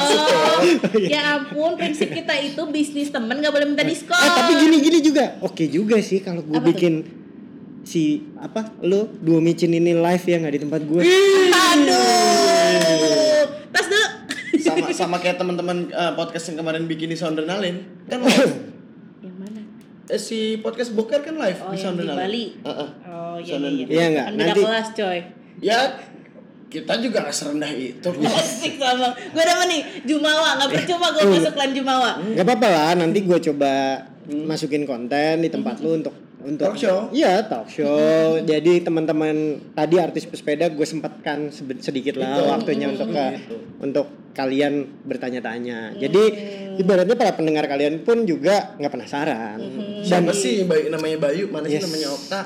Speaker 3: Iya.
Speaker 2: ya ampun, prinsip kita itu bisnis temen nggak boleh minta diskon.
Speaker 3: Eh tapi gini-gini juga. Oke juga sih kalau gue bikin si apa lu dua micin ini live ya nggak di tempat gue.
Speaker 2: Aduh. Tas dulu.
Speaker 1: Sama sama kayak teman-teman eh, podcast yang kemarin bikin di Soundernalin. Kan live.
Speaker 2: *laughs* Yang mana?
Speaker 1: Eh, si podcast Boker kan live di
Speaker 2: Oh, yang di
Speaker 1: Soundernalin.
Speaker 2: Bali.
Speaker 1: Heeh.
Speaker 2: Oh iya
Speaker 1: Soalnya
Speaker 2: iya.
Speaker 3: Iya nggak?
Speaker 2: Kan beda
Speaker 3: Nanti-
Speaker 2: kelas coy. *laughs*
Speaker 1: Ya kita juga nggak serendah itu.
Speaker 2: Asik sama. Gue udah nih Jumawa, nggak percuma gue
Speaker 3: Eh.
Speaker 2: masuk klan Jumawa.
Speaker 3: Gak apa-apa lah nanti gue coba masukin konten di tempat lu untuk untuk
Speaker 1: Talk show.
Speaker 3: Iya talk
Speaker 1: *laughs*
Speaker 3: show. Jadi teman-teman tadi artis pesepeda gue sempatkan sebe- sedikit lah
Speaker 1: Betul.
Speaker 3: waktunya untuk ke,
Speaker 1: Gitu. Iya.
Speaker 3: untuk kalian bertanya-tanya. Jadi ibaratnya para pendengar kalian pun juga nggak penasaran.
Speaker 1: Mhm.
Speaker 3: Dan
Speaker 1: Siapa sih Bayu, namanya Bayu? Mana sih
Speaker 3: Yes.
Speaker 1: namanya Okta?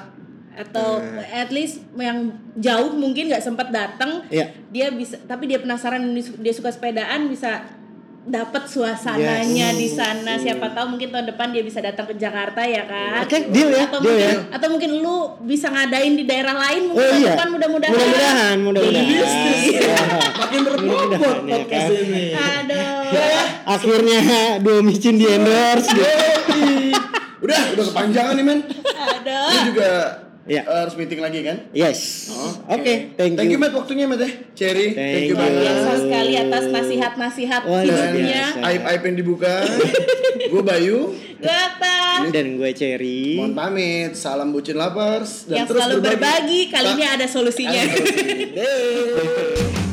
Speaker 2: atau
Speaker 3: Eh.
Speaker 2: at least yang jauh mungkin nggak sempat datang
Speaker 3: Iya.
Speaker 2: dia bisa tapi dia penasaran dia suka sepedaan bisa dapat suasananya
Speaker 3: Yes.
Speaker 2: di sana siapa tahu mungkin tahun depan dia bisa datang ke Jakarta ya kan
Speaker 3: Oke, deal ya,
Speaker 2: atau
Speaker 3: deal
Speaker 2: mungkin
Speaker 3: ya. Oh, iya.
Speaker 2: atau mungkin lu bisa ngadain di daerah lain mungkin tahun
Speaker 1: Kan
Speaker 2: depan mudah-mudahan
Speaker 3: mudah-mudahan mudah-mudahan. Ya.
Speaker 1: Makin berbobot
Speaker 3: Mudah-mudahan ya,
Speaker 1: podcast
Speaker 3: kan.
Speaker 1: ini.
Speaker 2: aduh
Speaker 3: akhirnya dua micin di endorse
Speaker 1: Yoi. Udah, udah kepanjangan nih men.
Speaker 2: aduh
Speaker 1: Ini juga
Speaker 3: Iya.
Speaker 1: eh, harus meeting lagi kan?
Speaker 3: yes oke thank,
Speaker 1: Thank you
Speaker 3: you
Speaker 1: Matt waktunya Matt ya. Cherry,
Speaker 3: Thank
Speaker 1: thank, you
Speaker 3: you.
Speaker 2: luar biasa
Speaker 1: banget.
Speaker 3: Aduh.
Speaker 2: sekali atas nasihat-nasihat
Speaker 3: Wah, luar
Speaker 2: hidupnya
Speaker 3: biasa.
Speaker 1: Aib-aib yang dibuka. Gue Bayu.
Speaker 2: Gata
Speaker 3: dan gue cherry
Speaker 1: Mohon pamit. Salam bucin lovers
Speaker 2: yang selalu berbagi, kali ini ada solusinya
Speaker 1: Ada solusi. Dadah.